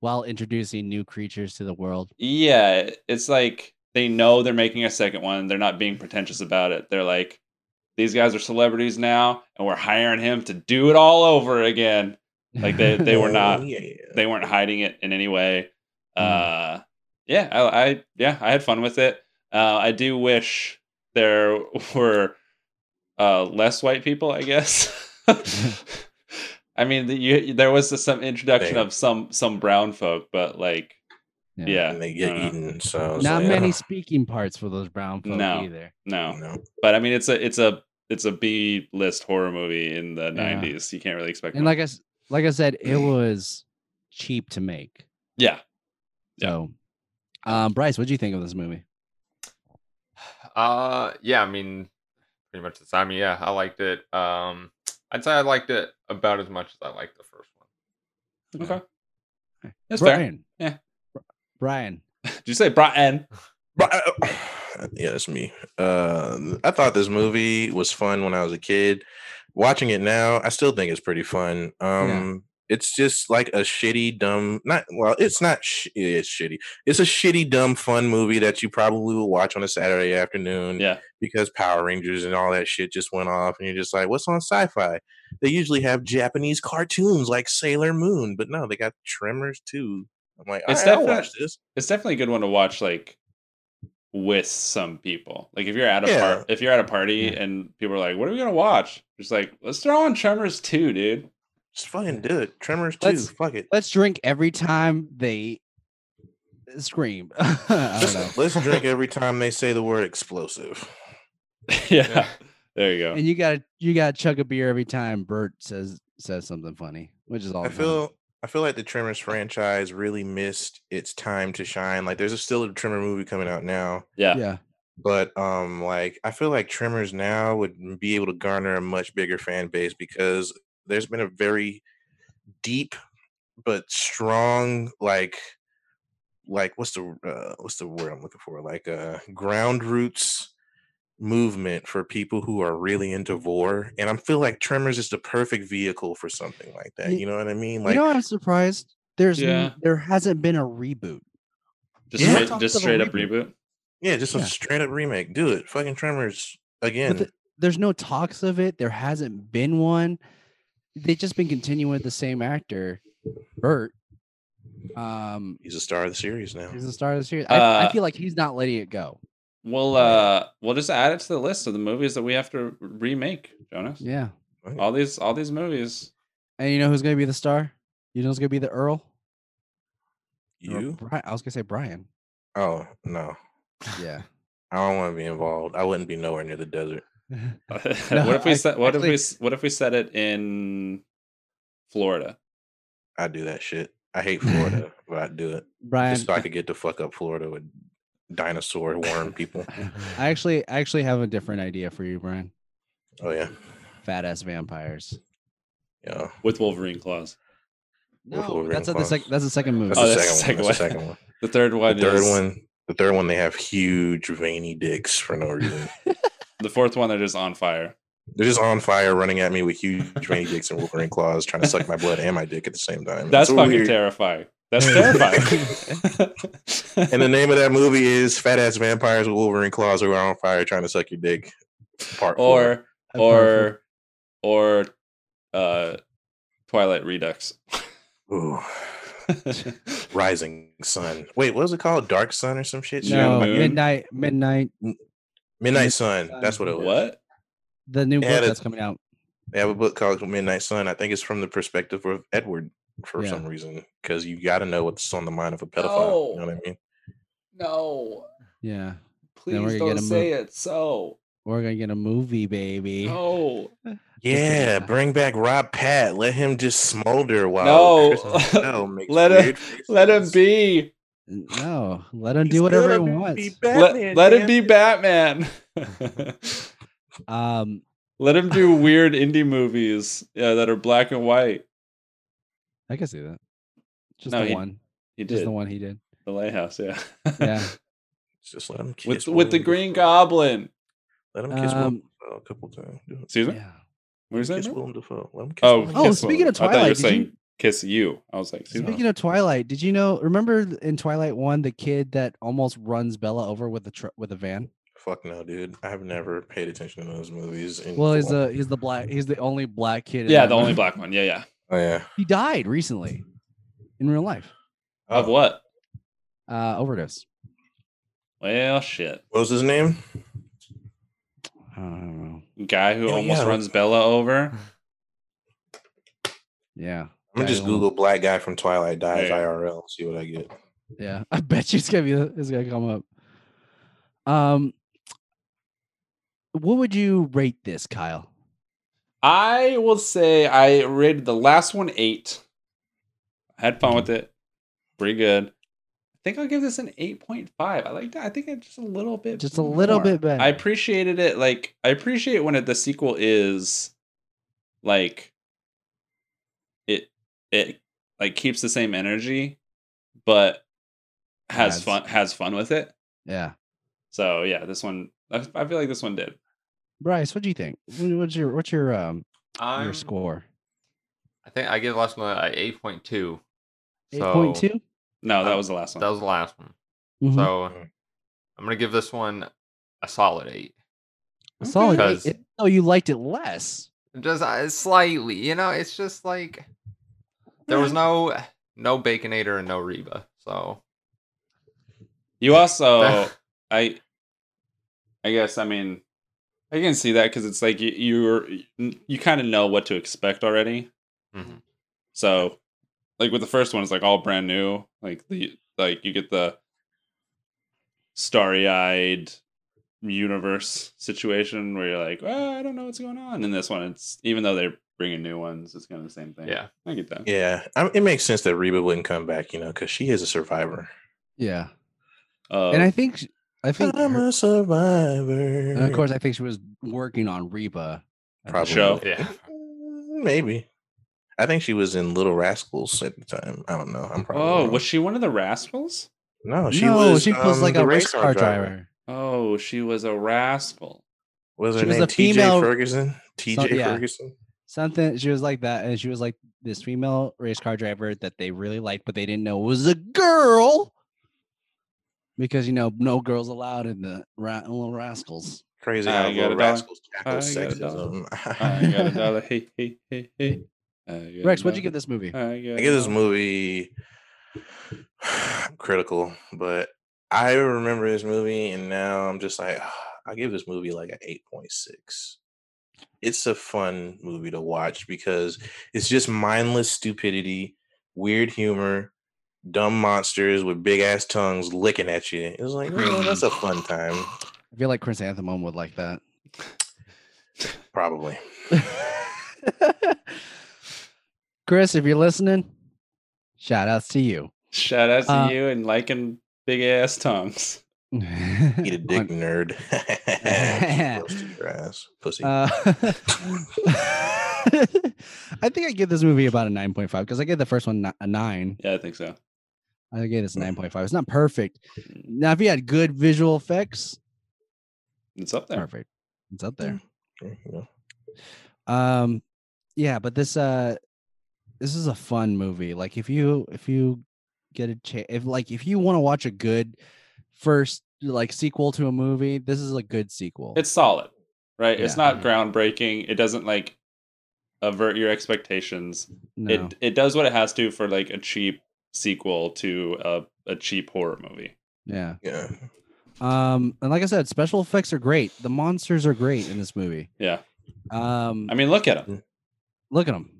While introducing new creatures to the world,
Yeah, it's like they know they're making a second one. They're not being pretentious about it. They're like, these guys are celebrities now, and we're hiring him to do it all over again. Like they, they were
Oh,
not,
yeah.
they weren't hiding it in any way.
Mm.
Uh, yeah, I, I, yeah, I had fun with it. Uh, I do wish there were uh, less white people, I guess. I mean, the, you, there was some introduction
Fair.
of some some brown folk, but like
Yeah.
Yeah.
and they get
no, no.
eaten. So I was
Not
like,
many
"Ugh,
speaking parts for those brown folk
Oh, No.
either.
No.
no.
But I mean it's a it's a it's a B list horror movie in the
Yeah.
nineties. You can't really expect
And
much.
like I s- like I said, it was cheap to make.
Yeah. Yeah.
So, um, Bryce, what do you think of this movie?
Uh, yeah, I mean, pretty much the time. Yeah, I liked it. Um, I'd say I liked it about as much as I liked the first one.
Okay.
Okay.
That's fair.
Brian.
Yeah.
Br- Brian.
Did you say Brian?
Mm-hmm.
But I- yeah, that's me. Uh, I thought this movie was fun when I was a kid. Watching it now, I still think it's pretty fun. Um, it's just like a shitty, dumb. Not well, it's not. Sh- it's shitty. It's a shitty, dumb, fun movie that you probably will watch on a Saturday afternoon.
Yeah.
because Power Rangers and all that shit just went off, and you're just like, what's on Sci-Fi? They usually have Japanese cartoons like Sailor Moon, but no, they got Tremors too. I'm like,
It's
"Alright, I'll
definite-
watch this.
It's definitely a good one to watch like with some people. Like if you're at a
Yeah.
par- if you're at a party and people are like, What are we gonna watch? Just like, let's throw on Tremors 2, dude.
Just fucking do it. Tremors too.
Let's-
Fuck it.
Let's drink every time they scream. I don't know.
Let's, let's drink every time they say the word explosive.
yeah. There you go.
And you gotta you gotta chug a beer every time Bert says says something funny, which is all
I
the time.
feel I feel like the Tremors franchise really missed its time to shine. Like there's a still a Tremor movie coming out now,
yeah.
yeah.
but um like I feel like Tremors now would m- be able to garner a much bigger fan base because there's been a very deep but strong like like what's the uh, what's the word I'm looking for? Like uh ground roots movement for people who are really into vor and i feel like tremors is the perfect vehicle for something like that
Ye-
you know what i mean like
you know, I'm surprised. There's n-
Yeah.
there hasn't been a reboot.
Just
Yeah.
straight, just straight up reboot.
yeah just a
yeah.
straight up remake do it fucking tremors again
the- There's no talks of it. There hasn't been one. They've just been continuing with the same actor, Bert. Um,
he's a star of the series now
he's the star of the series. I, I
Uh,
feel like he's not letting it go.
We'll uh we'll just add it to the list of the movies that we have to remake, Jonas.
Yeah,
All these all these movies.
and you know who's gonna be the star? You know who's gonna be the Earl? Or
you
Bri- I was gonna say Brian.
oh no
Yeah.
i don't want to be involved i wouldn't be nowhere near the desert
what if we
I-
said what if
actually-
we s- what if we said it in Florida?
i do that shit i hate florida but i do it
Brian,
just so i could get the fuck up florida with dinosaur worm people
I actually I actually have a different idea for you, Brian.
oh yeah
Fat ass vampires.
yeah
With Wolverine claws.
With
No,
Wolverine
that's at the
claws.
second. That's the second movie.
that's,
Oh,
the,
that's
second
the
one. that's the
second
second one
The third one
the third
is-
one the third one they have huge veiny dicks for no reason
The fourth one they're just on fire.
They're just on fire, running at me with huge veiny dicks and Wolverine claws, trying to suck my blood and my dick at the same time.
That's
It's a
fucking
weird-
terrifying. That's terrifying.
And the name of that movie is Fat Ass Vampires with Wolverine Claws Who Are on Fire Trying to Suck Your Dick. Part four.
or
A powerful-
or or uh Twilight Redux.
Ooh, Rising Sun. Wait, what was it called? Dark Sun or some shit?
no
Moon?
midnight midnight
Midnight Sun. That's what it was.
what?
the new
They
book
had a-
that's coming out.
They have a book called Midnight Sun. I think it's from the perspective of Edward for
Yeah.
some reason, because you got to know what's on the mind of a pedophile.
Oh.
You know what I mean?
No.
Yeah, we're
Please
gonna
don't
get a mo-
say it so.
we're gonna get a movie, baby.
Oh, No.
Yeah, bring back Rob Pat. Let him just smolder while
No.
Kristen Bell makes
Let him-
weird faces.
Let him be.
N- No, let him
He's
do whatever he
gonna be
wants.
Batman,
let let him
damn
be
it.
Batman.
Um,
let him do weird indie movies yeah, that are black and white.
I can see that. Just
No,
the
he
one,
He
just
did
the
the,
one he did.
lighthouse, yeah.
Yeah.
Just let him kiss
with with the
Willem
Green
Dafoe.
Goblin.
Let him kiss Willem
Um,
Dafoe a couple times. Do it.
Excuse me.
Yeah.
What were you saying?
Kiss
bro?
Willem Dafoe. Let him kiss
Oh,
Willem
Oh,
Dafoe.
kiss
speaking
Willem.
of
I thought you were
Twilight, did
saying
you-
kiss you. I was like, excuse me.
Speaking of Twilight, did you know? Remember th- in Twilight One, the kid that almost runs Bella over with the tr- with a van.
Fuck no, dude. I've never paid attention to those movies. in
Well, he's
full.
the he's the black he's the only black kid. in
yeah,
that
the only
movie.
black one. Yeah, yeah.
Oh, yeah.
He died recently, in real life,
Oh.
Of what?
uh, overdose.
Well, shit.
What was his name?
I don't know.
Guy who
Yeah,
almost
yeah.
runs Bella over.
Yeah.
I'm gonna
Yeah,
just
he'll-
Google black guy from Twilight dies
Hey.
IRL. See what I get.
Yeah, I bet you it's gonna be it's gonna come up. Um, what would you rate this, Kyle?
I will say I rated the last one eight. I had fun with it. Pretty good. I think I'll give this an eight point five. I like that. I think it's just a little bit
Just a little
more.
bit better.
I appreciated it. Like I appreciate when it, the sequel is like it it like keeps the same energy, but has
Adds.
fun has fun with it.
yeah,
So yeah, this one I, I feel like this one did.
Bryce, what do you think? Wh- What's your what's your um
I'm,
your score?
I think I give the last one a eight point two.
Eight point two.
No, that
Uh,
was the last one.
That was the last one.
Mm-hmm.
So I'm gonna give this one a solid eight.
solid.
because-
Eight. Oh, you liked it less.
Just uh, slightly, you know. It's just like there
Hmm.
was no no Baconator and no Reba. So
You
Oh,
also, I, I guess I mean, I can see that because it's like you you're you kind of know what to expect already.
Mhm.
So, like with the first one, it's like all brand new. Like the like you get the starry-eyed universe situation where you're like, oh, I don't know what's going on. In this one, it's even though they're bringing new ones, it's kind of the same thing.
yeah,
I get that.
Yeah, I, it makes sense that Reba wouldn't come back, you know, because she is a survivor.
Yeah,
Uh,
and I think sh- I think,
I'm
her-
a survivor.
and of course, I think she was working on Reba. at the
probably.
show.
yeah.
Mm, Maybe. I think she was in Little Rascals at the time. I don't know. I'm probably.
oh,
wrong.
was she one of the Rascals?
No, she
no,
was.
she was
um,
like
the
a race car driver.
Oh, she was a rascal.
Was her
She was
name
a
TJ
female-
Ferguson? TJ
yeah.
Ferguson.
Something she was like that, and she was like this female race car driver that they really liked, but they didn't know was a girl because you know no girls allowed in the ra- Little Rascals.
Crazy
I
how
got a
Little
dollar.
Rascals tackle
I got a dollar.
sexism.
I got
I
a dollar. Hey, hey, hey, hey. I got
Rex,
a
what'd you
dollar.
give this
uh
movie?
I got a
give this
dollar.
movie critical, but I remember this movie, and now I'm just like, I give this movie like an eight point six. It's a fun movie to watch because it's just mindless stupidity, weird humor, dumb monsters with big ass tongues licking at you. It was like, oh, that's a fun time,
I feel like Chrysanthemum would like that.
probably.
Chris, if you're listening, shout outs to you.
Shout out to
Uh,
you and liking big ass tongues.
Eat a dick, nerd. Keep close to your ass, pussy.
Uh, I think I give this movie about a 9.5 because I gave the first one ni- a 9.
Yeah, I think so.
I gave
Mm.
this a 9.5. It's not perfect. Now, if you had good visual effects,
It's up there.
perfect. It's up there.
There you go.
Mm.
Um, yeah, but this uh, this is a fun movie. Like if you if you get a chance, if like if you want to watch a good first like sequel to a movie, this is a good sequel.
It's solid, right? It's
Yeah.
not groundbreaking. It doesn't like avert your expectations.
no.
It it does what it has to for like a cheap sequel to a, a cheap horror movie.
yeah.
Yeah.
Um, and like I said, special effects are great. The monsters are great in this movie.
Yeah.
Um,
I mean, look at him.
look at them.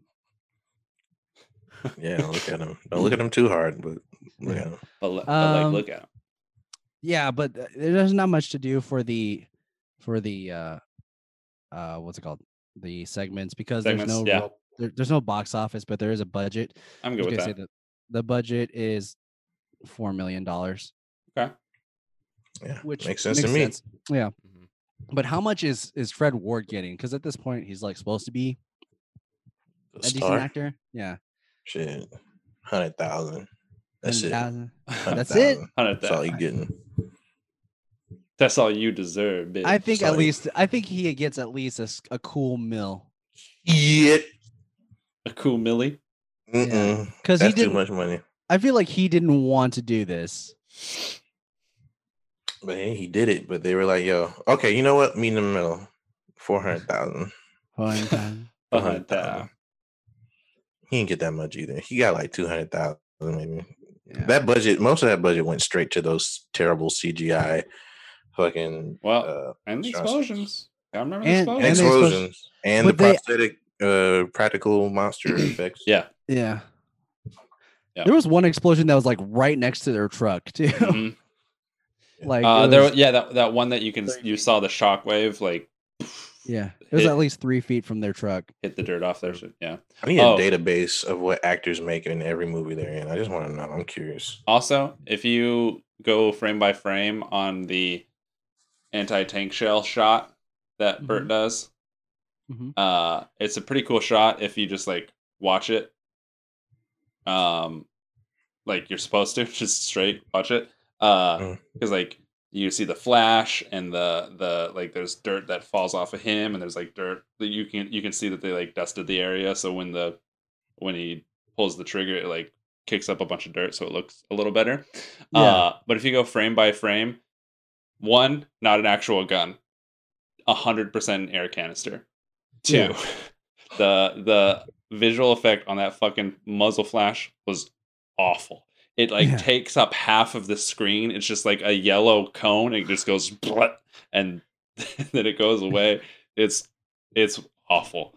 Yeah, look at him. Don't look at him too hard, but look at him.
But, li- but
Um,
like, look at him.
Yeah, but th- there's not much to do for the for the uh uh what's it called? The segments because there's
Segments,
no
yeah.
real, there, there's no box office, but there is a budget.
I'm
I was
good with
gonna say
that.
that the budget is four million dollars,
Yeah,
which
makes sense to me.
sense. Yeah,
Mhm.
Mm-hmm.
but how much is is Fred Ward getting? Because at this point, he's like supposed to be
A
a decent
star,
actor. Yeah,
shit, hundred thousand. That's it.
100,000.
$100,000.
That's it.
Hundred
That's all
thousand.
you getting.
That's all you deserve, bitch.
I think at
solid.
least I think he gets at least a, s- a cool mill
Yeah.
a cool millie.
Mm-mm.
because he
That's too
didn't.
much money.
I feel like he didn't want to do this.
But hey, he did it. But they were like, "Yo, okay, you know what? Meet in the middle. Four hundred thousand.
Fun time.
Behind that.
He didn't get that much either. He got like two hundred thousand, maybe.
Yeah.
That budget, most of that budget went straight to those terrible CGI, fucking
Well,
uh,
And the
Johnson.
explosions. I remember the
And-
explosions.
Oh, and they supposed-
explosions and the
but they-
prosthetic uh, practical monster effects.
yeah.
yeah.
Yeah.
There was one explosion that was like right next to their truck too.
Mhm.
like
uh,
it
there,
was-
yeah, that, that one that you can you saw the shockwave like
yeah, it was
it-
at least three feet from their truck.
hit the dirt off their shit. Yeah.
I need
Oh.
a database of what actors make in every movie they're in. I just want to know. I'm curious.
Also, if you go frame by frame on the anti tank shell shot that Bert does,
Mhm.
uh, it's a pretty cool shot if you just like watch it. Um, like you're supposed to just straight watch it. Uh,
Mm.
because like you see the flash and the the like there's dirt that falls off of him and there's like dirt that you can you can see that they like dusted the area. So when the when he pulls the trigger, it like kicks up a bunch of dirt, so it looks a little better.
Yeah.
Uh, but if you go frame by frame, one, not an actual gun, hundred percent air canister. Two,
Yeah.
the the visual effect on that fucking muzzle flash was awful. It like
Yeah.
takes up half of the screen. It's just like a yellow cone. And it just goes blut, and then it goes away. It's it's awful.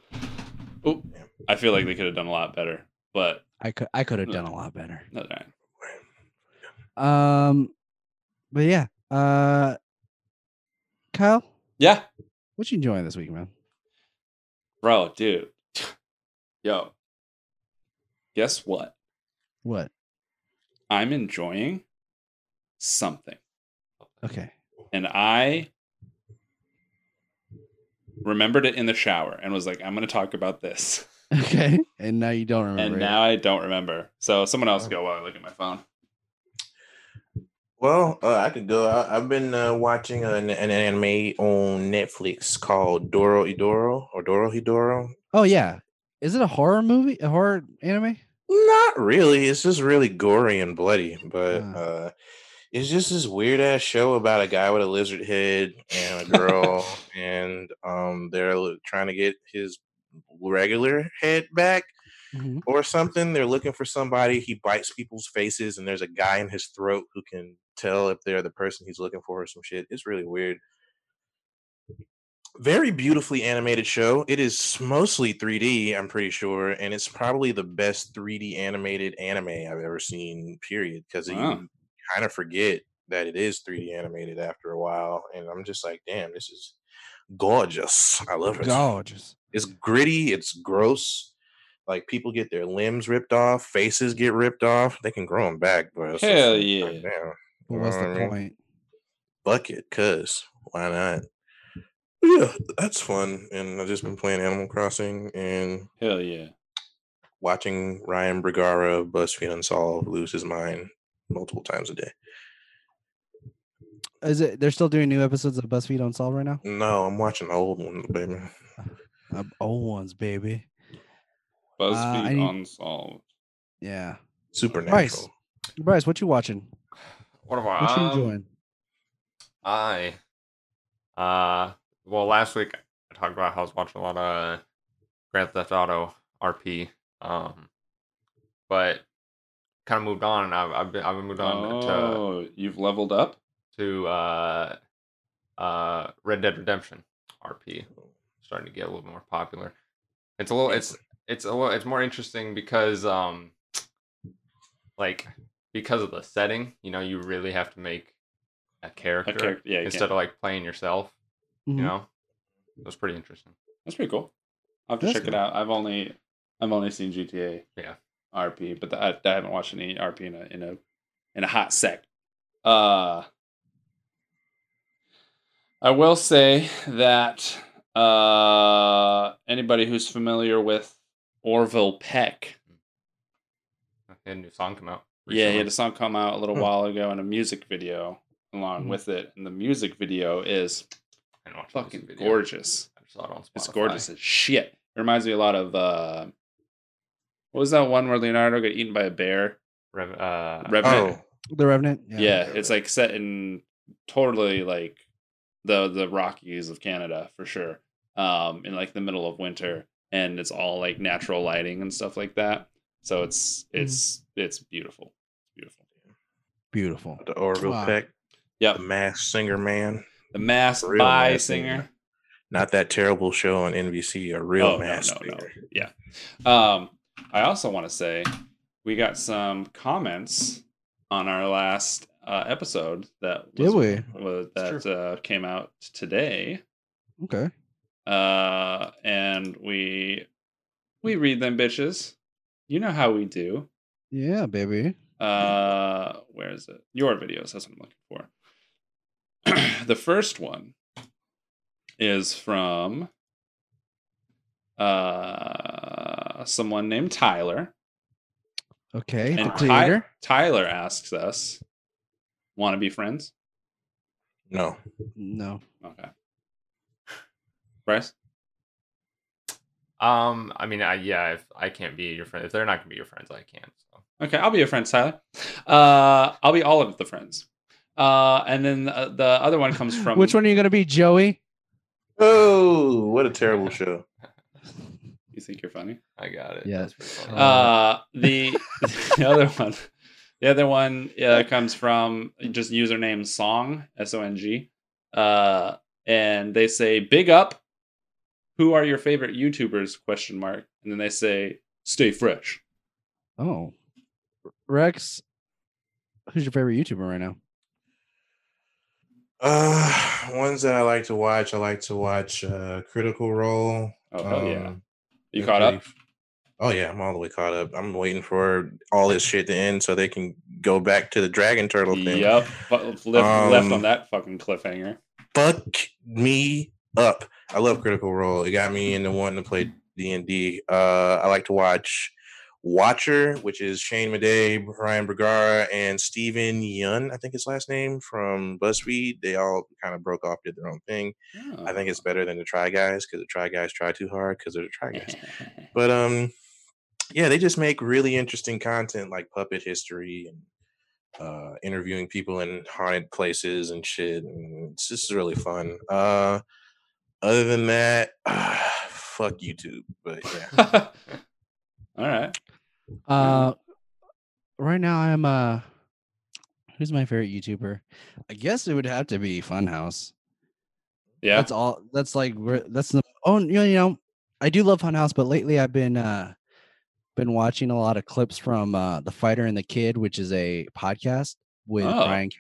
Oop. I feel like they could have done a lot better, but
I could I could have
Yeah.
done a lot better.
no, they're not.
Um, but yeah, uh, Kyle,
yeah,
what you enjoying this week, man?
bro, dude, yo, guess what?
What?
I'm enjoying something,
Okay.
and I remembered it in the shower and was like, I'm gonna talk about this,
Okay. And now you don't remember.
and
it.
now I don't remember. So someone else go while I look at my phone.
Well, uh, I could go. I, I've been uh, watching an, an anime on Netflix called Doro Idoro or Doro Hidoro.
oh yeah, is it a horror movie? A horror anime?
Not really. It's just really gory and bloody, but
Ah.
uh, it's just this weird ass show about a guy with a lizard head and a girl, and um, they're l- trying to get his regular head back
Mhm.
or something. They're looking for somebody. He bites people's faces, and there's a guy in his throat who can tell if they're the person he's looking for or some shit. It's really weird. Very beautifully animated show. It is mostly 3D, I'm pretty sure, and it's probably the best 3D animated anime I've ever seen, period, because
Wow.
you kind of forget that it is 3D animated after a while. And I'm just like, damn, this is gorgeous. I love it.
Gorgeous.
It's gritty. It's gross. Like people get their limbs ripped off, faces get ripped off. They can grow them back, bro. It's just
Hell
like,
yeah.
goddamn,
But what's
know what I
the
mean?
point?
Bucket, cuz why not? Yeah, that's fun. And I've just been playing Animal Crossing and
Hell yeah.
watching Ryan Brigara of BuzzFeed Unsolved lose his mind multiple times a day.
Is it? They're still doing new episodes of BuzzFeed Unsolved right now.
No, I'm watching the old ones, baby.
Uh, old ones, baby. I
BuzzFeed
Uh, need-
Unsolved.
Yeah.
Supernatural.
Bryce, Bryce, what you watching?
What am I?
What you
um,
enjoying?
I, uh, well, last week I talked about how I was watching a lot of Grand Theft Auto RP, um, but kind of moved on. and I've I've been I've been moved on
Oh, you've leveled up.
to to uh, uh, Red Dead Redemption RP, starting to get a little more popular. It's a little it's it's a little it's more interesting because um, like because of the setting, you know, you really have to make a character.
A character, yeah, you
Instead
can.
of like playing yourself,
Mhm.
you know it was pretty interesting
that's pretty cool. I'll have to
That's
check it
cool.
out. I've only I've only seen GTA,
Yeah.
RP, but I, I haven't watched any RP in a in a in a hot sec. Uh, I will say that uh, anybody who's familiar with Orville Peck,
he had a new song come out
yeah, he had a
recently.
song come out a little
Hmm.
while ago and a music video along
Mhm.
with it, and the music video is
I didn't watch the music
fucking
video.
gorgeous.
i just saw it on Spotify.
It's gorgeous as shit. It reminds me a lot of uh what was that one where Leonardo got eaten by a bear?
Rev- uh,
Revenant.
Oh,
The Revenant.
yeah. it's like set in totally like the the Rockies of Canada for sure. Um in like the middle of winter and it's all like natural lighting and stuff like that. So it's it's it's beautiful. It's beautiful.
Beautiful.
the Orville
Wow.
Peck,
Yep.
the mass singer man.
The mass
Real
by
mass
singer.
singer. not that terrible show on NBC, a real
Oh, no,
mass
no, no.
singer.
Yeah. Um I also want to say we got some comments on our last uh, episode that
Did
was-
we?
was- that uh, came out today,
Okay.
uh, and we we read them bitches. You know how we do.
Yeah, baby.
Uh, where is it? Your videos. That's what I'm looking for. the first one is from uh someone named Tyler.
Okay. the
And Ty-
creator.
Tyler asks us, "Want to be friends?"
No.
no.
Okay. Bryce.
Um, I mean, I yeah, if I can't be your friend, if they're not gonna be your friends, I can't. So
Okay, I'll be your friend, Tyler. Uh, I'll be all of the friends. Uh, and then uh, the other one comes from
Which one are you gonna be, Joey?
Oh, what a terrible show.
You think you're funny?
I got it.
Yeah.
That's pretty funny.
Uh,
Uh, the, the other one, the other one uh, comes from just username song s o n g, uh, and they say big up. Who are your favorite YouTubers? Question mark. And then they say stay fresh.
Oh. Rex, who's your favorite YouTuber right now?
Uh, ones that I like to watch. I like to watch uh, Critical Role.
Oh hell yeah!
Um,
You
they're
caught up?
pretty- Oh yeah, I'm all the way caught up. I'm waiting for all this shit to end so they can go back to the Dragon Turtle thing.
Yep. Fu- Left, left on
Um,
that fucking cliffhanger.
fuck me up. I love Critical Role. It got me into wanting to play D and D. Uh, I like to watch Watcher, which is Shane Madey, Brian Bergara, and Steven Yun. I think his last name from BuzzFeed. They all kind of broke off, did their own thing. I think it's better than the Try Guys because the Try Guys try too hard because they're the Try
Oh.
Guys. But um, yeah, they just make really interesting content like puppet history and uh, interviewing people in haunted places and shit. And it's just really fun. Uh, other than that, fuck YouTube. But yeah,
all right.
Uh right now I'm uh who's my favorite YouTuber? I guess it would have to be Funhouse.
Yeah.
That's all that's like where- that's the oh you know, you know I do love Funhouse, but lately I've been uh been watching a lot of clips from uh The Fighter and the Kid, which is a podcast with
Oh.
Brian K-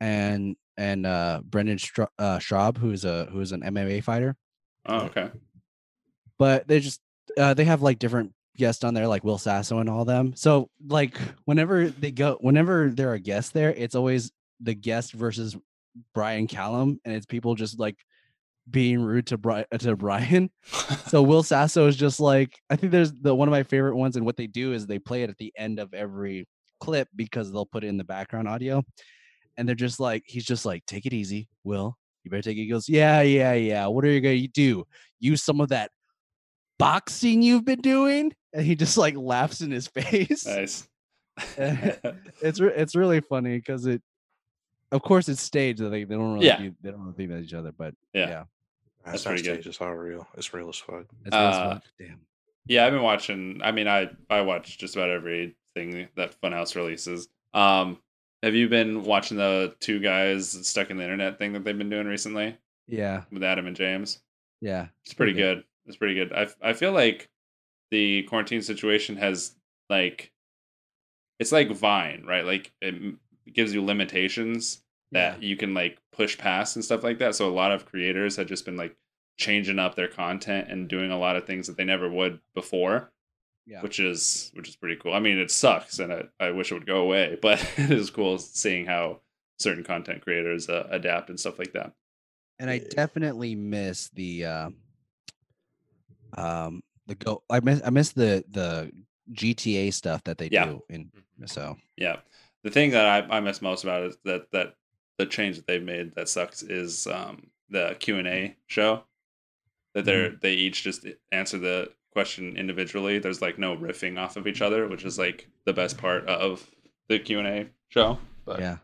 and and uh Brendan Stra- uh, Schraub, who's a who's an MMA fighter
oh, okay.
but they just uh, they have like different guests on there like will sasso and all them so like whenever they go whenever there are guests there it's always the guest versus brian callum and it's people just like being rude to brian to brian so will sasso is just like i think there's the one of my favorite ones and what they do is they play it at the end of every clip because they'll put it in the background audio and they're just like he's just like take it easy will you better take it he goes yeah yeah yeah what are you gonna do use some of that boxing you've been doing and he just like laughs in his face
Nice.
it's re- it's really funny because it of course it's staged that they, they don't really
Yeah.
do, they don't really think about each other but
yeah. That's
that's
pretty
pretty
good.
It's all real. It's real as fuck.
it's real as
Uh,
fuck. damn
Yeah, I've been watching. I mean, I I watch just about everything that Funhouse releases. Um, have you been watching the two guys stuck in the internet thing that they've been doing recently
yeah
with Adam and James?
yeah
It's pretty
Okay.
good. It's pretty good. I f- I feel like the quarantine situation has like it's like Vine, right? Like it m- gives you limitations that you can like push past and stuff like that. So a lot of creators have just been like changing up their content and doing a lot of things that they never would before.
Yeah.
Which is which is pretty cool. I mean, it sucks and I, I wish it would go away, but it is cool seeing how certain content creators uh, adapt and stuff like that.
and i
Yeah.
definitely miss the uh um the go i miss i miss the the gta stuff that they
Yeah. Mm-hmm.
do in so
Yeah. The thing that I, I miss most about it is that that the change that they've made that sucks is um the Q and A show that they're
Mm-hmm.
they each just answer the question individually. There's like no riffing off of each other, which is like the best part of the Q and A show. But
Yeah.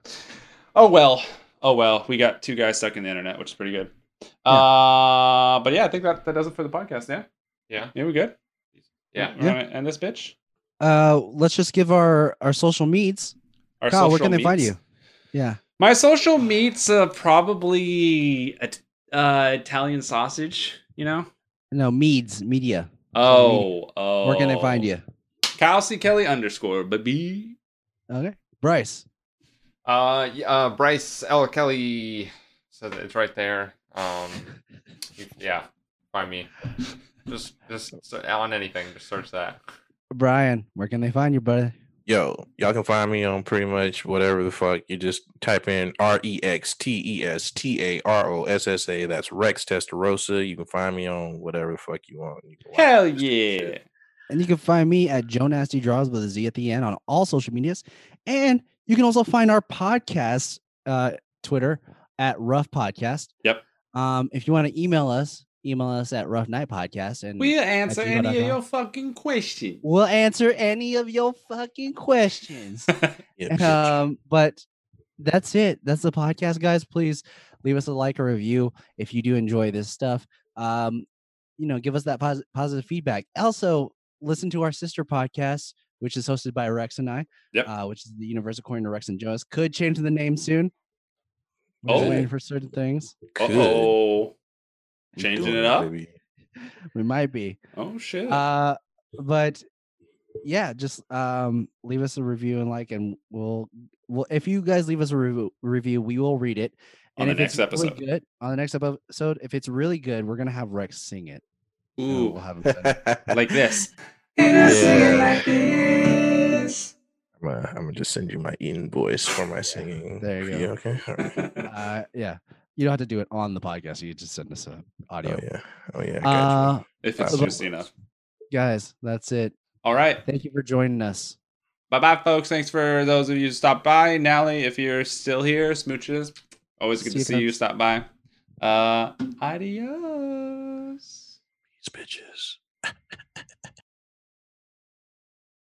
Oh well. Oh well. We got two guys stuck in the internet, which is pretty good. Uh but yeah, I think that that does it for the podcast, yeah.
yeah,
Yeah, we good?
yeah.
Yeah.
And this bitch.
uh let's just give our our social meets
Our
Kyle, where
social
can they find
meets.
you yeah
My social meat's uh, probably It- uh, Italian sausage, you know?
no meads media
Oh, oh.
where can they find you
Kyle C. Kelly underscore, but B.
Okay. Bryce.
Uh, yeah, uh, Bryce L. Kelly says it's right there. Um, you- yeah, find me. Just, just se- on anything, just search that.
Brian, where can they find you, brother?
Yo, y'all can find me on pretty much whatever the fuck. You just type in R E X T E S T A R O S S A. That's Rex Testarossa. You can find me on whatever the fuck you want. You can watch
Hell
this shit.
yeah.
And you can find me at Joe Nasty Draws with a Z at the end on all social medias. And you can also find our podcast, uh, Twitter at Rough Podcast.
Yep.
Um, if you want to email us, email us at Rough Night Podcast, and
We'll answer
At
any of
gmail.com.
your fucking questions.
we'll answer any of your fucking questions.
Yeah, bitch.
um, but that's it. That's the podcast, guys. Please leave us a like or review if you do enjoy this stuff. Um, you know, give us that pos- positive feedback. Also, listen to our sister podcast, which is hosted by Rex and I.
Yep.
Uh, which is the universe according to Rex and Jonas. Could change the name soon. We're just
Oh.
waiting for certain things.
Good.
Oh,
We
changing
doing
it up.
baby.
We might be.
Oh shit.
Uh, but yeah, just um, leave us a review and like, and we'll, we'll if you guys leave us a review, review we will read it.
On
and
the
if
next
it's really
episode.
good, on the next episode, if it's really good, we're gonna have Rex sing it. and
Ooh,
we'll have him sing it.
like this.
I'm gonna, I'm gonna just send you my Eden voice for my singing.
there you
for
go.
okay. All right.
Uh, yeah, you don't have to do it on the podcast. You just send us a audio.
Oh yeah. Oh yeah. I got
uh,
you.
if
Five
it's
more
juicy enough.
words.
guys, that's it.
All right.
Thank you for joining us.
Bye bye, folks. Thanks for those of you who stopped by. Nally, if you're still here, smooches. Always good
See
to
you,
see you
folks.
stop by. Uh, adios.
These bitches.